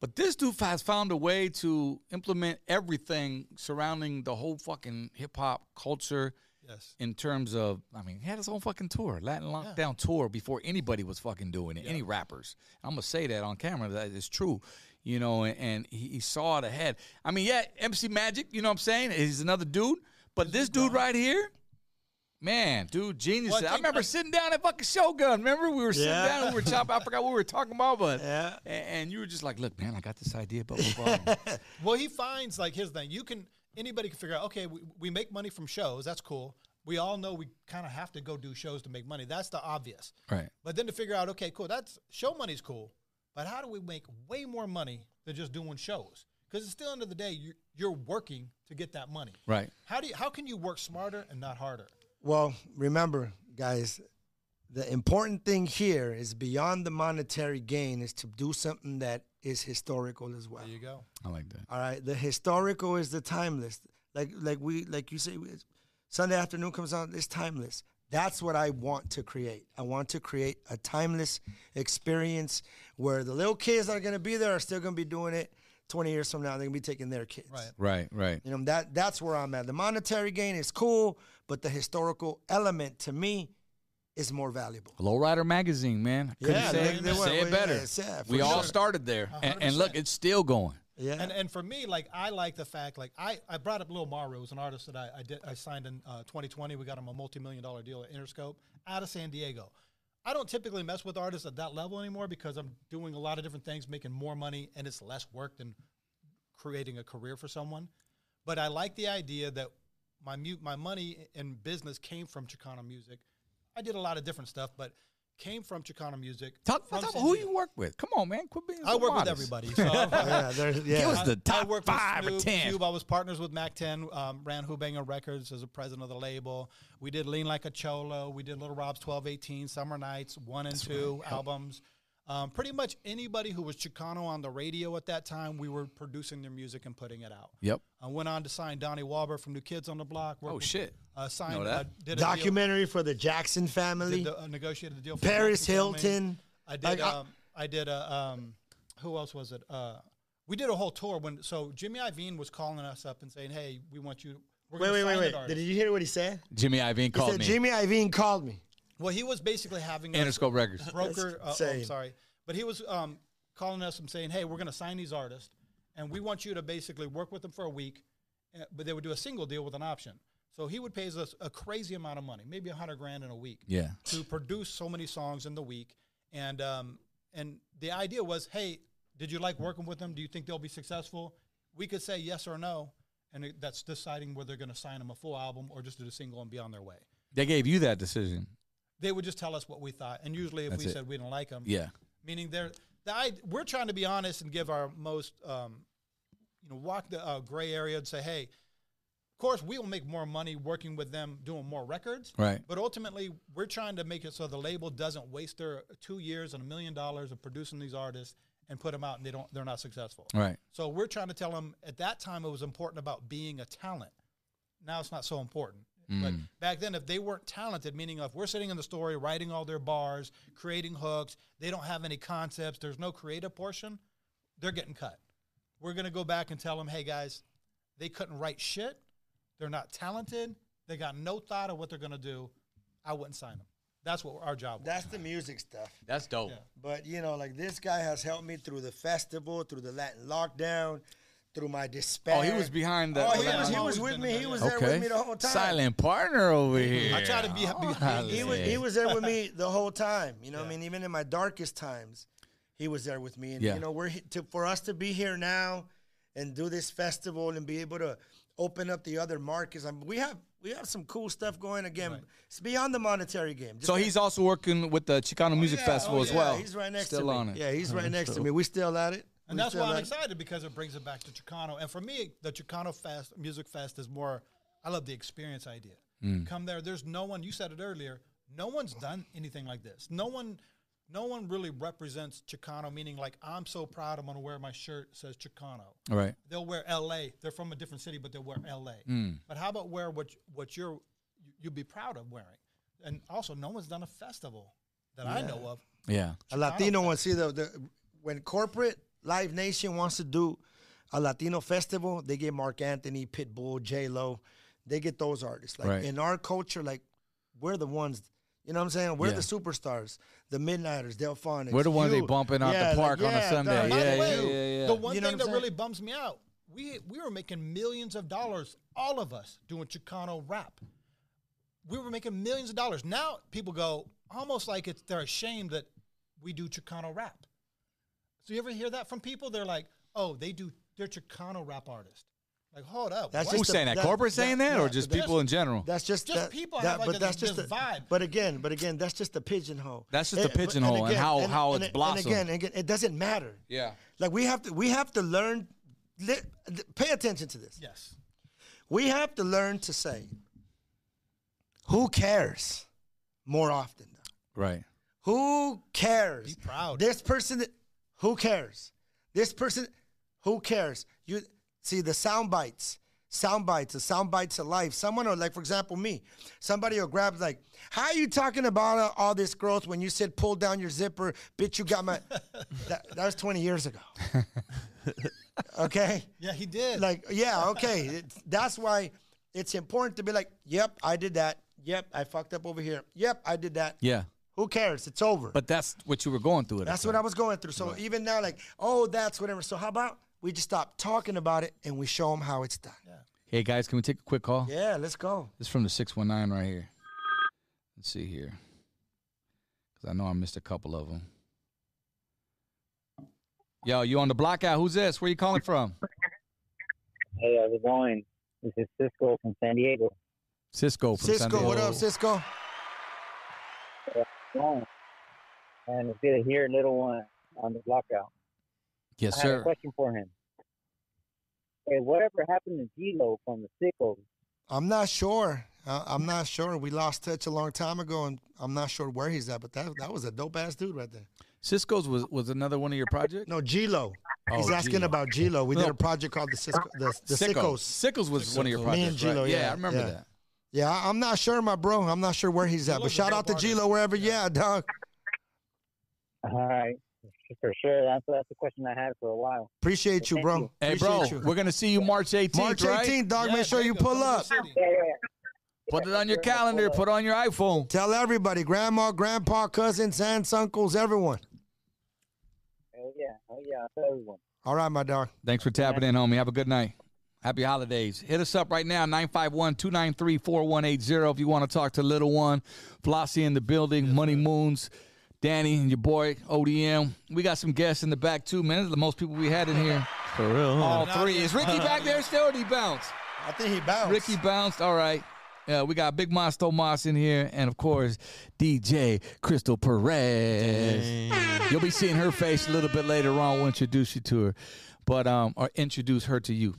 But this dude has found a way to implement everything surrounding the whole fucking hip hop culture
Yes.
in terms of, I mean, he had his own fucking tour, Latin Lockdown tour, before anybody was fucking doing it, any rappers. I'm gonna say that on camera, that is true, you know, and, and he, he saw it ahead. I mean, yeah, MC Magic, you know what I'm saying? He's another dude, but this dude right here, man, dude, genius.
Well, I
I,
think-
remember
I-
sitting down at fucking Shogun. Remember, we were sitting
Yeah.
down, we were chopping. I forgot what we were talking about, but
Yeah.
a- and, you were just like, look, man, I got this idea, but we're fine."
Well, he finds like his thing. You can anybody can figure out. Okay, we, we make money from shows. That's cool. We all know we kind of have to go do shows to make money. That's the obvious.
Right.
But then to figure out, okay, cool, that's show money's cool, but how do we make way more money than just doing shows? Because at the end of the day, you're, you're working to get that money.
Right.
How do you, how can you work smarter and not harder?
Well, remember, guys, the important thing here is beyond the monetary gain is to do something that is historical as well.
There you go.
I like that.
All right, the historical is the timeless. Like like we like you say, we- Sunday afternoon comes out. It's timeless. That's what I want to create. I want to create a timeless experience where the little kids that are going to be there are still going to be doing it. Twenty years from now, they're going to be taking their kids.
Right.
Right, right.
You know that that's where I'm at. The monetary gain is cool, but the historical element to me is more valuable.
Lowrider Magazine, man. I couldn't
Yeah,
say,
they-
it,
they were-
say it
yeah,
better.
yeah, for
we all
sure.
started there. And, and look,
100%.
it's still going.
Yeah.
And and for me, like I like the fact, like I, I brought up Lil Mario, who's an artist that I, I did I signed in uh, 2020. We got him a multi-million dollar deal at Interscope out of San Diego. I don't typically mess with artists at that level anymore because I'm doing a lot of different things, making more money, and it's less work than creating a career for someone. But I like the idea that my mu- my money and business came from Chicano music. I did a lot of different stuff, but came from Chicano music.
Talk,
from
talk
San
about who
Diego.
you work with. Come on, man. Quit being
I
so
work with
modest.
everybody. So
yeah, there's, yeah.
Give us the top
worked with
five or
Snoop,
ten.
Cube. I was partners with Mac 10, um, ran Hubanger Records as a president of the label. We did Lean Like a Cholo. We did Little Rob's 1218, Summer Nights, one and two albums. Um, pretty much anybody who was Chicano on the radio at that time, we were producing their music and putting it out.
Yep.
I went on to sign Donnie Wahlberg from New Kids on the Block. worked
Oh,
with-
shit.
Uh, signed,
Know that.
uh, did a deal-
documentary for the Jackson family.
did the, uh, negotiated the deal. For
Paris
Jackson Filming.
Hilton.
I did.
Like, I-
um, I, did a. Um, who else was it? Uh, we did a whole tour when. So Jimmy Iovine was calling us up and saying, "Hey, we want you." We're
wait,
gonna
wait,
sign
wait,
an
wait. Did
artist."
you hear what he said?
Jimmy Iovine
He
called
said
me.
Jimmy Iovine called me.
Well, he was basically having us
Interscope Records.
broker. Uh, oh, I'm
insane.
sorry, but he was um, calling us and saying, "Hey, we're going to sign these artists, and we want you to basically work with them for a week, uh, but they would do a single deal with an option." So he would pay us a crazy amount of money, maybe a hundred grand in a week.
Yeah.
to produce so many songs in the week. And um, and the idea was, hey, did you like working with them? Do you think they'll be successful? We could say yes or no, and it, that's deciding whether they're going to sign them a full album or just do a single and be on their way.
They gave you that decision.
They would just tell us what we thought, and usually if
That's
we
it.
said we didn't like them,
Yeah.
meaning they're the, I, we're trying to be honest and give our most um, you know walk the uh, gray area and say, hey, of course we will make more money working with them doing more records,
Right.
but ultimately, we're trying to make it so the label doesn't waste their two years and a million dollars of producing these artists and put them out, and they don't—they're not successful.
Right.
So we're trying to tell them at that time it was important about being a talent. Now it's not so important. But
Mm.
back then, if they weren't talented, meaning if we're sitting in the story writing all their bars, creating hooks, they don't have any concepts. There's no creative portion. They're getting cut. We're gonna go back and tell them, hey guys, they couldn't write shit. They're not talented. They got no thought of what they're gonna do. I wouldn't sign them. That's what our job was.
That's the music stuff.
That's dope.
But you know, like this guy has helped me through the festival, through the Latin lockdown, through my despair.
Oh, he was behind the-
Oh, he
the
was, he
Latin-
was
Always
with
been
me.
there,
He
yeah.
was there with
Okay.
me the whole time.
Silent partner over here.
I try to be- be-
Holla.
He was, he was there with me the whole time. You know, what I
Yeah.
mean, even in my darkest times, he was there with me. And
Yeah.
you know, we're he- to, for us to be here now and do this festival and be able to open up the other markets. I mean, we have we have some cool stuff going again. It's beyond the monetary game. Just
So he's also working with the Chicano Music
Yeah,
Festival
oh,
as
yeah,
well.
He's right next
Still
to me.
on it.
Yeah, he's right next to me. We still at it.
And
We
that's
still
why I'm
at it.
excited because it brings it back to Chicano. And for me, the Chicano Fest Music Fest is more. I love the experience idea.
Mm.
Come there. There's no one. You said it earlier. No one's done anything like this. No one. No one really represents Chicano. Meaning, like I'm so proud. I'm gonna wear my shirt that says Chicano.
All right.
They'll wear L.A. They're from a different city, but they'll wear L.A.
Mm.
But how about wear what what you're you'd be proud of wearing? And also, no one's done a festival that I know of.
Yeah.
A Latino one. See, the, the when corporate Live Nation wants to do a Latino festival, they get Mark Anthony, Pitbull, J Lo. They get those artists. Like
Right.
in our culture, like we're the ones. You know what I'm saying? We're
Yeah.
the superstars, the Midnighters, Del Phonics.
We're the ones they
you.
bumping out
Yeah,
the
like,
park on a
yeah,
Sunday.
dog.
By
Yeah,
the way,
yeah, yeah, yeah.
the one
You know what
thing that
I'm saying?
really bums me out, we we were making millions of dollars, all of us doing Chicano rap. We were making millions of dollars. Now people go almost like it's they're ashamed that we do Chicano rap. So you ever hear that from people? They're like, oh, they do they're Chicano rap artists. Like, hold up,
That's
what?
Who's
just a-
saying that?
that-
Corporate saying that, or
that-
just
that-
people in general?
That's just
Just
that-
people
that-
have, like,
but
a-
that's just
this
the-
vibe.
But again, but again, that's just the pigeonhole.
That's just the
It- but-
pigeonhole and how- how it's
and
blossomed.
again, again, it doesn't matter.
Yeah.
Like we have to we have to learn li- pay attention to this.
Yes.
We have to learn to say, who cares more often.
Right.
Who cares?
Be proud.
This person, who cares? This person, who cares? You see the sound bites, sound bites, the sound bites of life. Someone or like, for example, me. Somebody will grab like, "How you talking about uh, all this growth when you said pull down your zipper, bitch? You got my." that, that was twenty years ago. okay.
Yeah, he did.
Like, yeah, okay. It's- that's why it's important to be like, "Yep, I did that. Yep, I fucked up over here. Yep, I did that.
Yeah.
Who cares? It's over."
But that's what you were going through. At
That's what I was going through. So even now, like, oh, that's whatever. So how about we just stop talking about it and we show them how it's done?
Hey guys, can we take a quick call?
Yeah, let's go.
This is from the 619 right here. Let's see here. Because I know I missed a couple of them. Yo, you on the blockout. Who's this? Where you calling from?
Hey, how's it going? This is Cisco from San Diego.
Cisco from San
Cisco,
Diego.
what up, Cisco?
Oh, And it's good to hear little one on the blockout.
Yes,
I have a
sir.
question for him. Hey, whatever happened to G-Lo from the sickle?
I'm not sure. I, I'm not sure. We lost touch a long time ago, and I'm not sure where he's at. But that that was a dope ass dude right there.
Cisco's was, was another one of your projects?
No, Gilo. he's
Oh,
asking
G-Lo.
about Gilo. We
No.
did a project called the Cisco, the, the
Sicko.
Sickos.
Sickles was one of your
Me
projects.
and Gilo,
right?
yeah,
I remember
yeah.
that.
Yeah, I- I'm not sure, my bro. I'm not sure where he's at. But
Gilo's a
shout
dope
out to
artist.
Gilo wherever. Yeah, dog.
All right. For sure. That's, that's the question I had for a while.
Appreciate you, bro.
Hey, bro,
Appreciate you.
we're going to see you March 18th.
March 18th,
right?
dog.
Yeah,
make sure you
Jacob,
pull
come to the
up.
city.
Yeah, yeah.
Put it on your calendar. Put it on your iPhone.
Tell everybody, grandma, grandpa, cousins, aunts, uncles, everyone.
Oh, yeah. Oh, yeah. For everyone.
All right, my dog.
Thanks for tapping in, homie. Have a good night. Happy holidays. Hit us up right now, 951 293 4180. If you want to talk to Little One, Flossie in the building, Money Moons, Danny, and your boy, ODM. We got some guests in the back, too, man. This is the most people we had in here.
For real, huh?
All three. Is Ricky back there still or did he bounce?
I think he bounced.
Ricky bounced. All right. Yeah, we got Big Monster Moss in here, and of course, DJ Crystal Perez. You'll be seeing her face a little bit later on. We'll introduce you to her, but um, or introduce her to you,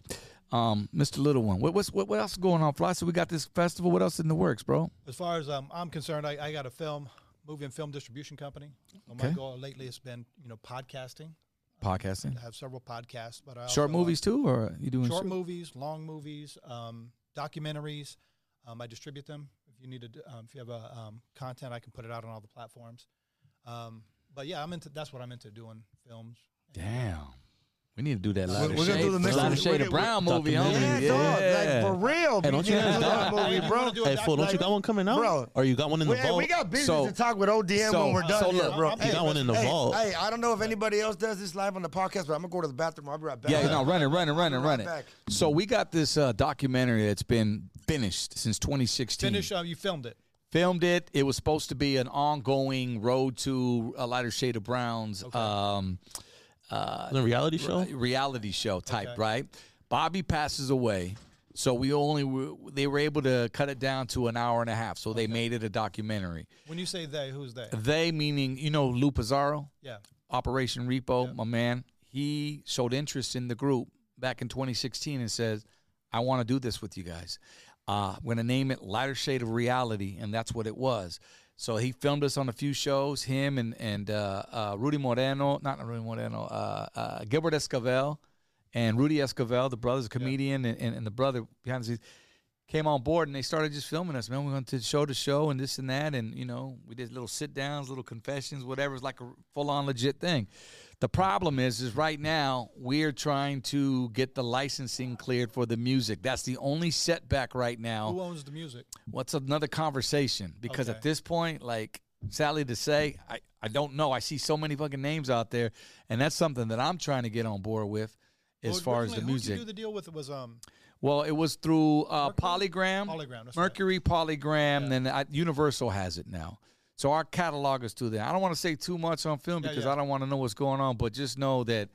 um, Mr. Little One. What, what's what, what else is going on, Fly? So we got this festival. What else in the works, bro?
As far as um, I'm concerned, I, I got a film, movie and film distribution company. Uh, My
Okay.
goal lately has been, you know, podcasting. Um,
Podcasting,
I have several podcasts, but I also,
short
uh,
movies too, or you doing
short
short-
movies, long movies, um, documentaries. Um, I distribute them. If you need to, d- um, if you have a um, content, I can put it out on all the platforms. Um, but yeah, I'm into. That's what I'm into doing. Films.
Damn, we need to do that. Lighter
we're gonna
shade,
do the next
Lighter
one.
Shade of Brown movie, homie.
Yeah,
documentary.
Yeah.
dog. Like for real.
Hey, don't you have
that
that?
movie,
Hey,
bro?
wanna do a
Hey,
doc-
fool, don't you
like-
got one coming out?
Bro.
Or you got one in the
We,
vault?
we got business
So-
to talk with ODM
so-
when we're done.
so
here,
look,
bro.
you got one in the
hey,
vault.
hey, I don't know if anybody else does this live on the podcast, but I'm gonna go to the bathroom. I'll be right back.
Yeah, no, run it, run it, run it, run it.
back.
So we got this uh, documentary that's been finished since 2016.
Finish. Uh, you filmed it.
Filmed it. It was supposed to be an ongoing road to a lighter shade of browns um, uh,
the reality show?
reality show type,
Okay.
right? Bobby passes away. So we only were, they were able to cut it down to an hour and a half. So they made it a documentary.
When you say they, who's they?
They meaning you know Lou Pizarro.
Yeah.
Operation Repo, my man, he showed interest in the group back in 2016 and says, I want to do this with you guys. Uh, I'm going to name it Lighter Shade of Reality, and that's what it was. So he filmed us on a few shows, him and, and uh, uh, Rudy Moreno, not Rudy Moreno, uh, uh, Gilbert Escavel and Rudy Escavel, the brother's a comedian, and, and, and the brother behind the scenes came on board and they started just filming us, man. We went to show to show and this and that. And, you know, we did little sit downs, little confessions, whatever. It's like a full on legit thing. The problem is, is right now we're trying to get the licensing cleared for the music. That's the only setback right now.
Who owns the music?
What's another conversation? Because at
Okay.
this point, like, sadly to say, I, I don't know. I see so many fucking names out there. And that's something that I'm trying to get on board with as
Well,
far as
originally,
the
who'd you
music.
do the deal with was um.
Well, it was through uh, Polygram,
Polygram, that's right.
Mercury Polygram, then I, Universal has it now. So our catalog is through there. I don't want to say too much on film because
yeah.
I don't want to know what's going on, but just know that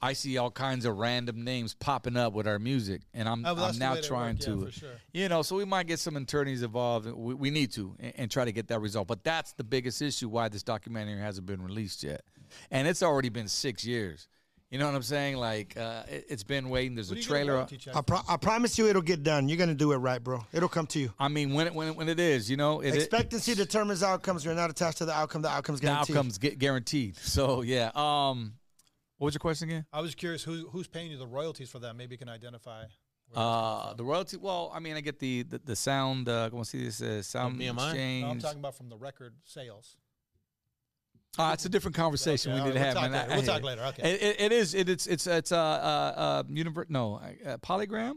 I see all kinds of random names popping up with our music, and I'm
Oh, well, that's
I'm
the
now
way they
trying
work, yeah,
to,
for sure.
you know, so we might get some attorneys involved. We, we need to and, and try to get that resolved. But that's the biggest issue why this documentary hasn't been released yet, and it's already been six years. You know what I'm saying? Like uh, it, it's been waiting. There's
What
a
are you gonna
trailer. up.
warranty check
I, pro- I promise you it'll get done. You're going to do it right, bro. It'll come to you.
I mean, when it when it, when it is, you know, it, it-
Expectancy determines outcomes. You're not attached to the outcome. The outcome's
the
guaranteed.
outcomes get guaranteed. So yeah. Um, what was your question again?
I was curious who who's paying you the royalties for that. Maybe you can identify.
Uh, the royalty. Well, I mean, I get the the, the sound. Uh, come on, see this uh,
Um,
sound
BMI?
exchange.
No, I'm talking about from the record sales.
Uh, it's a different conversation
Okay,
we
all
need to
right,
have.
we'll
man.
talk
I-
later,
I
we'll
hear
talk
it.
later, okay.
It, it, it is. It, it's it's it's a uh, uh, univer- No, uh, polygram.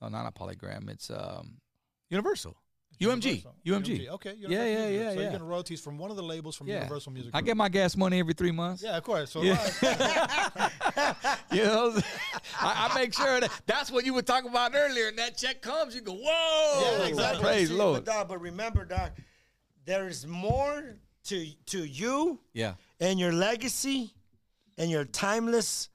No, not a polygram. It's um, universal. UMG.
Universal.
UMG.
Okay. Universal
Yeah, yeah,
Music.
yeah,
So
yeah.
you're getting royalties from one of the labels from
Yeah.
Universal Music.
I
Group.
get my gas money every three months.
Yeah, of course. So
Yeah.
yeah.
You know, I, I make sure that that's what you were talking about earlier. And that check comes, you go, whoa!
Yeah, exactly.
Praise
See,
Lord.
But, dog, but remember, Doc, there is more to to you
Yeah,
and your legacy and your timeless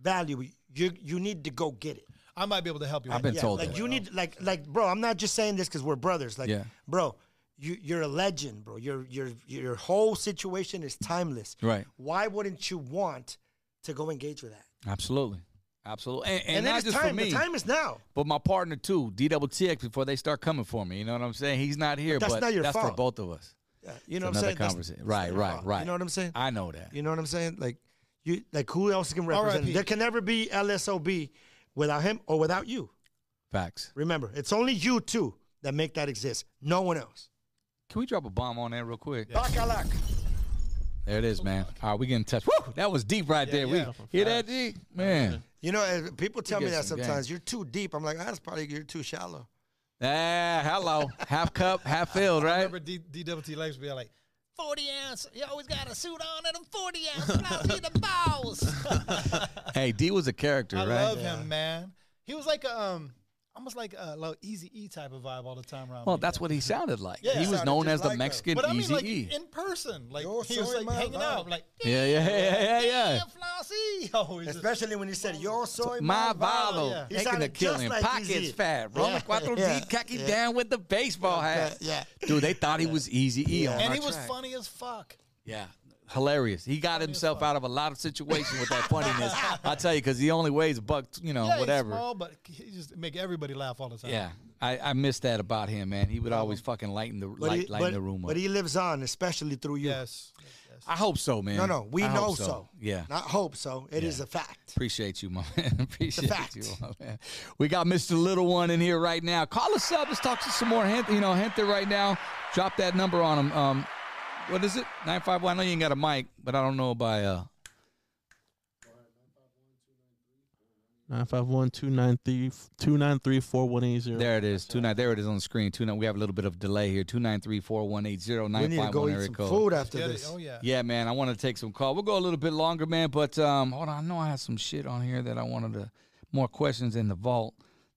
value. You you need to go get it.
I might be able to help you.
I've
out.
been
Yeah,
told
like
that.
you need like like bro. I'm not just saying this because we're brothers. Like,
Yeah.
bro, you you're a legend, bro. Your your your whole situation is timeless.
Right.
Why wouldn't you want to go engage with that?
absolutely, absolutely, and, and,
And,
not
it is
just for
time.
me,
The time is now.
but my partner too, DWTX. Before they start coming for me, you know what I'm saying? He's not here,
that's
but
not your
that's for
fault.
both of us.
Yeah, you know
It's
what I'm
another
saying? That's-
conversation.
that's
Right,
not your
right,
fault.
right.
Uh, You know what I'm saying?
I know that.
You know what I'm saying? Like you like who else can represent?
R.I.P.
him? There can never be LSOB without him or without you.
Facts.
Remember, it's only you two that make that exist. No one else.
Can we drop a bomb on that real quick?
Bacalak.
There it is, man. All right, we get in touch. Woo! That was deep right there.
yeah.
We hear that, D? Man,
You know, uh, people tell
You
me
get
that
some game.
sometimes. You're too deep. I'm like, ah, that's probably you're too shallow.
ah, hello, half cup, half filled,
I
right?
remember D- DWT Lakes being like, 40 ounce. You always got a suit on and a 40 ounce. Flossy the balls.
Hey, D was a character,
I
right?
love him, man. He was like a, um, almost like a little Easy E type of vibe all the time around.
Well,
me.
that's what he sounded like.
Yeah,
he was
sounded
known
just
as the
like her.
Mexican
But I mean,
Easy
like
E.
in person, like
Yo,
he was
soy
like
madre.
hanging out, like
Yeah, yeah, yeah, yeah, yeah.
"Damn, Flossy. Oh, he's just-
Especially when he said, yo, soy
My oh.
Valo,
Valo,
yeah.
He
taking the
sounded
killing,
just like
pockets
Eazy-E.
fat, rolling cuatro D, cocky down with the baseball hat.
yeah.
dude, they thought he was Easy E on
and
our
he was
track.
funny as fuck.
Yeah. Hilarious. He got himself out of a lot of situations with that funniness. I tell you, because he only weighs a buck, you know,
Yeah, he's
Oh, whatever.
small, but he just make everybody laugh all the time.
Yeah. I, I miss that about him, man. He would always fucking lighten the
But,
light,
he,
lighten
but,
the room up.
but he lives on, especially through you.
Yes. yes.
I hope so, man.
No, no, we
I hope
know so.
Yeah.
Not hope so. It is a fact.
Appreciate you, my man. Appreciate
fact.
you, my man. We got Mr. Little One in here right now. Call us up. Let's talk to some more gente, you know, gente right now. Drop that number on him. Um, what is it? 951. I know you ain't got a mic, but I don't know by uh
951 293 293 4180.
There it is. Two nine. There it is on the screen. Two nine. We have a little bit of delay here. Two nine three four one eight zero
We
nine
need to
five
go
one
eat
area
some
code.
food after
Yeah,
this.
oh yeah.
Yeah, man. I want to take some call. We'll go a little bit longer, man. But um, hold on. I know I have some shit on here that I wanted to. More questions in the vault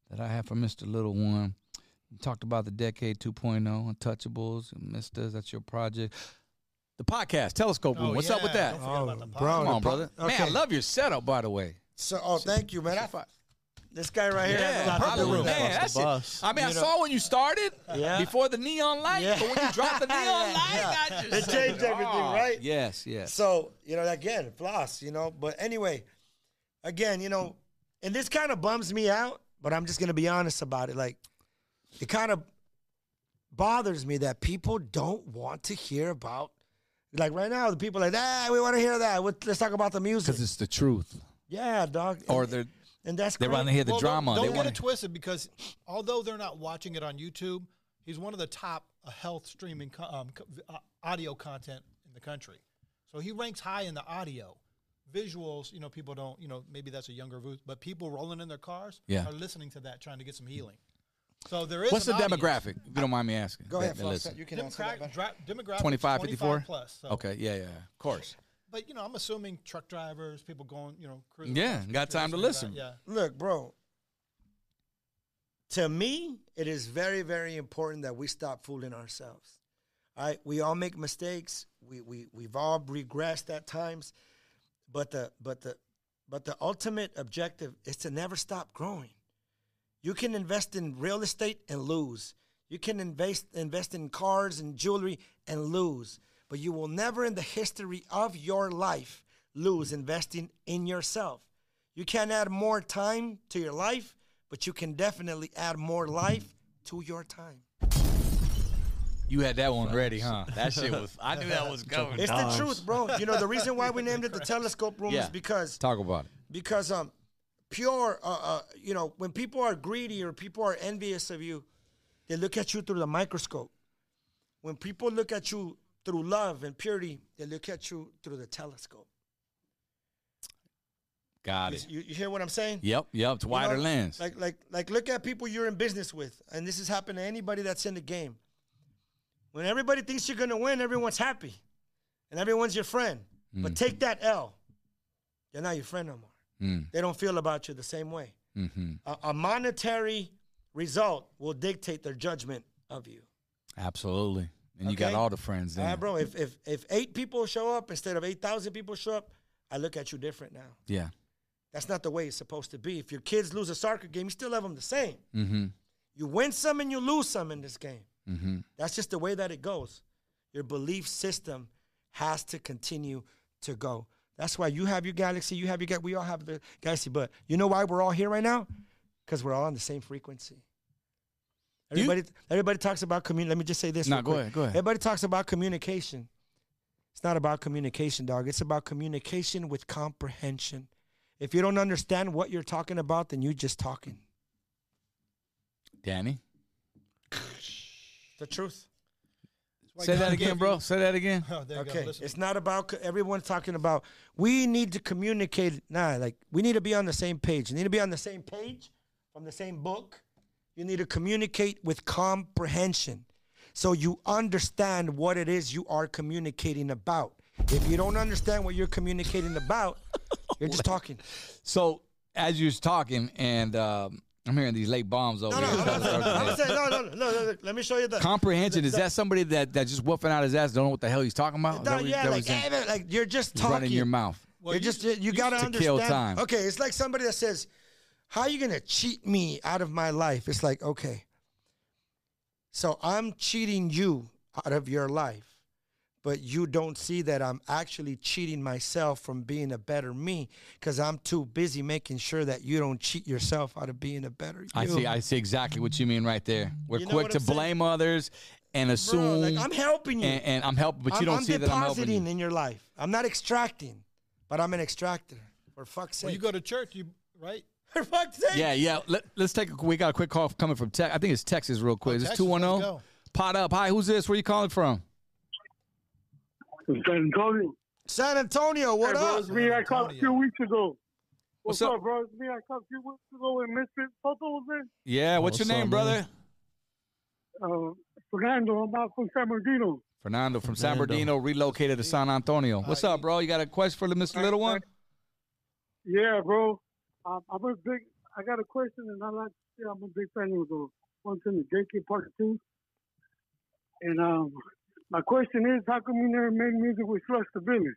that I have for Mister Little One. We talked about the Decade 2.0, Untouchables, Mister. That's your project. The podcast, Telescope Room.
Oh,
What's up with
yeah,
that?
don't forget about the
bro.
Come
Oh,
on,
the pro-
brother. Man, I
okay.
love your setup, by the way.
So, oh, thank you, man. I- this guy right here. has a lot to
purple
do with
room.
that.
Bust
Man, that
the
shit-
bus.
I mean, I saw when you started before the neon light, but when you dropped the neon light, I just
It changed everything,
Oh,
right?
Yes, yes.
So, you know, again, floss, you know. But anyway, again, you know, and this kind of bums me out, but I'm just going to be honest about it. Like, it kind of bothers me that people don't want to hear about, like right now, the people are like, ah, we want to hear that. What- Let's talk about the music.
Because it's the truth,
Yeah, dog.
or
And-
they're
and that's
they
crazy.
want to hear the
Well, don't-
drama.
Don't,
they
get
want
it twisted because although they're not watching it on YouTube, he's one of the top uh, health streaming co- um, co- v- uh, audio content in the country. So he ranks high in the audio. Visuals, you know, people don't, you know, maybe that's a younger group, but people rolling in their cars
Yeah.
are listening to that, trying to get some healing. So there is.
What's the
an audience.
demographic? If you don't mind me asking.
Go ahead,
That- that
Floss.
listen.
You can answer that
Demographic,
better.
dra- demographic
25, 54?
55 plus. So.
Okay, yeah, yeah, yeah. of course.
But you know, I'm assuming truck drivers, people going, you know, cruising.
Yeah,
across the
got
country,
time to
listening
listen.
that. Yeah.
Look, bro. To me, it is very, very important that we stop fooling ourselves. All right, we all make mistakes. We we we've all regressed at times, but the but the but the ultimate objective is to never stop growing. You can invest in real estate and lose. You can invest invest in cars and jewelry and lose, but you will never in the history of your life lose investing in yourself. You can't add more time to your life, but you can definitely add more life to your time.
You had that one ready, huh?
That shit was. I knew that was going.
It's the truth, bro. You know the reason why we named it the telescope room
Yeah.
is because
Talk about it.
because um pure uh, uh you know when people are greedy or people are envious of you they look at you through the microscope when people look at you through love and purity they look at you through the telescope
Got
you,
it.
you, you hear what i'm saying
Yep, yep. It's
You know,
wider lens.
Like like like look at people you're in business with, and this has happened to anybody that's in the game. When everybody thinks you're gonna win, everyone's happy, and everyone's your friend.
Mm.
But take that L, they're not your friend no more.
Hmm.
They don't feel about you the same way.
Mm-hmm.
A, a monetary result will dictate their judgment of you.
Absolutely. And you got
Okay.
all the friends
All
there.
right, bro. If if if eight people show up instead of eight thousand people show up, I look at you different now.
Yeah.
That's not the way it's supposed to be. If your kids lose a soccer game, you still love them the same.
Mm-hmm.
You win some and you lose some in this game.
Mm-hmm.
That's just the way that it goes. Your belief system has to continue to go. That's why you have your galaxy, you have your galaxy, we all have the galaxy. But you know why we're all here right now? Because we're all on the same frequency.
You-
Everybody, everybody talks about communication. Let me just say this.
No,
real
go
quick.
ahead, go ahead.
Everybody talks about communication. It's not about communication, dog. It's about communication with comprehension. If you don't understand what you're talking about, then you're just talking.
Danny.
The truth.
Say that again, bro. Say that again.
Oh, there you
Okay,
go. Listen.
it's not about co- everyone's talking about. We need to communicate. Nah, like we need to be on the same page. You need to be on the same page from the same book. You need to communicate with comprehension, so you understand what it is you are communicating about. If you don't understand what you're communicating about, you're just talking.
So as you was talking, and um, I'm hearing these late bombs over
No, no,
here.
I'm not saying- I'm not saying- no, no, no, no, no. Let me show you the
Comprehension is that somebody that that's just woofing out his ass, don't know what the hell he's talking about? Is
No,
Oh, that what-
yeah,
that what
like,
he's saying?
eh, like you're just
It's running
talking.
your mouth.
you
you
just
s-
you, gotta
to
understand.
kill time.
Okay, it's like somebody that says, "How you gonna cheat me out of my life?" It's like, okay, so I'm cheating you out of your life, but you don't see that I'm actually cheating myself from being a better me because I'm too busy making sure that you don't cheat yourself out of being a better you.
I see. I see exactly what you mean right there. We're
You know
quick
what
to
I'm saying?
blame others and
Bro,
assume,
like I'm helping you.
and, and I'm helping, but you
I'm,
don't
I'm
see that I'm helping.
depositing
You.
in your life. I'm not extracting, but I'm an extractor. For fuck's sake.
When you go to church, you right?
For fuck's sake.
Yeah, yeah. Let, us take. A, we got a quick call coming from Tech. I think it's Texas, real
Oh,
quick. it's
Texas,
two one
let's
zero.
go.
Pot up. Hi, who's this? Where you calling from?
San Antonio.
San Antonio, what
Hey, bro,
up?
it's me. I called a few weeks ago.
What's
What's,
up?
up? bro? It's me. I called a few weeks ago when Mr. Toto was there.
Yeah. What's your
What's up, man?
name, brother?
Uh, Fernando, I'm out from San Bernardino.
Fernando from San
Fernando.
Bernardino, relocated to San Antonio.
Uh,
What's up, bro? You got a question for the Mr. Little One?
Yeah, bro. Um, I'm a big. I got a question, and I like. Yeah, I'm a big fan of the ones in the JK Part Two. And um, my question is, how come you never made music with Slush the Village?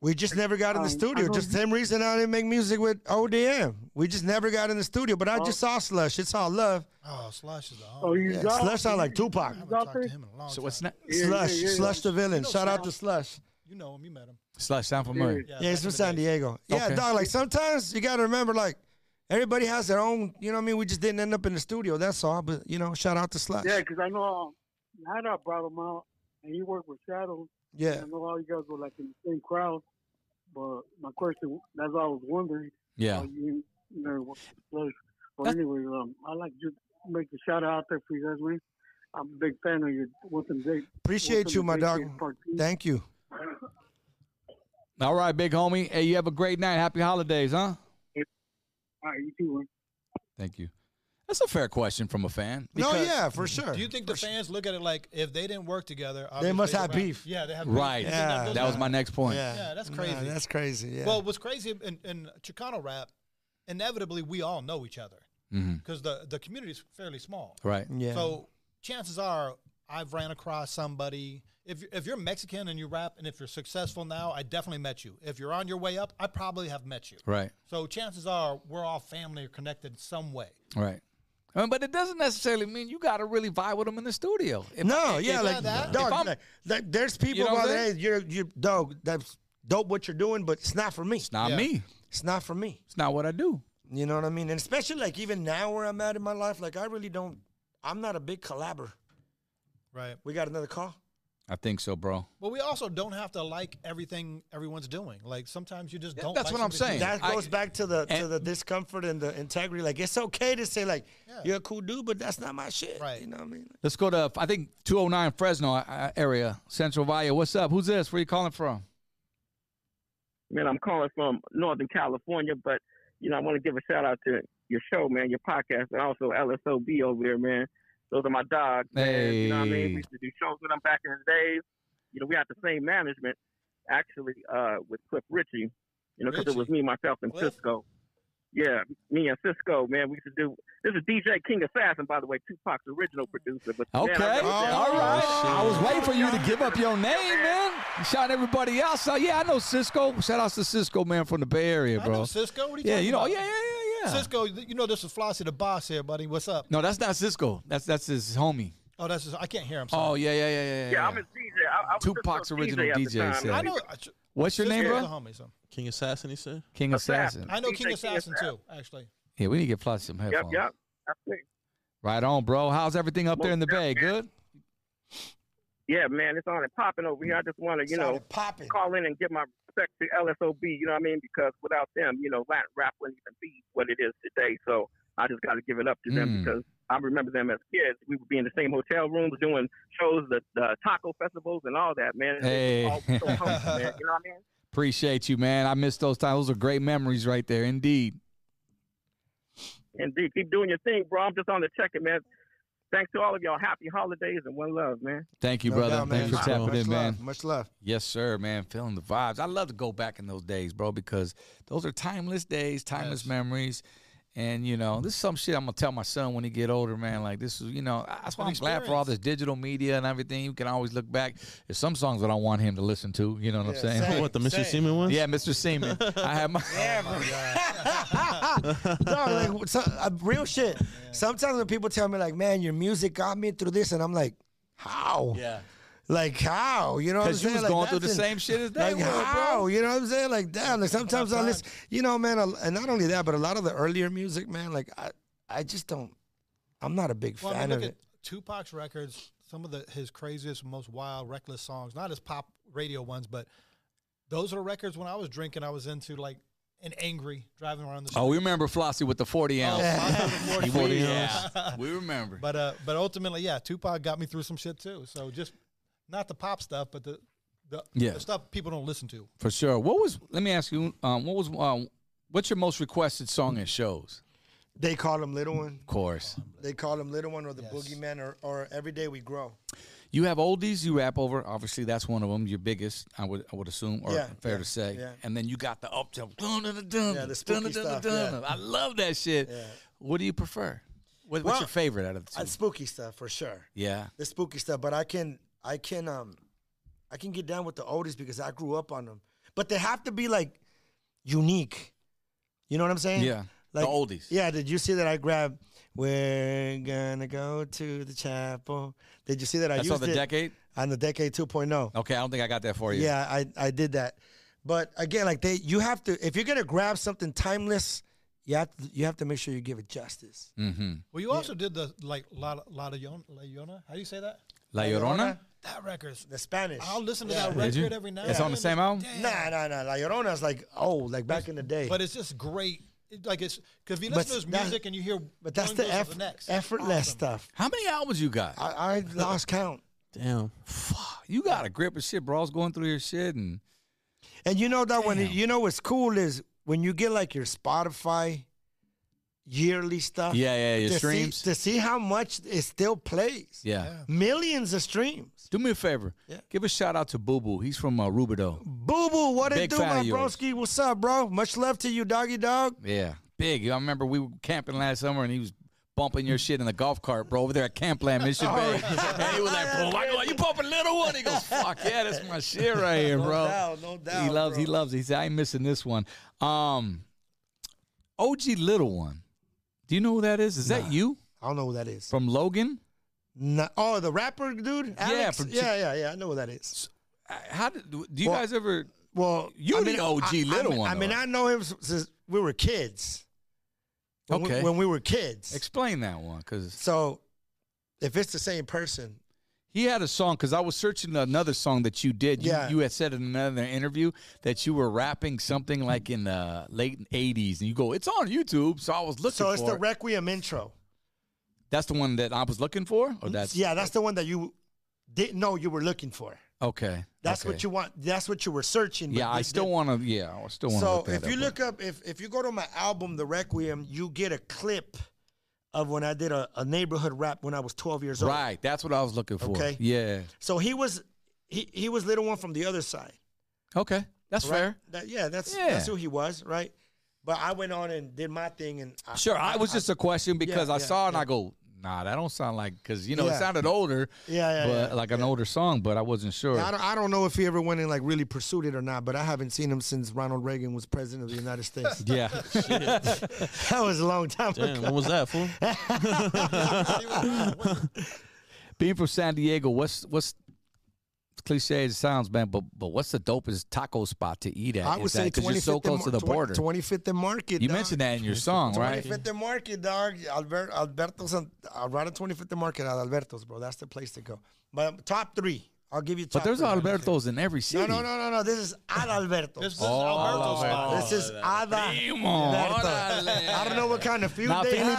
We just never got in the
Um, I
studio.
don't-
Just the same reason I didn't make music with ODM. We just never got in the studio. But I just saw Slush. It's all love.
Oh, Slush is the homie.
Oh, you
Yeah,
got
Slush sound like Tupac.
I haven't
got
talked to
there?
him in a long
So
time.
what's next?
Yeah,
Slush,
yeah, yeah.
Slush the villain.
know
Shout out
Slush.
to Slush.
You know him. You met him.
Slash sound familiar.
Yeah.
Yeah,
back
he's
in
from
the
San
day.
Diego. Yeah,
Okay.
dog. Like sometimes you gotta remember, like everybody has their own. You know what I mean? We just didn't end up in the studio. That's all. But you know, shout out to Slush.
Yeah, because I know um, Nada brought him out, and he worked with Shadow.
yeah.
I know all you guys were like in the same crowd, but my question, that's all I was wondering.
Yeah.
how you never worked with Slush. But
That's-
anyway, um, I like to make a shout out there for you guys, man. I'm a big fan of your Wilson Jake.
Appreciate you, my dog. Thank you.
All right, big homie. Hey, you have a great night. Happy holidays, huh?
All right, you too, man.
Thank you. That's a fair question from a fan.
no,
because-
yeah, for sure.
Do you think
For
the fans look at it like if they didn't work together?
They must
obviously
have
they're-
beef.
Yeah, they have.
Right.
Beef. You think
Yeah.
those
That was
guys-
my next point.
Yeah, that's
Nah,
crazy.
that's crazy. Yeah.
Well, what's crazy in, in Chicano rap, inevitably we all know each other
Mhm.
because the the community is fairly small.
Right.
yeah.
So chances are I've ran across somebody. If you- if you're Mexican and you rap, and if you're successful now, I definitely met you. If you're on your way up, I probably have met you.
Right.
So chances are we're all family or connected in some way.
Right. I mean, but it doesn't necessarily mean you got to really vibe with them in the studio. If-
No, yeah,
if
like,
I- that-
dog,
if I'm-
like, like, there's people
know what
out
I'm
there. You're, you dog. That's dope what you're doing, but it's not for me.
It's not me.
It's not for me.
It's not what I do.
You know what I mean? And especially like even now where I'm at in my life, like I really don't. I'm not a big collabor.
right?
We got another call.
I think so, bro.
But we also don't have to like everything everyone's doing. Like sometimes you just don't.
that's
like
what I'm
somebody's
saying.
That
I-
goes back to the to
and-
the discomfort and the integrity. Like it's okay to say like you're a cool dude, but that's not my shit.
Right.
You know what I mean?
Let's go to I think 209 Fresno uh, area, Central Valley. What's up? Who's this? Where you calling from?
man, I'm calling from Northern California, but you know, I want to give a shout out to your show, man, your podcast, and also LSOB over there, man. Those are my dogs, man. You know what I mean?
Hey.
We used to do shows with them back in the days. You know, we had the same management, actually, uh, with Cliff Ritchie. You know, because it
Ritchie.
was me, myself, and
Cliff?
Cisco. Yeah, me and Cisco, man. We used to do. This is DJ King Assassin, by the way, Tupac's original producer. But man, I
Okay.
wrote down-
All right.
Oh,
Oh,
I was waiting for you to give up your name, man. You shout everybody else out. Yeah, I know Cisco. Shout outs to Cisco, man, from the Bay Area,
I know
bro.
Cisco. What are you
Yeah,
talking
you know.
about?
Yeah, yeah, yeah, yeah.
Cisco, you know this is Flossie the boss here, buddy. What's up?
No, that's not Cisco. That's that's his homie.
Oh, that's just, I can't hear him.
Oh
Sorry.
yeah, yeah, yeah, yeah.
Yeah, I'm a DJ. I, I was
Tupac's
Cisco's
original
DJ, at the
DJ
time.
said.
I know. I-
What's your name,
Cisco's
bro?
a homie, so.
King Assassin, he said.
King Assassin.
I know
DJ
King Assassin too, actually.
Yeah, we need to get Flossy some
Yep,
headphones.
yep. That's it.
Right on, bro. How's everything up there in the Bay? Good.
Yeah, man, it's on and popping over here. I just want to, you know,
popping.
call in and give my respect to LSOB. You know what I mean? Because without them, you know, Latin rap wouldn't even be what it is today. So I just got to give it up to
Mm.
them because I remember them as kids. We would be in the same hotel rooms doing shows, the, the taco festivals, and all that, man. And they were all
Hey.
so humble, man. You know what I mean?
Appreciate you, man. I miss those times. Those are great memories, right there. Indeed.
Indeed, keep doing your thing, bro. I'm just on the check it, man. Thanks to all of y'all. Happy holidays and one love, man.
Thank you,
No
oh,
brother.
doubt,
Thanks
man.
for tapping
Much
in, man.
love, Much love.
Yes, sir, man. Feeling the vibes. I love to go back in those days, bro, because those are timeless days, timeless memories. And you know, this is some shit I'm gonna tell my son when he get older, man. Like this is, you know, I- that's why I'm glad for all this digital media and everything. You can always look back. There's some songs that I want him to listen to. You know what I'm saying?
What the Mr. Seaman one?
Yeah, Mr. Seaman. I have my.
Ah, no, like so, uh, real shit. Sometimes when people tell me like, "Man, your music got me through this," and I'm like, "How?
Yeah.
Like how? You know what I'm
Because you
saying?
was
Like,
going through the
that's an-
same shit as they
like
were,
how?
bro.
You know what I'm saying? Like damn. Like sometimes I listen. You know, man, a- and not only that, but a lot of the earlier music, man. Like I, I just don't. I'm not a big
Well, I
fan
mean, look
of
at
it.
Tupac's records. Some of the his craziest, most wild, reckless songs. Not his pop radio ones, but those are records when I was drinking. I was into like an angry driving around the.
Oh,
street.
we remember Flossie with the 40 ounce.
Oh,
He
40
was-
ounce.
yeah, we remember.
But uh, but ultimately, yeah, Tupac got me through some shit too. So just not the pop stuff, but the the,
Yeah.
the stuff people don't listen to.
For sure. What was? Let me ask you. Um, what was? Um, what's your most requested song at shows?
They call him Little One.
Of course.
They call him Little One or the Boogeyman or, or Every Day We Grow.
You have oldies you rap over. Obviously, that's one of them. Your biggest, I would I would assume, or
Yeah,
fair
yeah,
to say.
yeah.
And then you got the up tempo. Yeah,
the spooky stuff, yeah.
I love that shit. What do you prefer? What, what's
Well,
your favorite out of the two?
Uh, spooky stuff for sure.
yeah.
the spooky stuff, but I can I can um I can get down with the oldies because I grew up on them. But they have to be like unique. You know what I'm saying?
Yeah. The
Like
oldies.
Yeah, did you see that I grabbed we're gonna go to the chapel. Did you see that I
That's
used
on the
it
decade.
on the decade 2.0?
Okay, I don't think I got that for you.
Yeah, I I did that. But again, like they you have to if you're going to grab something timeless, you have to, you have to make sure you give it justice.
Mm-hmm.
Well, you also did the like La La Llorona. La Llorona? How do you say that?
La Llorona.
That record's.
The Spanish.
I'll listen to
Yeah.
that
Did you?
record every now.
It's
and
on the
then.
same album?
Damn.
Nah, nah, nah. La Llorona's like, oh, like back in the
Eh.
day.
but it's just great. It, like it's because if you
But
listen to his
that-
music and you hear,
But that's
one
the,
goes to
eff-
next.
effortless
Awesome.
stuff.
How many albums you got?
I, I lost count.
Damn.
You got a grip of shit, bro. I was going through your shit and
And you know that when
Damn.
you know what's cool is when you get like your Spotify yearly stuff.
Yeah, yeah, your
to see-
streams.
to see how much it still plays.
yeah.
Millions of streams.
Do me a favor.
Yeah.
Give a shout out to Boo Boo. He's from uh, Rubido.
Boo boo, what
Big
it do,
fan
my
of yours.
broski? What's up, bro? Much love to you, doggy dog.
Yeah, big. I remember we were camping last summer and he was bumping your shit in the golf cart, bro, over there at Campland
Oh,
Mission Bay. and he was like, bro, why, why you bumping Little One? He goes, fuck yeah, that's my shit right here, bro.
doubt, no doubt,
He loves, he
bro.
loves it. He said, I ain't missing this one. Um, OG Little One. Do you know who that is? Is that you
I don't know who that is.
from Logan?
Nah- oh, the rapper dude? Alex?
from Chi-
yeah, yeah, yeah. I know who that is.
How did, do you
Well-
guys ever
Well,
You the OG
I- I
little
mean-
one,
I mean,
though.
I know him s- since we were kids. When we-
Okay.
when we were kids.
Explain that one, because
so if it's the same person,
he had a song. Because I was searching another song that you did. You,
Yeah.
you had said in another interview that you were rapping something like in the late '80s, and you go, "It's on YouTube." So I was looking.
so it's
for
the
it.
Requiem intro.
That's the one that I was looking for, or that's
yeah, that's the one that you didn't know you were looking for.
okay.
That's
okay.
what you want. That's what you were searching. but
Yeah, I
you
still
didn't.
want to. Yeah, I still want to.
So
look that
if you
up.
look up, if if you go to my album, The Requiem, you get a clip of when I did a, a neighborhood rap when I was 12 years old.
right, that's what I was looking for.
Okay.
Yeah.
So he was he he was little one from the other side.
Okay, that's
right?
fair.
That- yeah, that's
Yeah.
that's who he was, right? But I went on and did my thing, and I,
Sure, I, was just a question because
Yeah,
I
yeah,
saw it and
yeah.
I go, nah, that don't sound like because you know it
Yeah.
sounded older,
yeah, yeah,
but
yeah.
like an older song, but I wasn't sure.
I don't, I don't know if he ever went and like really pursued it or not, but I haven't seen him since Ronald Reagan was president of the United States.
yeah,
that was a long time
Damn,
ago.
when was that, fool?
being from San Diego, what's what's cliche as it sounds, man, but but what's the dopest taco spot to eat at?
I
Is
would
that-
say 25th
you're so close to the border.
Twenty fifth and Market.
you
dog.
mentioned that in your song, right?
25th and Market, dog. Albert, Alberto's on, around the 25th and Market at Alberto's, bro. That's the place to go. But top three, I'll give you. Top
But there's
three.
Albertos in every city.
No, no, no, no, no. This is at Alberto.
This, this
Oh,
is Alberto's
Alberto.
spot.
This is Ada.
Primo,
Alberto.
órale.
I don't know what kind of food
Not
they have.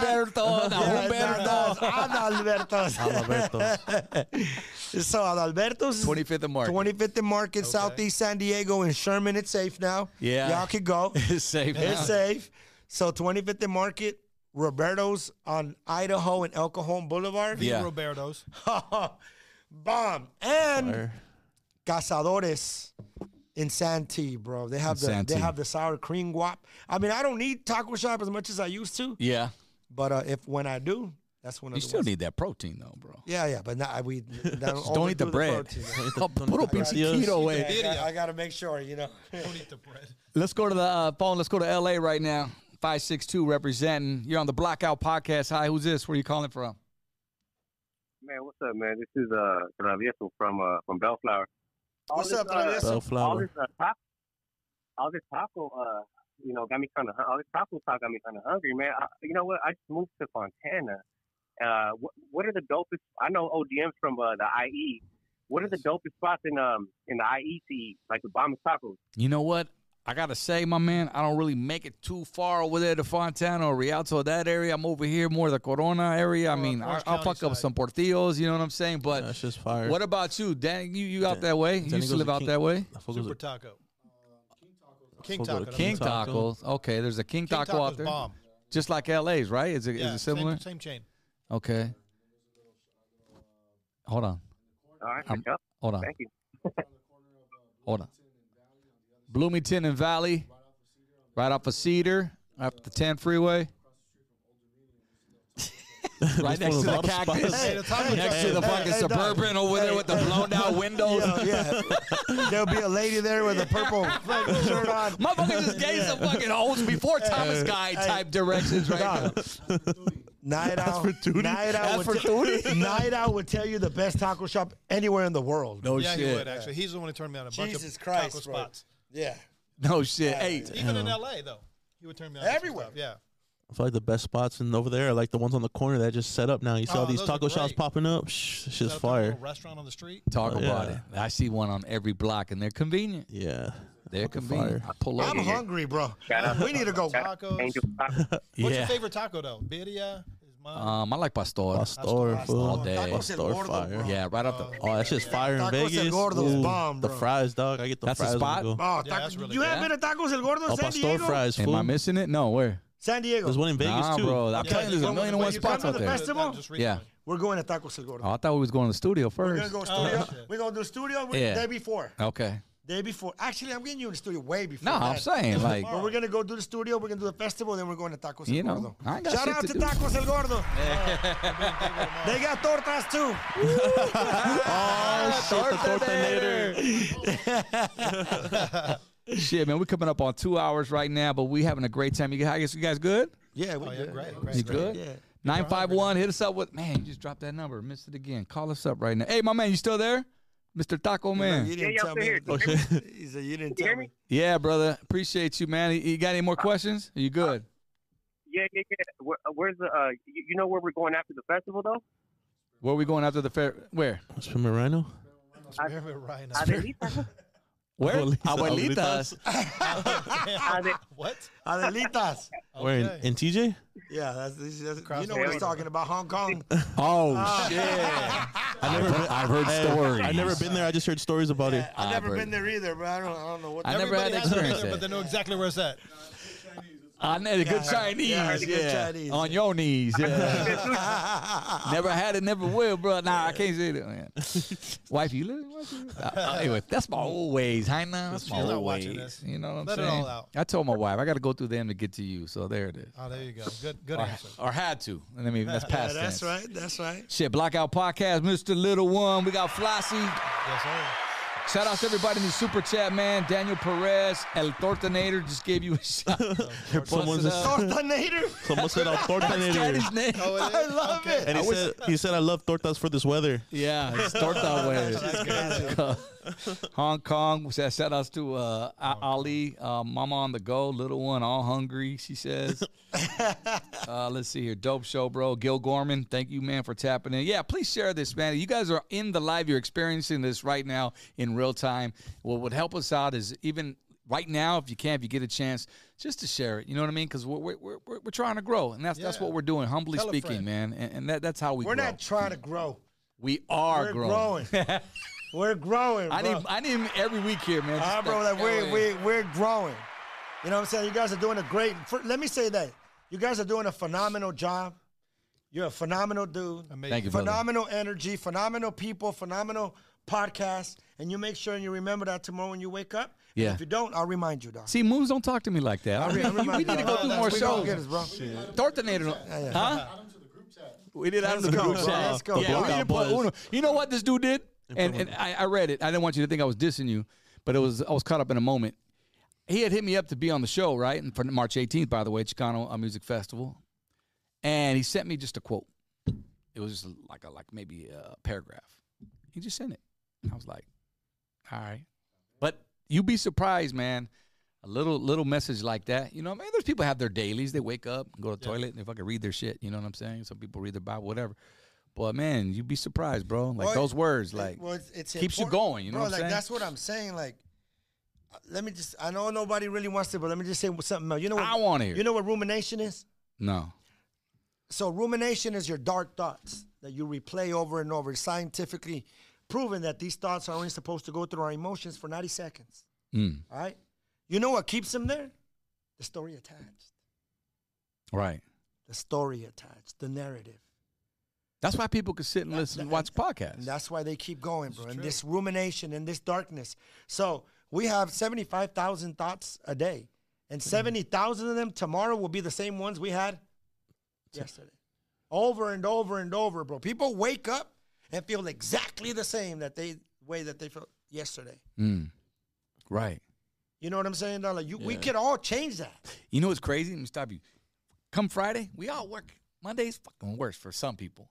Filiberto, not
Yeah, no, it's
Humberto.
Adalbertos. Adalbertos. so Adalbertos.
25th and Market.
25th and Market, Southeast San Diego in Sherman. It's safe now.
Yeah.
Y'all can go.
It's safe.
It's
now.
safe. So 25th and Market, Roberto's on Idaho and El Cajon Boulevard.
Yeah.
Roberto's.
Bomb. And Cazadores in Santee, bro. They have the
In Santee.
they have the sour cream guap. I mean, I don't need taco shop as much as I used to,
Yeah.
but uh, if when I do, that's when I
You still need that protein though, bro.
Yeah, yeah, but not, I- we that
Just don't eat the bread. A little bit
tortillas.
keto way.
I, got, I gotta make sure, you know.
Don't eat the bread.
Let's go to the uh, phone. Let's go to LA right now. 562 representing. You're on the Blackout Podcast. Hi, who's this? Where are you calling from?
Man, what's up, man? This is uh Travieso from uh from Bellflower. All
What's
this,
up,
uh,
Travieso?
All
Bellflower.
this uh, taco, all this taco, uh, you know, got me kind of all this taco talk got me kind of hungry, man. I, you know what? I just moved to Fontana. Uh, what, what are the dopest? I know ODM's from uh, the IE. What are the dopest spots in um in the IE to eat, like the bomb tacos?
You know what? I gotta say, my man, I don't really make it too far over there to Fontana or Rialto, that area. I'm over here more the Corona area. I mean, I,
Orange
I'll
County
fuck up
side.
some portillos. You know what I'm saying? But
That's just fire.
what about you, Dan? You you out
Dan-
that way? You
Danny
used to
goes
live
to
out
King-
that way?
I forgot
Super
the-
Taco.
Fuck
King
with
Taco.
the
that's
King
what it's
Taco.
tacos. Okay, there's a King,
called.
taco out
Tacos
there,
Bomb.
just like LA's, right? Is it is
Yeah,
it similar?
Same, same chain.
Okay. Hold on,
All right,
Um,
good job.
hold on,
Thank you.
hold on. Bloomington and Valley, right off of Cedar, right off the 10 freeway,
This fool
right next to
is
the
out of
cactus,
spots.
next to the fucking suburban over there with the blown out windows.
Yo, yeah, there'll be a lady there with a purple fucking shirt on.
Motherfuckers just gave some fucking old before Thomas guy type directions right now.
Night out, night out,
That's
would
for
t- night out would tell you the best taco shop anywhere in the world.
No
yeah, he would
shit.
actually. He's the one who turned me on a bunch
Jesus
of
Christ,
taco
bro.
spots.
Yeah,
No shit. Hey,
Even in L.A. though, he would turn me on to some
Everywhere.
stuff, Yeah.
I feel like the best spots in over there are like the ones on the corner that I just set up now. You see all
Oh,
these
those are
taco shops
great.
popping up. Shh, this shit's
Set up that little
fire.
Restaurant on the street.
talk
Oh,
about
yeah.
it. I see one on every block, and they're convenient.
Yeah.
They're
Fucking
convenient.
fire.
I pull over.
I'm hungry, bro.
Shout out
We need to go.
Shout out
Tacos.
Angel Taco.
What's
Yeah.
your favorite taco though? Birria is mine.
Um, I like pastor.
Pastor, fool.
All day.
Tacos El
Pastor
Gordo,
fire.
bro.
Yeah, right off the.
Oh, that shit's fire in
Tacos El
Vegas.
Gordo's bomb,
the
bro.
fries, dog. I get the
That's a
fries. when I
spot?
go.
Oh,
Yeah,
taco-
that's really
you
good.
have been at Tacos El Gordo in
El
San
Pastor
Diego?
fries,
Am
fool.
I missing it? No, where?
San Diego.
There's one in Vegas
Nah,
too.
bro. I'm
Yeah,
telling you, there's a
when-
million and
when
one
you
spots
come
out
to
there.
the festival, just
Yeah.
recently.
We're going to Tacos El Gordo.
Oh, I thought we was going to the studio 1st
We're gonna go studio.
shit.
We're gonna do studio
Oh, Yeah.
day before.
Okay.
Day before. Actually, I'm getting you in the studio way before.
No, I'm
that.
saying like
But we're gonna go do the studio. We're gonna do the festival. Then we're going to Tacos El
You know,
Gordo.
I ain't got
Shout
shit
out
to
to,
do.
Tacos El Gordo. they got tortas too.
Oh, shit, the tortinator.
shit, man. We're coming up on two hours right now, but we having a great time. You guys, you guys good?
Yeah, we
Oh, yeah, great, great.
You
great.
good? Nine five one. Hit us up with man. You just dropped that number. Missed it again. Call us up right now. Hey, my man, you still there? Mr. Taco Man.
You didn't tell me.
Oh, shit.
He said, you didn't tell me.
yeah, brother. Appreciate you, man. You- You got any more questions? Are you good?
Yeah, yeah, yeah. Where, where's the? Uh, you, you know where we're going after the festival though?
Where are we going after the fair? Where? Moreno.
Are they Litas?
Where?
Abuelitas.
Abuelitas.
Are they-
What?
Adelitas.
Where in, in TJ?
Yeah, that's, this is- that's-
Cross
you know what
the
he's
border.
talking about, Hong Kong.
Oh,
Ah.
shit.
I never. been-
I've heard
Hey,
stories.
I've never been there. I just heard stories about it.
I've never been there either, but I don't, I don't know what.
I never
Everybody
had that
has their
experience.
brother, but they know exactly where it's at.
I need a good
Yeah,
Chinese.
yeah, I
Yeah,
heard a good Chinese,
on your knees. Yeah. never had it, never will, bro. Nah, I can't say that, man. Wife, you live. wife, you live. Uh, uh, anyway, that's my old ways, huh? Nah, That's
She's
my
not
old
watching
ways.
this.
You know what I'm
Let it
saying?
all out.
I told my wife I got to go through them to get to you. So there it is.
Oh, there you go. Good, good
Or,
answer.
or had to. I mean, that's
Yeah,
past
that's
tense.
right. That's right.
Shit, Blackout Podcast, Mr. Little One. We got Flossie.
Yes, sir.
Shout out to everybody in the super chat, man. Daniel Perez, El Tortonator just gave you a shout.
Someone's
Busted
Uh,
up.
Tortonator.
Someone said I'm
That's
tortinator.
Daddy's name.
Oh, it
I
is?
love
Okay.
it.
And he said, he said, I love tortas for this weather.
Yeah, it's torta weather. Hong Kong. Shout shout outs to uh, A- Ali, uh, Mama on the go, little one, all hungry. She says. uh, let's see here, dope show, bro. Gil Gorman, thank you, man, for tapping in. Yeah, please share this, man. You guys are in the live. You're experiencing this right now in real time. What would help us out is even. Right now, if you can, if you get a chance, just to share it, you know what I mean? Because we're, we're, we're, we're we're trying to grow, and that's that's
Yeah.
what we're doing, humbly
Tell a
speaking,
friend.
man. And, and that, that's how we
We're
grow.
not trying to grow.
we are
We're
growing.
growing. We're growing.
I
bro.
need I need him every week here, man.
Ah,
Just
bro,
that-
like we're,
that way.
we're, we're growing. You know what I'm saying? You guys are doing a great, for, let me say that. You guys are doing a phenomenal job. You're a phenomenal dude.
Amazing.
Thank you, brother.
Phenomenal energy, phenomenal people, phenomenal podcast. And you make sure and you remember that tomorrow when you wake up. And
Yeah.
If you don't, I'll remind you, dog.
See, moons don't talk to me like that.
I'll re- I'll
we
remind
need
you.
to go through
That's-
more
we gonna get
shows.
this, bro.
Tortonator, huh? We did out
Let's
of the
go,
group
bro.
chat.
Let's go,
Yeah,
bro.
we didn't put Uno. You know what this dude did? And, and I, I read it. I didn't want you to think I was dissing you, but it was I was caught up in a moment. He had hit me up to be on the show, right? And for March 18th, by the way, Chicano uh, Music Festival. And he sent me just a quote. It was just like a like maybe a paragraph. He just sent it. And I was like, all right. But you'd be surprised, man. A little little message like that, you know. Man, there's people have their dailies. They wake up, go to the toilet, and they fucking read their shit. You know what I'm saying? Some people read their Bible, whatever. But man, you'd be surprised, bro. Like
Well,
those words,
it-
like
well, it's, it's
keeps you
important.
going, you know
Bro,
what I'm
like
saying?
that's what I'm saying. Like, uh, let me just. I know nobody really wants to, but let me just say something else. You know what
I wanna hear
You
it.
know what rumination is?
no,
So rumination is your dark thoughts that you replay over and over. It's scientifically proven that these thoughts are only supposed to go through our emotions for 90 seconds.
Mm.
All right. You know what keeps them there? The story attached.
right.
The story attached. The narrative.
That's why people can sit and listen, and watch
And
podcasts.
that's why they keep going, bro. And this rumination and this darkness. So we have 75,000 thoughts a day, and 70,000 of them tomorrow will be the same ones we had yesterday. Over and over and over, bro. People wake up and feel exactly the same that they way that they felt yesterday.
Mm. Right.
You know what I'm saying? Dog? Like you, we could all change that.
You know what's crazy? Let me stop you. Come Friday, we all work. Monday's fucking worse for some people.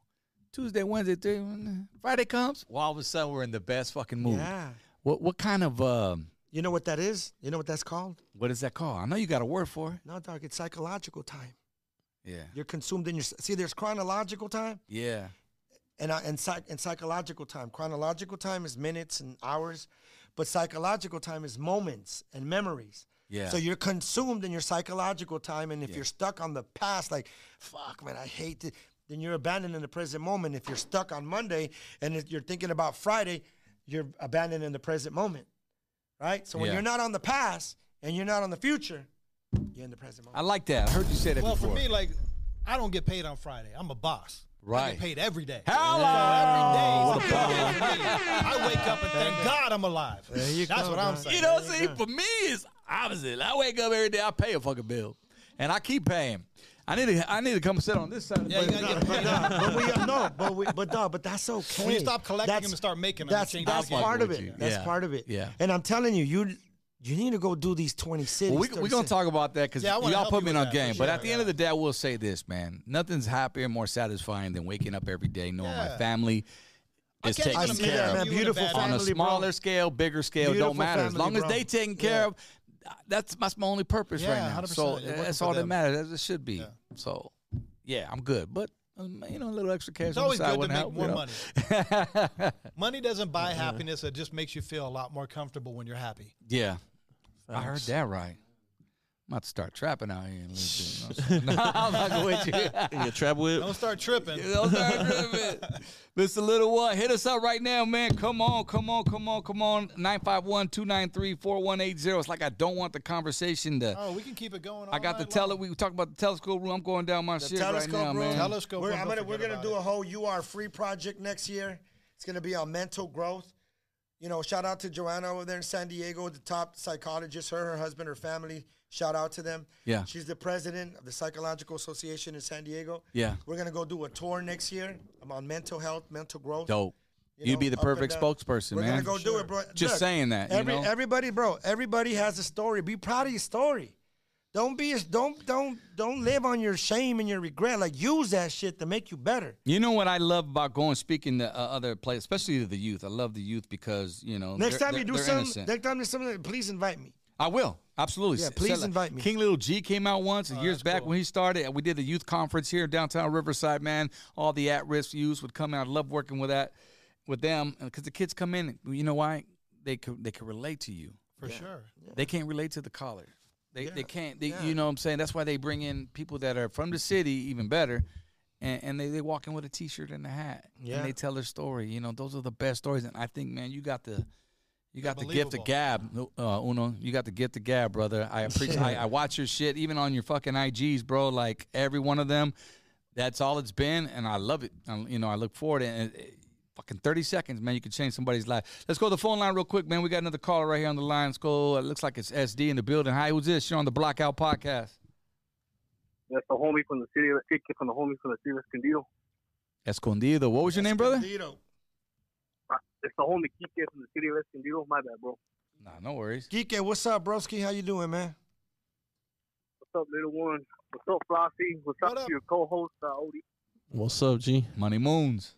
Tuesday, Wednesday, Thursday, Friday comes. Well, all of a sudden we're in the best fucking mood.
Yeah.
What what kind of um
You know what that is? You know what that's called?
what is that called? Oh, I know you got a word for
No, dog. It's psychological time.
it. Yeah.
You're consumed in your. See, there's chronological time.
Yeah.
and I, and, psych, and psychological time. Chronological time is minutes and hours, but psychological time is moments and memories.
Yeah.
So you're consumed in your psychological time, and if you're stuck on the past, like fuck, man, I hate it, then you're abandoning the present moment. If you're stuck on Monday and if you're thinking about Friday, you're abandoning the present moment, right? So when
Yeah.
you're not on the past and you're not on the future, you're in the present moment.
I like that. I heard you say that
Well, for
before.
me, like, I don't get paid on Friday. I'm a boss. I
Right.
get paid every day.
Hello!
So every day, I wake up and thank God I'm alive. That's what I'm saying.
You know, see, for me, it's opposite. I wake up every day, I pay a fucking bill, and I keep paying. I need to, I need to come sit on this side. Of the
yeah, you gotta get paid.
but we no, but we, but no, but that's okay.
When you stop collecting
That's-
them and start making them,
That's
you change
that's
the game.
part of
with
it.
you.
That's
Yeah.
part of it.
Yeah.
And I'm telling you, you you need to go do these 20 cities.
Well, we, we're
30
going to
cities.
talk about that because
Yeah, I wanna
y'all
help
put
you
me in
with that,
on game.
for
But
sure.
at the end of the day, I will say this, man. Nothing's happier and more satisfying than waking up every day knowing my
Yeah.
family is
can't
taken
even imagine
care of.
you in a Beautiful bad-
on a
family, bro.
smaller scale, bigger scale,
Beautiful
don't matter. As
family,
long as
bro.
they taken care of, that's that's my only purpose
Yeah,
right now.
100%.
So
You're working
that's
for
all that
them.
matters. That's it should be. So yeah, I'm good. But um, you know, a little extra cash.
It's
on the
always
side
good to
wouldn't
make
help,
more
you know?
money. money doesn't buy
Uh-huh.
happiness. It just makes you feel a lot more comfortable when you're happy.
Yeah. I heard
Thanks.
that right. I'm about to start trapping out here in LinkedIn. No, I'm not with you.
You trap with?
Don't start tripping.
Don't start tripping. Mr. Little One, hit us up right now, man. Come on, come on, come on, come on. 951-293-4180. It's like I don't want the conversation to
Oh, we can keep it going.
I got the tele we talked about the telescope room. I'm going down my shit right now, man.
We're, I'm gonna, we're gonna do a whole "You Are Free" project next year. It's gonna be on mental growth. You know, shout out to Joanna over there in San Diego, the top psychologist. Her, her husband, her family. Shout out to them.
Yeah.
she's the president of the Psychological Association in San Diego.
Yeah.
we're gonna go do a tour next year. I'm on mental health, mental growth.
Dope.
You
You'd
know,
be the
up and
perfect
down.
spokesperson,
We're
man.
gonna go do it, bro.
Just
Look,
saying that.
Every,
you know?
everybody, bro. Everybody has a story. Be proud of your story. Don't be. Don't don't don't live on your shame and your regret. Like use that shit to make you better.
You know what I love about going speaking to uh, other players, especially to the youth. I love the youth because you know
Next
they're-
time you do
they're- they're
something,
innocent.
next time there's something, please invite me.
I will absolutely.
Yeah,
S-
please
sell it.
invite me. Oh,
King Little G came out once years back when he started. and We did the youth conference here in downtown Riverside. Man, all the at-risk youths would come out. I love working with that with them because the kids come in. You know why? They could they could relate to you.
For sure.
They can't relate to the collar. They, they can't. They,
yeah.
You know what I'm saying? That's why they bring in people that are from the city, even better, and, and they, they walk in with a T-shirt and a hat,
Yeah.
and they tell their story. You know, those are the best stories. And I think, man, you got the you got the gift of
Unbelievable.
gab, uh, Uno. You got the gift of gab, brother. I appreciate. I, I watch your shit, even on your fucking IGs, bro. Like every one of them, that's all it's been, and I love it. i you know, I look forward to it. And it- fucking thirty seconds, man. You can change somebody's life. Let's go to the phone line real quick, man. We got another caller right here on the line. Let's go. It looks like it's SD in the building. Hi, who's this? You're on the Blockout Podcast.
That's the homie from the city. of- Kid from the homie from the city of Escondido.
Escondido. What was your name, brother?
Uh, It's the homie Kike from the city of Escondido. My bad, bro.
Nah, no worries.
Geeke, what's up, broski? How you doing, man?
What's up, little one? What's up, Flossy? What's up, to your co-host, uh, Odie?
What's up, G?
Money Moons.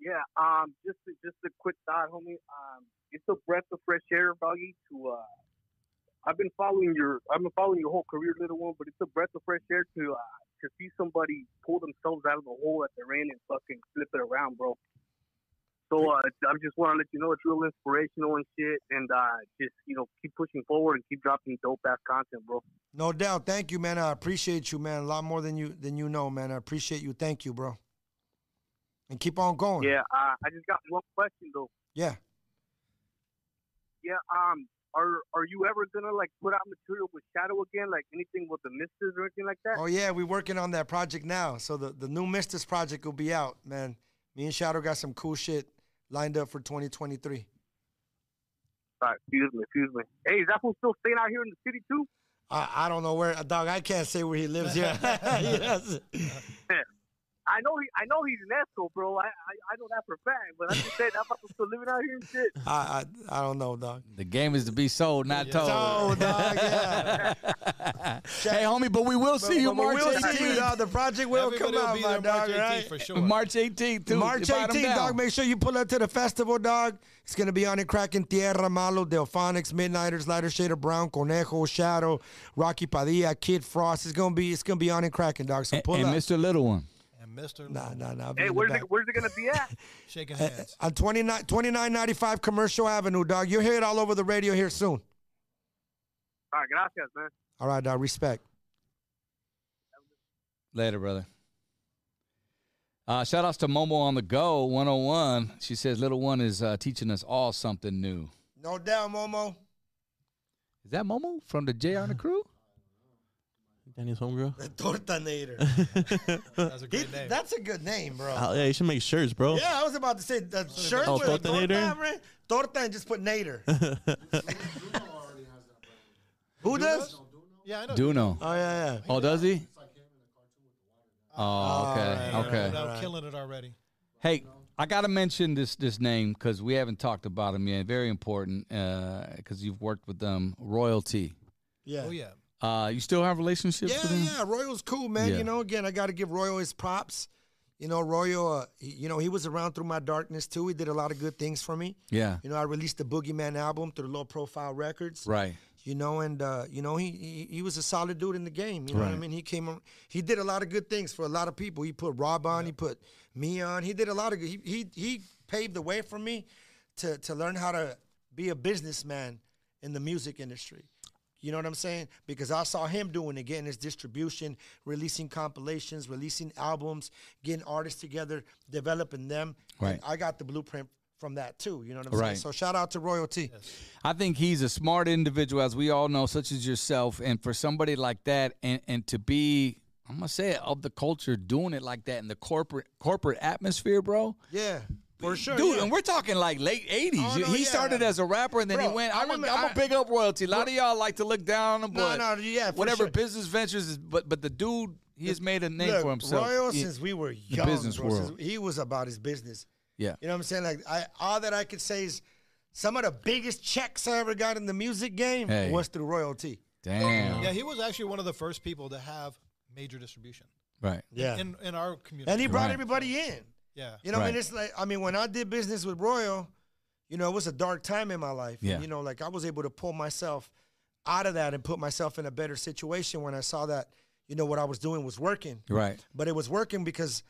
Yeah. Um. Just a, just a quick thought, homie. Um. It's a breath of fresh air, Boggy. To uh, I've been following your I've been following your whole career, little one. But it's a breath of fresh air to uh, to see somebody pull themselves out of the hole that they're in and fucking flip it around, bro. So uh, I just want to let you know it's real inspirational and shit, and uh, just you know keep pushing forward and keep dropping dope ass content, bro.
No doubt. Thank you, man. I appreciate you, man. A lot more than you than you know, man. I appreciate you. Thank you, bro. And keep on going.
Yeah, uh, I just got one question though.
Yeah.
Yeah, um, are are you ever gonna like put out material with Shadow again, like anything with the Misters or anything like that?
Oh yeah, we're working on that project now. So the, the new Mistress project will be out, man. Me and Shadow got some cool shit lined up for 2023.
Sorry, Uh, excuse me, excuse me. Hey, is that fool still staying out here in the city too?
I, I don't know where dog. I can't say where he lives. Yeah, yes.
I know he, I know he's an asshole, bro. I, I, I know that for a fact. But I just said that fool's still living out here and shit.
I, I I don't know, dog.
The game is to be sold, not told.
Sold, dog, yeah.
hey, homie, but we will see you March
We'll see you,
18th.
dog. The project will
Everybody
come
will
out,
be
my
there
dog.
March 18th
right?
for sure. March 18th, too.
March
Write 'em
18th,
down.
dog. Make sure you pull up to the festival, dog. It's gonna be on in Kraken, Tierra Malo, Delphonics, Midnighters, Lighter Shade of Brown, Conejo, Shadow, Rocky Padilla, Kid Frost. It's gonna be it's gonna be on in Kraken, dog. So pull
and
up.
Mr. Little One.
And Mr.
Nah, nah, nah. I'll be in
Hey,
the
where's
back.
it, where's it gonna be at?
Shaking
Uh,
hands.
on 29, 2995 Commercial Avenue, dog. You'll hear it all over the radio here soon.
All right, gracias, man.
All right, dog. Respect.
Later, brother. Uh, shout outs to Momo on the go 101. She says, Little One is uh, teaching us all something new.
No doubt, Momo.
Is that Momo from the J on the crew?
Danny's homegirl.
Tortanator.
That's a
He- That's a good name, bro.
Oh, yeah, you should make shirts, bro.
Yeah, I was about to say the shirt
Oh,
with a
Tortanator?
torta, man. Torta and just put nader. Who does?
Yeah, I know.
Duno.
Oh, yeah, yeah.
Oh, does he? Oh, okay.
Yeah,
Okay.
Without killing it already.
Hey, I gotta mention this this name because we haven't talked about him yet. Very important because you've worked with them. Royalty.
Yeah.
Oh yeah.
Uh, you still have relationships
Yeah,
with him?
yeah. Royal's cool, man.
Yeah.
You know, again, I got to give Royal his props. You know, Royo, uh, he- you know, he was around through my darkness too. He did a lot of good things for me.
Yeah.
You know, I released the Boogeyman album through Low Profile Records.
Right.
You know, and uh, you know, he, he he was a solid dude in the game. You know what I
Right.
mean? He came, ar- he did a lot of good things for a lot of people. He put Rob on, he put me on. He did a lot of good. He he, he paved the way for me to to learn how to be a businessman in the music industry. You know what I'm saying? Because I saw him doing it, getting his distribution, releasing compilations, releasing albums, getting artists together, developing them.
Right.
And I got the blueprint from that too. You know what I'm saying?
Right.
So shout out to royalty.
I think he's a smart individual, as we all know, such as yourself. And for somebody like that, and, and to be, I'm gonna say it, of the culture, doing it like that in the corporate corporate atmosphere, bro.
Yeah, for sure.
Dude,
yeah.
and we're talking like late 80s.
Oh, no,
he
yeah.
started as a rapper and then
Bro,
he went.
I
I'm
remember-
going
I-
to big up royalty. A lot of y'all like to look down on him,
No,
but
no, yeah, for
whatever
sure.
business ventures is, but, but the dude, he has made a name
Look,
for himself.
Royal,
in
since we were
the
young,
business
bro,
world.
since he was about his business.
Yeah.
You know what I'm saying? Like, I all that I could say is some of the biggest checks I ever got in the music game
Hey.
was through royalty.
Damn.
Yeah, he was actually one of the first people to have major distribution.
Right.
Yeah.
In in our community.
and he brought
Right.
everybody in.
Yeah.
You know, I mean,
Right.
it's like I mean, when I did business with Royal, you know, it was a dark time in my life. And,
Yeah.
you know, like I was able to pull myself out of that and put myself in a better situation when I saw that, you know, what I was doing was working.
Right.
But it was working because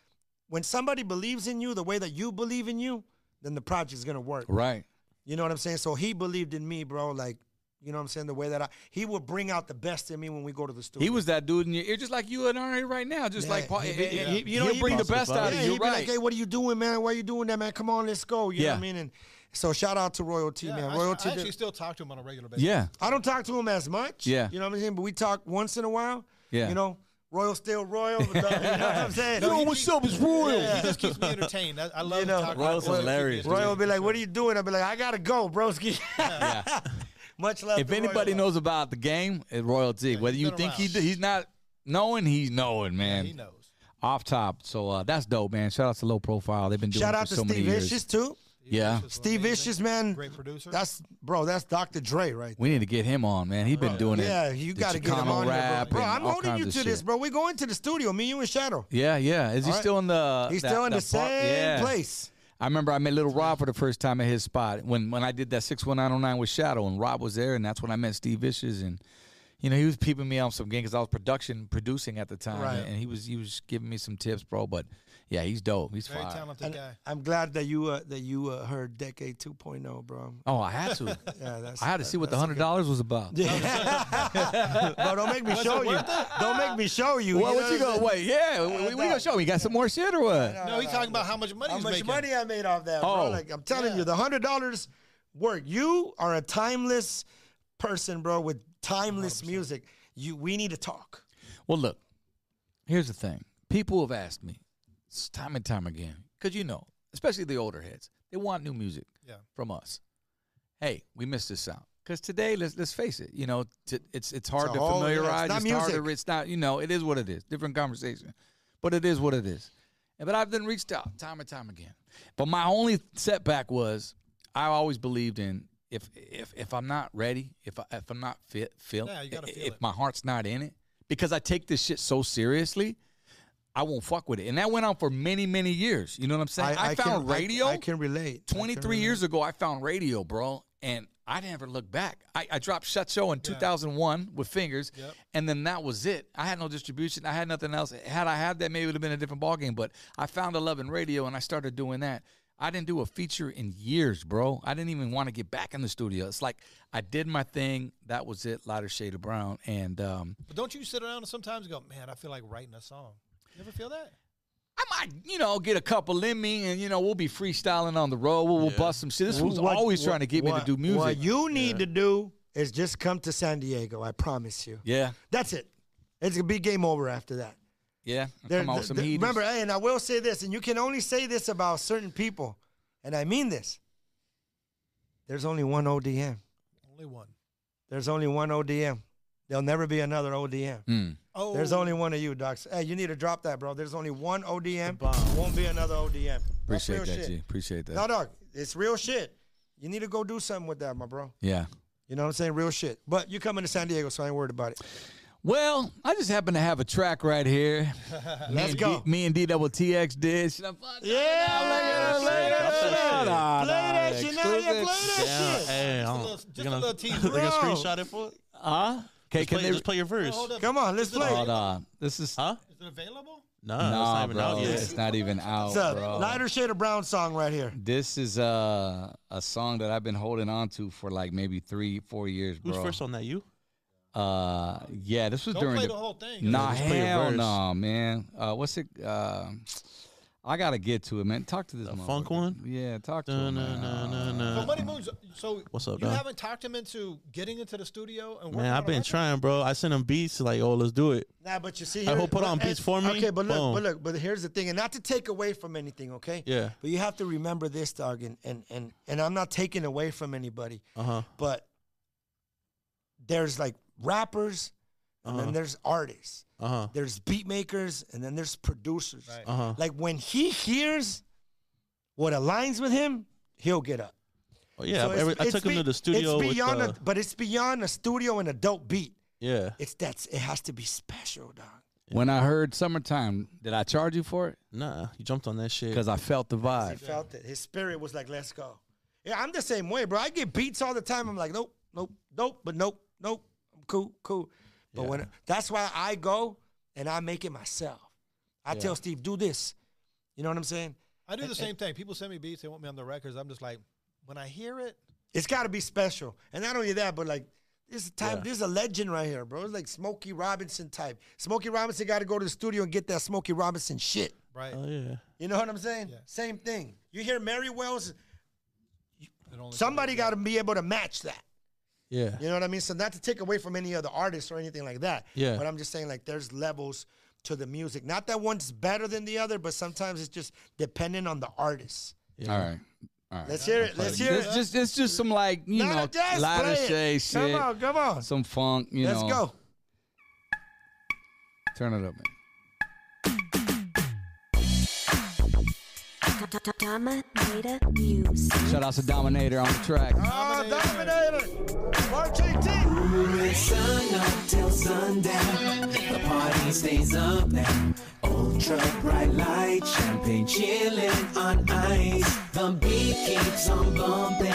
when somebody believes in you the way that you believe in you, then the project's gonna work.
Right.
You know what I'm saying? So he believed in me, bro. Like, you know what I'm saying? The way that I he would bring out the best in me when we go to the studio.
He was that dude in your ear, just like you and I right now. Just
Yeah,
like, Paul,
he'd be-
he-
he-
he- he'll
he'd
bring the
be-
best out of
yeah,
you.
He'd be
right.
like, hey, what are you doing, man? Why are you doing that, man? Come on, let's go. You know
Yeah.
what I mean? And so shout out to royalty,
Yeah,
man.
I,
Royalty.
I actually
did-
still talk to him on a regular basis.
yeah.
I don't talk to him as much.
Yeah.
You know what I'm saying? But we talk once in a while.
Yeah.
You know, royal still royal. but, uh, you know what I'm saying?
No, he- what's up?
It's royal.
He just keeps me entertained. I, I love
You know,
talking.
Royal's
to him.
hilarious, dude.
Royal will be like, what are you doing? I'll be like, I gotta go, broski. Much love.
if
to Royal.
anybody knows about the game, it's royalty. Whether
he's
you
been
think he
around.
d- he's not knowing, he's knowing, man.
He knows.
Off top, so uh, that's dope, man. Shout out to Low Profile. They've been doing
Shout
it for
out to
so many
Steve
years.
Vicious too.
yeah,
Steve Vicious, man.
Great producer.
That's bro, that's Dr. Dre right
we need to get him on, man. He's been doing it.
Yeah, you
the
got to get him
Chicano
on here,
rap
bro. bro
and
I'm
all
holding
kinds
you
of
to this,
shit.
bro. We're going to the studio, me, you, and Shadow.
Yeah, yeah. Is he
All right.
still in the?
He's
that-
still in the
that bar-
same
Yeah.
place.
I remember I met Little Rob for the first time at his spot when when I did that six one nine oh nine with Shadow and Rob was there and that's when I met Steve Vicious and you know he was peeping me on some game because I was production producing at the time
Right.
and he was he was giving me some tips, bro. But yeah, he's dope. He's
Very
fire.
talented
And
guy.
I'm glad that you uh, that you uh, heard Decade 2.0, bro.
Oh, I had to.
Yeah, that's.
I had to see what the hundred dollars was about.
Yeah. bro, don't make me show you. Don't make me show you.
Well,
know
what you
I'm
gonna
saying?
wait? Yeah, we, we gonna show. him. You got some more shit or what?
No, he's talking about how much money
How
he's
much
making.
money I made off that, bro?
Oh.
Like I'm telling you, the hundred dollars work. You are a timeless person, bro, with timeless music. You, we need to talk.
Well, look, here's the thing. People have asked me s- time and time again, because you know, especially the older heads, they want new music
Yeah.
from us. Hey, we missed this out. Because today, let's let's face it, you know, t- it's it's hard
a
to
whole- yeah, it's
familiarize.
not
it's harder.
music.
It's not, you know, it is what it is. Different conversation, but it is what it is. And- But I've been reached out time and time again. But my only setback was I always believed in if if if I'm not ready, if I, if I'm not fit, feel,
Yeah, you gotta feel
if
it.
my heart's not in it, because I take this shit so seriously, I won't fuck with it. And that went on for many many years. You know what I'm saying? I, found
can,
radio.
I, can relate. I can
23 years ago, I found radio, bro, and I never looked back. I, I dropped Shut Show in 2001 with Fingers, and then that was it. I had no distribution. I had nothing else. Had I had that, maybe it would have been a different ballgame, but I found a love in radio, and I started doing that. I didn't do a feature in years, bro. I didn't even want to get back in the studio. It's like I did my thing. That was it. Lighter shade of brown, and um,
But don't you sit around and sometimes go, man, I feel like writing a song. You ever feel that?
I might, you know, get a couple in me, and you know, we'll be freestyling on the road. We'll, we'll bust some shit. This
Wh-
was
what-
always
what-
trying to get me to
what-
do music.
What you need to do is just come to San Diego. I promise you.
yeah,
That's it. It's gonna be game over after that.
yeah.
There-
Come out with some
there-
heat.
remember, hey, and I will say this, and you can only say this about certain people, and I mean this. There's only one ODM.
Only one.
There's only one ODM. There'll never be another ODM.
Mm.
Oh,
There's only one of you, Docs. Hey, you need to drop that, bro. There's only one ODM. Won't be another ODM. That's
Appreciate
real
that,
shit.
G. Appreciate that.
No, dog. It's real shit. You need to go do something with that, my bro.
yeah.
You know what I'm saying? Real shit. But you're coming to San Diego, so I ain't worried about it.
Well, I just happen to have a track right here. Me
Let's
and
go.
D- me and D Double TX did. Should I fuck? Yeah,
Oh,
play
that
shit.
Play that shit.
Yeah, hey, I'm, just a little tease. They gonna
Bro.
screenshot it for?
Huh? Okay,
Just
can
play-
they
just play your verse.
hold up.
Come on, let's play.
Hold on. This is huh?
Is it available?
No,
nah,
nah, it's
bro.
not even out yet.
It's not even
Oh,
out,
It's a
bro.
lighter shade of brown song right here.
This is uh, a song that I've been holding on to for like maybe three, four years, bro.
Who's first on that? You?
Uh, yeah, this was
Don't
during
play the whole thing.
Nah,
Just play your
hell no,
verse.
man. Uh, what's it? Uh, I gotta get to it, man. Talk to this
The funk
motherfucker.
one?
Yeah, talk to
No,
him.
no,
Man.
no, no,
So
no.
Money Moon's. So
What's up,
You
dog?
haven't talked him into getting into the studio and working
Man,
on
I've
a
been
record?
trying, bro. I sent him beats like, oh, let's do it.
Nah, but you see,
Hey,
here,
Uh, who put
but-
on beats for me?
Okay, but look,
Boom.
but look, but here's the thing, and not to take away from anything, okay?
Yeah.
But you have to remember this, dog, and and and, and I'm not taking away from anybody,
Uh huh.
but there's like rappers, and
Uh-huh.
then there's artists,
Uh huh.
there's beat makers, and then there's producers.
Right.
Uh huh.
Like when he hears what aligns with him, he'll get up.
Oh, yeah,
So
I-
it's-
every- I
it's
took him
be-
to the studio.
It's
with uh,
beyond,
the-
a, but it's beyond a studio and a dope beat.
yeah.
It's that's it has to be special, dog.
When I heard "Summertime," did I charge you for it?
Nah, you jumped on that shit.
Because I felt the
He
vibe.
felt it. His spirit was like, "Let's go." Yeah, I'm the same way, bro. I get beats all the time. I'm like, "Nope, nope, nope," but nope, nope. I'm cool, cool. But when that's why I go and I make it myself. I tell Steve, "Do this." You know what I'm saying?
I do the same thing. People send me beats. They want me on the records. I'm just like, when I hear it,
It's got to be special. And not only that, but like this is time,
Yeah.
this is a legend right here, bro. It's like Smokey Robinson type. Smokey Robinson got to go to the studio and get that Smokey Robinson shit.
right?
Oh yeah.
You know what I'm saying? Same thing. You hear Mary Wells,
it only
somebody got to be able to match that.
Yeah.
You know what I mean? So not to take away from any other artists or anything like that.
Yeah.
But I'm just saying like there's levels to the music. Not that one's better than the other, but sometimes it's just dependent on the artist.
All right, all right.
Let's hear it. Let's hear
It's
it.
just, it's just some like you
No,
know,
just
lighter
play it.
shade
Come
shit,
on, come on.
some funk. You
Let's
know,
go.
Turn it up, man.
Dominator Music.
Shout out to Dominator on the track.
Oh, Dominator. March 18th.
Sun up till sundown. The party stays up now. Ultra bright light, champagne chilling on ice. The beat keeps on bumping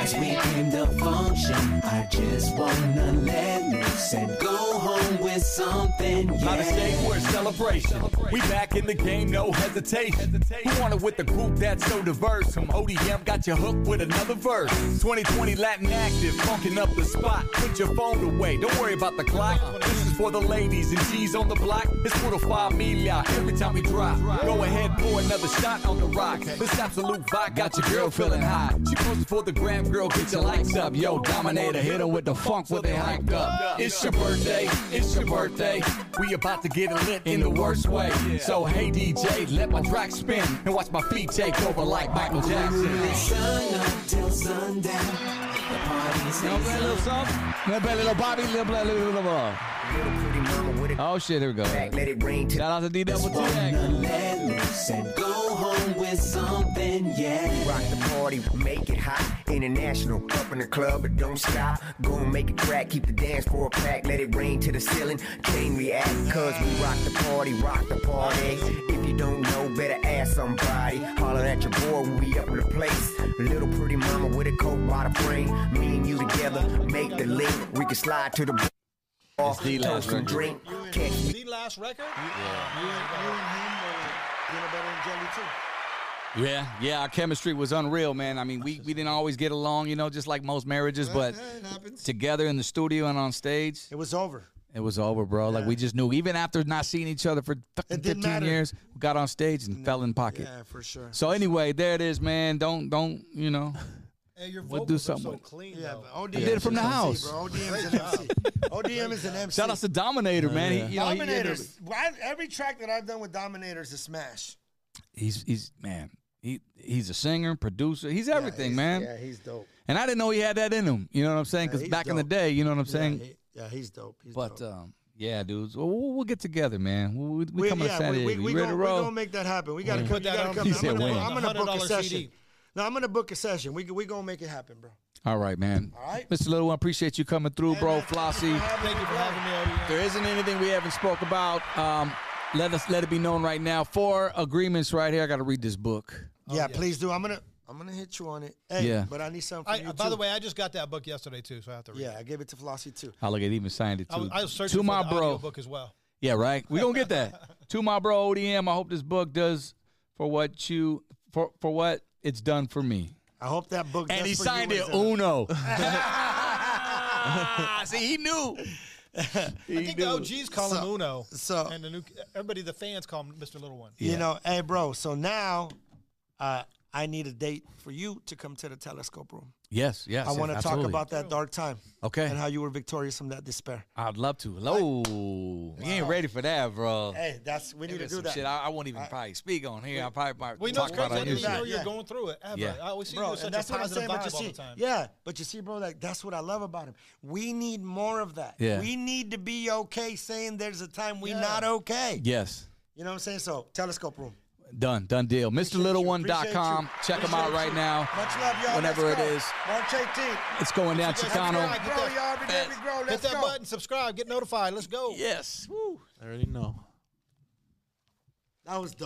as we came to function. I just wanna let loose and go home with something.
Not a
Yeah.
shake, we're a celebration. We back in the game, no hesitation. We want it with a group that's so diverse. From ODM, got you hooked with another verse. 2020 Latin active, funking up the spot. Put your phone away, don't worry about the clock. This is for the ladies and G's on the block. It's puro familia every time we drop. Go ahead, pour another shot on the rock. This absolute vibe got your girl feeling hot. She posted for the grab, girl, get your likes up. Yo, Dominator, hit her with the funk, so they hyped up. It's your birthday, it's your birthday. We about to get lit in the worst way. So hey DJ, let my track spin and watch my feet take over like Michael Jackson.
Sun up till sundown. The party stays up.
Little Bobby, little Bobby, little blah, little blah, blah. Oh shit, here we go.
Let it rain till
Shout out to D Double TX.
let loose and go home with something, yeah.
Rock the party, make it hot. International, up in the club, but don't stop. Go and make it crack, keep the dance floor packed. Let it rain to the ceiling, chain react. Cause we rock the party, rock the party. If you don't know, better ask somebody. Holler at your boy, we up in the place. Little pretty mama with a coat by the frame. Me and you together, make the link. We can slide to the bar,
the last
toast and
record.
drink. Catch me
The last record.
You, and- you and him were peanut butter and jelly too.
Yeah, yeah, our chemistry was unreal, man. I mean, we, we didn't always get along, you know, just like most marriages, but
Yeah, it happens.
together in the studio and on stage,
It was over.
it was over, bro. Like we just knew, even after not seeing each other for fucking
didn't
15
matter.
years, we got on stage and fell in pocket.
Yeah, for sure.
So anyway, there it is, man. Don't don't you know?
And your
We'll
vocals
do
are so
something.
clean.
Yeah,
though.
but ODM
He did it from
is an
the
MC,
house.
Bro. ODM is an MC. ODM is an MC.
Shout out to Dominator, man. He, you know, he-
Dominators. Why- every track that I've done with Dominators is smash.
he's he's man. He he's a singer, producer. He's everything, man.
Yeah, he's dope.
And I didn't know he had that in him. You know what I'm saying? Because
he's
back in the
dope.
day, you know what I'm saying.
Yeah, he- yeah, he's dope. He's
but
dope.
um, yeah, dudes, well, we'll, we'll get together, man. We, we, we coming to San Diego.
we, we,
you ready
gonna,
to
we
roll?
gonna make that happen. We gotta
When?
come.
Put
You
that
gotta
on
come.
He
I'm
said
gonna,
when.
I'm gonna book a
$100
session.
CD.
No, I'm gonna book a session. We go- we gonna make it happen, bro.
All right, man. All right. Mr. Little One, appreciate you coming through, bro. Flossie.
Thank you for having me.
There isn't anything we haven't spoke about. Um, let us let it be known right now. Four agreements right here. I got to read this book.
Oh,
yeah, please do. I'm gonna I'm gonna hit you on it. Hey,
Yeah.
but I need something.
I,
From you
by
too.
the way, I just got that book yesterday too, so I have to read.
yeah, I gave it to Flossie too.
I look at even signed it
I was,
to,
I was
to
searching
my
for the
bro.
book as well.
Yeah, right. We're gonna get that. to my bro ODM. I hope this book does for what you for for what it's done for me.
I hope that book.
And
does
he
for
signed
you
it
is a-
Uno.
Ah,
See, he knew.
I think the OGs call him
So-
Uno.
so-
and the new everybody, the fans call him Mr. Little One.
You know, hey, bro. So now, uh, I need a date for you to come to the telescope room.
Yes, yes.
I want to talk
absolutely.
about that dark time.
Okay.
And how you were victorious from that despair.
I'd love to. Oh, you ain't ready for that, bro.
Hey, that's we need
There's
to do
some
that.
Shit, I, I won't even probably speak on here. I probably might
Well, you know,
talk
it's crazy.
about
I
other
didn't even know
shit.
you're going through it ever.
Yeah.
I always see you
Bro,
with such
and
a
that's what I'm saying.
positive vibe
But you
all the
see,
time.
yeah, but you see, bro, like that's what I love about him. We need more of that.
Yeah.
We need to be okay saying there's a time we
Yeah.
not okay.
Yes.
You know what I'm saying? So telescope room.
Done. Done deal. MrLittleOne.com.
Appreciate you.
Check them out
Appreciate
right
you.
now.
Much love, y'all.
Whenever
Let's
it
go.
is.
March 18th.
It's going down,
Hit that
Chicano.
subscribe, hit
Grow,
that-
y'all. Every day we grow.
Hit
Let's
that
go.
button, subscribe, get notified. Let's go.
Yes.
I already know.
That was dope.